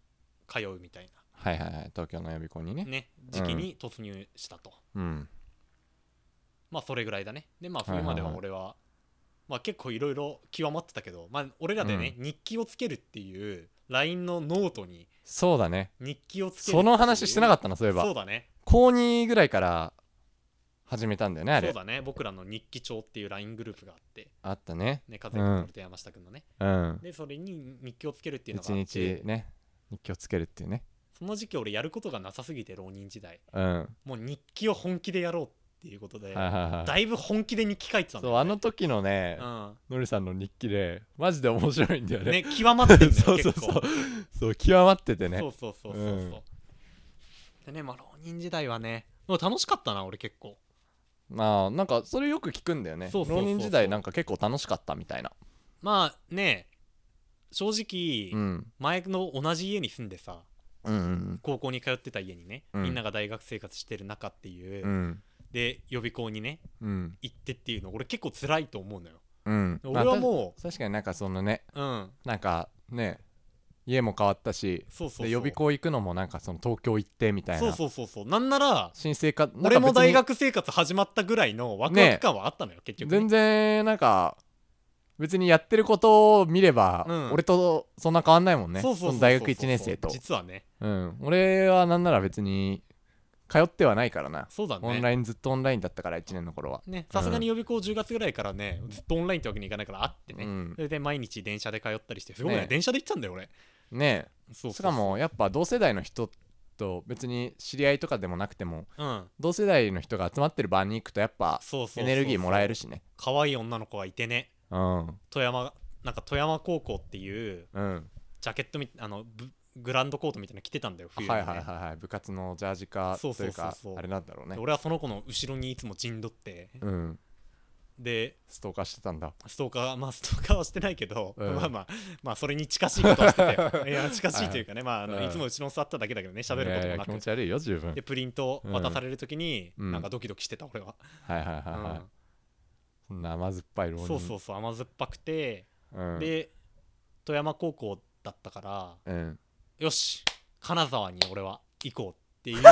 S2: 通うみたい
S1: はいはい東京の予備校にね
S2: なね時期に突入したと、
S1: うん
S2: まあそれぐらいだねでまあ
S1: はいはいは
S2: 冬ま
S1: い
S2: では俺は,、まあ結構いろいろ極まってたけどまあ俺らでね、日記をつけるっていう LINE のノートに
S1: そうだね
S2: 日記をつける
S1: その話してなかったなそういえ
S2: そ
S1: ば
S2: うだね
S1: 高2ぐらいから始めたんだよねあ
S2: そう
S1: れ
S2: だね僕らの日記帳っていう LINE グループがあって
S1: あったね
S2: ね和也君と俺と山下君のね、
S1: うん
S2: でそれに日記をつけるっていうのが
S1: 一
S2: あって
S1: 日ね日記をつけるっていうね
S2: その時期俺やることがなさすぎて浪人時代
S1: うんは
S2: もう日記を本気でやろうっていうことで、
S1: いはいは
S2: だいぶ本気で日記書いてた
S1: い
S2: んだ
S1: そうあ
S2: よ、
S1: の
S2: ね、
S1: 時のねのりさんの日記でマジで面白いんだよ
S2: うん、
S1: ね
S2: ね極まってんだ よ
S1: そうそう
S2: 結
S1: そ
S2: 構
S1: うそう極まっててね
S2: そうそうそうそうそう、
S1: うん
S2: でねまあ浪人時代はねもう楽しかったな俺結構
S1: まあなんかそれよく聞くんだよね
S2: そうそうそうそう
S1: 浪人時代なんか結構楽しかったみたいな
S2: まあね正
S1: う
S2: 直、
S1: ん
S2: 前の同じ家に住んでさ
S1: うんうん
S2: 高校に通ってた家にね、
S1: うん
S2: みんなが大学生活してる中っていう、
S1: うん
S2: で予備校にね
S1: うん
S2: 行ってっていうの俺結構辛いと思うのよ
S1: うん
S2: 俺は
S1: う
S2: も
S1: 確かになんかそのね
S2: う、うん
S1: なんかね家も変わったし
S2: そうそうそう
S1: で予備校行くのもなんかその東京行ってみたい
S2: そう
S1: な
S2: そうそうそうなんなら
S1: 新生活なんか
S2: 俺も
S1: 別に
S2: 大学生活始まったぐらいのワクワク感はあったのよ、結局ね、
S1: 全然なんか別にやってることを見れば、
S2: うん
S1: 俺とそんな変わんないもんね
S2: そうそうそうそう
S1: の大学1年生と、
S2: 実はね
S1: うん、俺はなんなら別に通ってはないからな、
S2: そうだね
S1: オンラインずっとオンラインだったから1年の頃は
S2: ねさすがに予備校10月ぐらいからね、ずっとオンラインってわけにいかないからあってね、
S1: うん
S2: それで毎日電車で通ったりしてすごいね
S1: ね
S2: 電車で行ったんだよ俺
S1: ね
S2: そうそうそう
S1: えしか、もやっぱ同世代の人と別に知り合いとかでもなくても
S2: うん、
S1: 同世代の人が集まってる場に行くとやっぱ
S2: そうそうそう
S1: エネルギーもらえるしね
S2: 可愛い女の子がいてね
S1: うん
S2: 富山なんか富山高校っていう
S1: うん
S2: ジャケットみあのブグランドコートみたいなの着てたんだよ冬に、ね
S1: はいはいはいはい部活のジャージか
S2: そう
S1: と
S2: そ
S1: いうう
S2: そう
S1: か
S2: そう
S1: あれなんだろう
S2: で
S1: ね
S2: 俺はその子の後ろにいつも陣取って
S1: うん
S2: で
S1: ストーカーしてたんだ
S2: ストーカー まあストーカーはしてないけど、
S1: うん
S2: まあまあまあそれに近しいことはして たよいや近しいというかねまああの、
S1: うん
S2: いつも後ろに座っただけだけどね喋ること
S1: いや
S2: も
S1: いや
S2: な
S1: 気
S2: く
S1: 持ち悪いよ十分はい
S2: でプリント渡されるときに、
S1: うん
S2: なんかドキドキしてた俺は、
S1: はいはいはいそんな甘酸っぱい浪
S2: うん
S1: 人
S2: そうそうそう甘酸っぱくて、
S1: うん
S2: で富山高校だったから
S1: うん
S2: よし金沢に俺は行こうっていう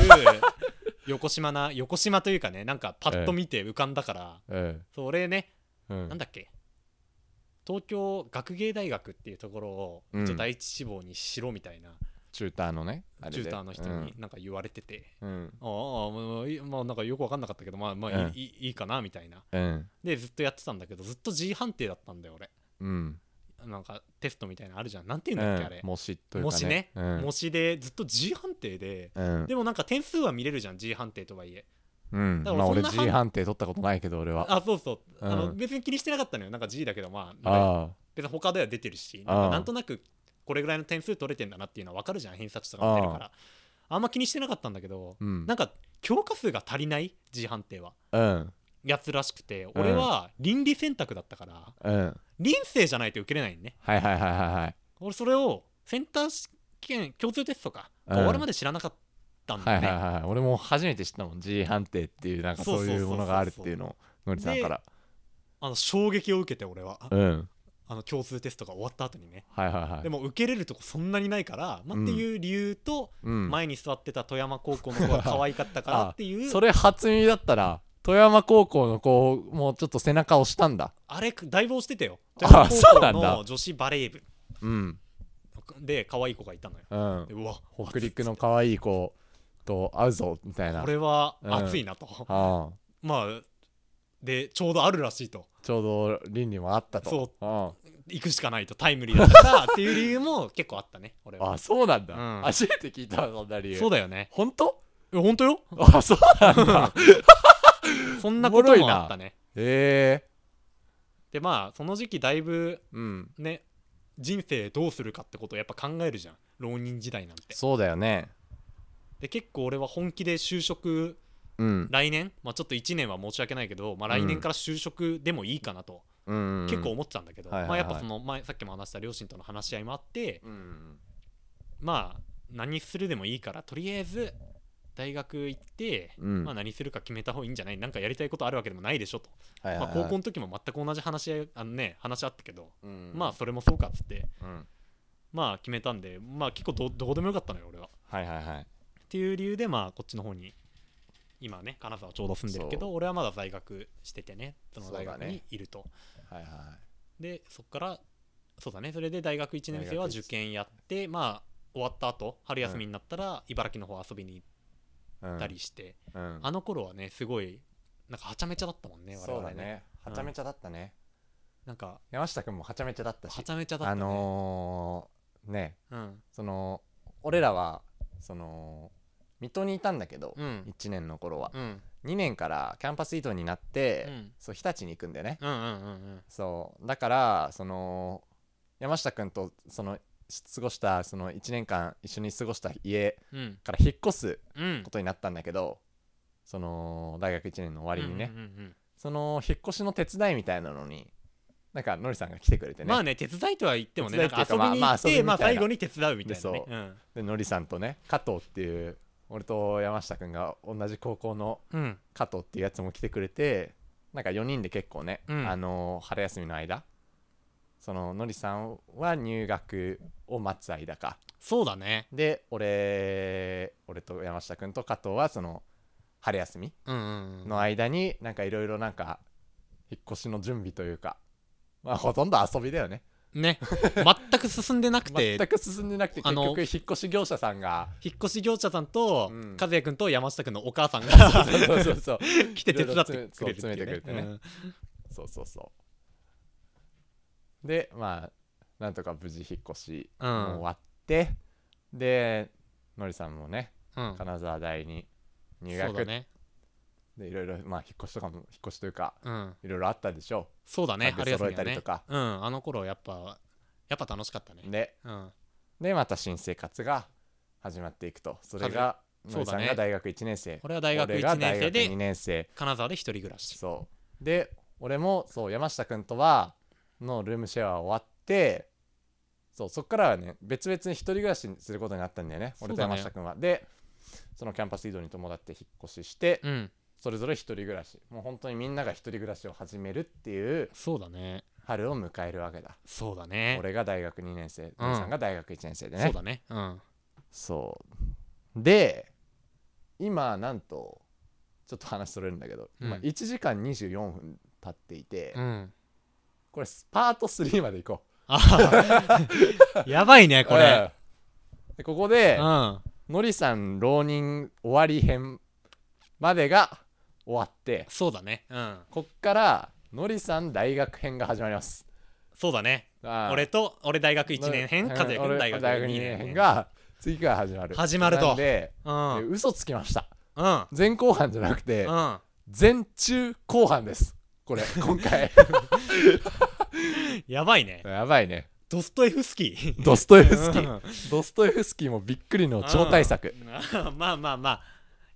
S2: 横島な横島というかねなんかパッと見て浮かんだから、
S1: え
S2: それね
S1: えうん
S2: なんだっけ東京学芸大学っていうところを
S1: うん
S2: ちょっと第一志望にしろみたいな、
S1: チューターのねあれ
S2: チ
S1: で
S2: ューターの人になんか言われてて、
S1: うんうん
S2: ああまあいいまあなんかよく分かんなかったけどまあまあいい,、
S1: うん
S2: いいいいかなみたいな
S1: うん
S2: でずっとやってたんだけどずっと G 判定だったんだよ俺
S1: うん
S2: なんかテストみたいなのあるじゃんなんて言うんだっけあれ、
S1: もしというかね
S2: 模試ね
S1: うん
S2: 模試でずっと G 判定で
S1: うん
S2: でもなんか点数は見れるじゃん G 判定とはいえ
S1: うん
S2: だから
S1: まあ俺
S2: そんな
S1: G 判定取ったことないけど俺は
S2: あそうそう、あ
S1: う
S2: の
S1: ん
S2: 別に気にしてなかったのよなんか G だけどまあなんか
S1: あ
S2: 別に他では出てるし
S1: あ
S2: な
S1: あ
S2: んかなんとなくこれぐらいの点数取れてんだなっていうのは分かるじゃん偏差値とかも出るからあんま気にしてなかったんだけど
S1: あうん
S2: なんか教科数が足りない G 判定は
S1: うん
S2: やつらしくて俺は倫理選択だったから
S1: うん
S2: 臨生じゃないと受けれないんね
S1: はいはいはいはいはい
S2: 俺それをセンター試験共通テストかが終わるまで知らなかったんだ
S1: は
S2: よ
S1: い
S2: ね、
S1: はいはい俺も初めて知ったもん G 判定っていうなんかそういうものがあるっていうのをのりさんから
S2: あの衝撃を受けて俺は
S1: うん
S2: あの共通テストが終わった後にね
S1: はいはいはい
S2: でも受けれるとこそんなにないから、まあ、っていう理由と、
S1: うん
S2: 前に座ってた富山高校の子が可愛かったからっていう
S1: それ初耳だったら富山高校の子もうちょっと背中押したんだ
S2: あれだいぶ押してたよ
S1: あ
S2: 富山
S1: そうな
S2: 高
S1: んだ
S2: 校の女子バレー部
S1: うん
S2: で可愛い子がいたのよ
S1: うん
S2: でうわ
S1: 北陸の可愛い子と会うぞみたいな
S2: これは熱いなと、
S1: ああ
S2: まあでちょうどあるらしいと
S1: ちょうど倫理もあったと
S2: そう
S1: あ
S2: 行くしかないとタイムリーだった からっていう理由も結構あったね俺
S1: あ
S2: は
S1: あそうなんだ、
S2: うん
S1: 初めて聞いたわそんな理由
S2: そうだよね
S1: 本当
S2: え本当よ
S1: あそうなんだ
S2: そんなこともあったね
S1: ええ
S2: でまあその時期だいぶ
S1: うん
S2: ね人生どうするかってことをやっぱ考えるじゃん浪人時代なんて
S1: そうだよね
S2: で結構俺は本気で就職
S1: うん
S2: 来年、まあ、ちょっと1年は申し訳ないけど、まあ、来年から就職でもいいかなと、
S1: うんうん
S2: 結構思ってたんだけど、
S1: はいはい
S2: ま
S1: は
S2: あ、
S1: い
S2: やっぱその前さっきも話した両親との話し合いもあって
S1: うん
S2: まあ何するでもいいからとりあえず大学行って、
S1: うん
S2: まあ、何するか決めた方がいいんじゃないなんかやりたいことあるわけでもないでしょと、
S1: はい
S2: まあ、高校の時も全く同じ話し合いあの、ね、話あったけど、まあ
S1: ま
S2: それもそうかっつって
S1: あ、うん、
S2: まあ決めたんでまあ結構どどこでもよかったのよ俺は。
S1: はいはいはい
S2: っていう理由でまあこっちの方に今ね金沢ちょうど住んでるけ
S1: そ
S2: ど俺はまだ在学しててねその
S1: そ
S2: 大
S1: う
S2: 学
S1: だね
S2: にいると、
S1: はいは
S2: でそっからそうだねそれで大学1年生は
S1: 大学一
S2: 受験やってまあ終わった後春休みになったら茨城の方遊びに行
S1: いうん
S2: ったりして、
S1: うん
S2: あの頃はねすごいなんかはちゃめちゃだったもんね我
S1: そう
S2: 々
S1: だ
S2: ね
S1: ねはちゃめちゃだったね、
S2: なんか
S1: 山下君もはちゃめちゃだったし
S2: はちゃめちゃだった
S1: あ
S2: ね、
S1: のー、ね
S2: うん
S1: その俺らはその水戸にいたんだけど、
S2: うん
S1: 1年の頃は、
S2: うん
S1: 2年からキャンパスイートになって、
S2: うん
S1: そう日立に行くんだよね、
S2: うんうんうん
S1: そうだからその山下君とそのし過ごしたその1年間一緒に過ごした家
S2: うんうん
S1: から引っ越す
S2: うん
S1: ことになったんだけどその大学1年の終わりにね、
S2: うんうんうん
S1: その引っ越しの手伝いみたいなのになんかのりさんが来てくれてね、
S2: まあね手伝いとは言ってもね
S1: 手
S2: な
S1: 伝
S2: ん
S1: いってい
S2: か
S1: うか
S2: 遊びに
S1: まあまあ
S2: 行っ
S1: 遊びみた
S2: て
S1: いな
S2: まあ最後に手伝うみた
S1: で
S2: いなね
S1: そう
S2: うん
S1: でのりさんとね加藤っていう俺と山下君が同じ高校の
S2: うん
S1: 加藤っていうやつも来てくれてなんか4人で結構ね、
S2: うん
S1: あのー春休みの間そののりさんは入学を待つ間か
S2: そうだね
S1: で俺俺と山下君と加藤はその春休み
S2: うんうんうん
S1: の間になんかいろいろなんか引っ越しの準備というかまあほとんど遊びだよね
S2: ね全く進んでなくて
S1: 全く進んでなくて
S2: あ
S1: 結
S2: の
S1: 局引っ越し業者さん が
S2: 引っ越し業者さんと、
S1: うん
S2: 和也君と山下君のお母さんが
S1: そうそうそうそう
S2: 来て手伝ってくれる
S1: そう詰めてくれてね
S2: うん
S1: そうそうそうでまあなんとか無事引っ越し
S2: うん
S1: も終わって、でのりさんもね
S2: うん
S1: 金沢大に入
S2: そうだ
S1: 学、
S2: ね
S1: でいろいろまあ引っ越しとかも引っ越しというか
S2: うん
S1: いろいろあったでしょ
S2: そうだね
S1: タッグ
S2: 春休み
S1: 揃
S2: は
S1: えたり
S2: ね
S1: とか
S2: うんあの頃やっぱやっぱ楽しかったね
S1: うで
S2: うん
S1: でまた新生活が始まっていくとそれがの
S2: そう
S1: り
S2: だ
S1: さ
S2: ね
S1: んが大学1年生、
S2: 俺は大学
S1: 俺が
S2: 1年
S1: 大
S2: 生
S1: 学2
S2: で
S1: 年生
S2: 金沢で一人暮らし
S1: そうで俺もそう山下君とはのルームシェアは終わってそうそっからはね別々に一人暮らしにすることになったんだよね
S2: そう
S1: 俺
S2: だね
S1: と山下君はでそのキャンパス移動に伴って引っ越しして、
S2: うん
S1: それぞれ一人暮らしもう本当にみんなが一人暮らしを始めるっていう
S2: そうだね
S1: 春を迎えるわけだ
S2: そうだね
S1: 俺が大学2年生、のりさんが大学1年生で
S2: そ
S1: ね
S2: うだねうん
S1: そうで今なんとちょっと話それるんだけど、
S2: うん
S1: 今1時間24分経っていて、
S2: うん
S1: これパート3までいこ
S2: あ ーやばいね
S1: う
S2: これ、
S1: うんでここで
S2: うん
S1: のりさん浪人終わり編までが終わって
S2: そうだねうん
S1: こっからのりさん大学編が始まります
S2: そうだね
S1: あー
S2: 俺と俺大学1年編
S1: の
S2: 和也君
S1: 俺
S2: 大学
S1: 大
S2: 2
S1: 学2
S2: 年
S1: 年編
S2: 編
S1: が次から始まる
S2: 始まると
S1: なんで
S2: うん
S1: で嘘つきました
S2: うん
S1: 前後半じゃなくて
S2: うん
S1: 前中後半ですこ れ今回
S2: やばいね
S1: やばいね
S2: ドストエフスキー
S1: ドストエフスキ
S2: う
S1: ー
S2: ん
S1: ドストエフスキーもびっくりの超大作
S2: うん あまあまあまあ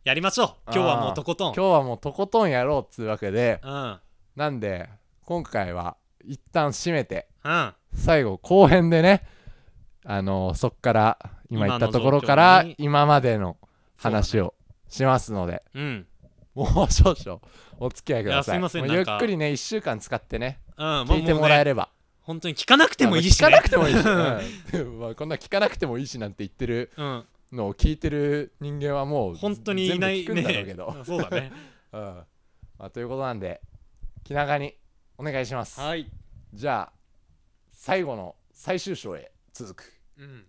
S2: やりましょう今日はもうとことん
S1: 今日はもうとことんやろうっつうわけで
S2: うん
S1: なんで今回は一旦締めて
S2: うん
S1: 最後後編でねあのそっから今言ったところから
S2: 今の状況に
S1: 今までの話をしますので
S2: うん
S1: もう少々お付き合いください
S2: いやすいません
S1: もうゆっ
S2: なんか
S1: くりね1週間使ってね
S2: うん
S1: 聞いてもらえ
S2: る
S1: れば
S2: 本当に聞かなくてもいいし
S1: あ
S2: ね
S1: の聞かなくてもいいし、うん まあ、こんな聞かなくてもいいしなんて言ってる
S2: うん
S1: のを聞いてる人間はもう
S2: 本当にいない
S1: 全部聞くんだろ
S2: ね
S1: うけど、
S2: うんそう だね
S1: うんまあ、ということなんで気長にお願いします、
S2: はい
S1: じゃあ最後の最終章へ続く
S2: うん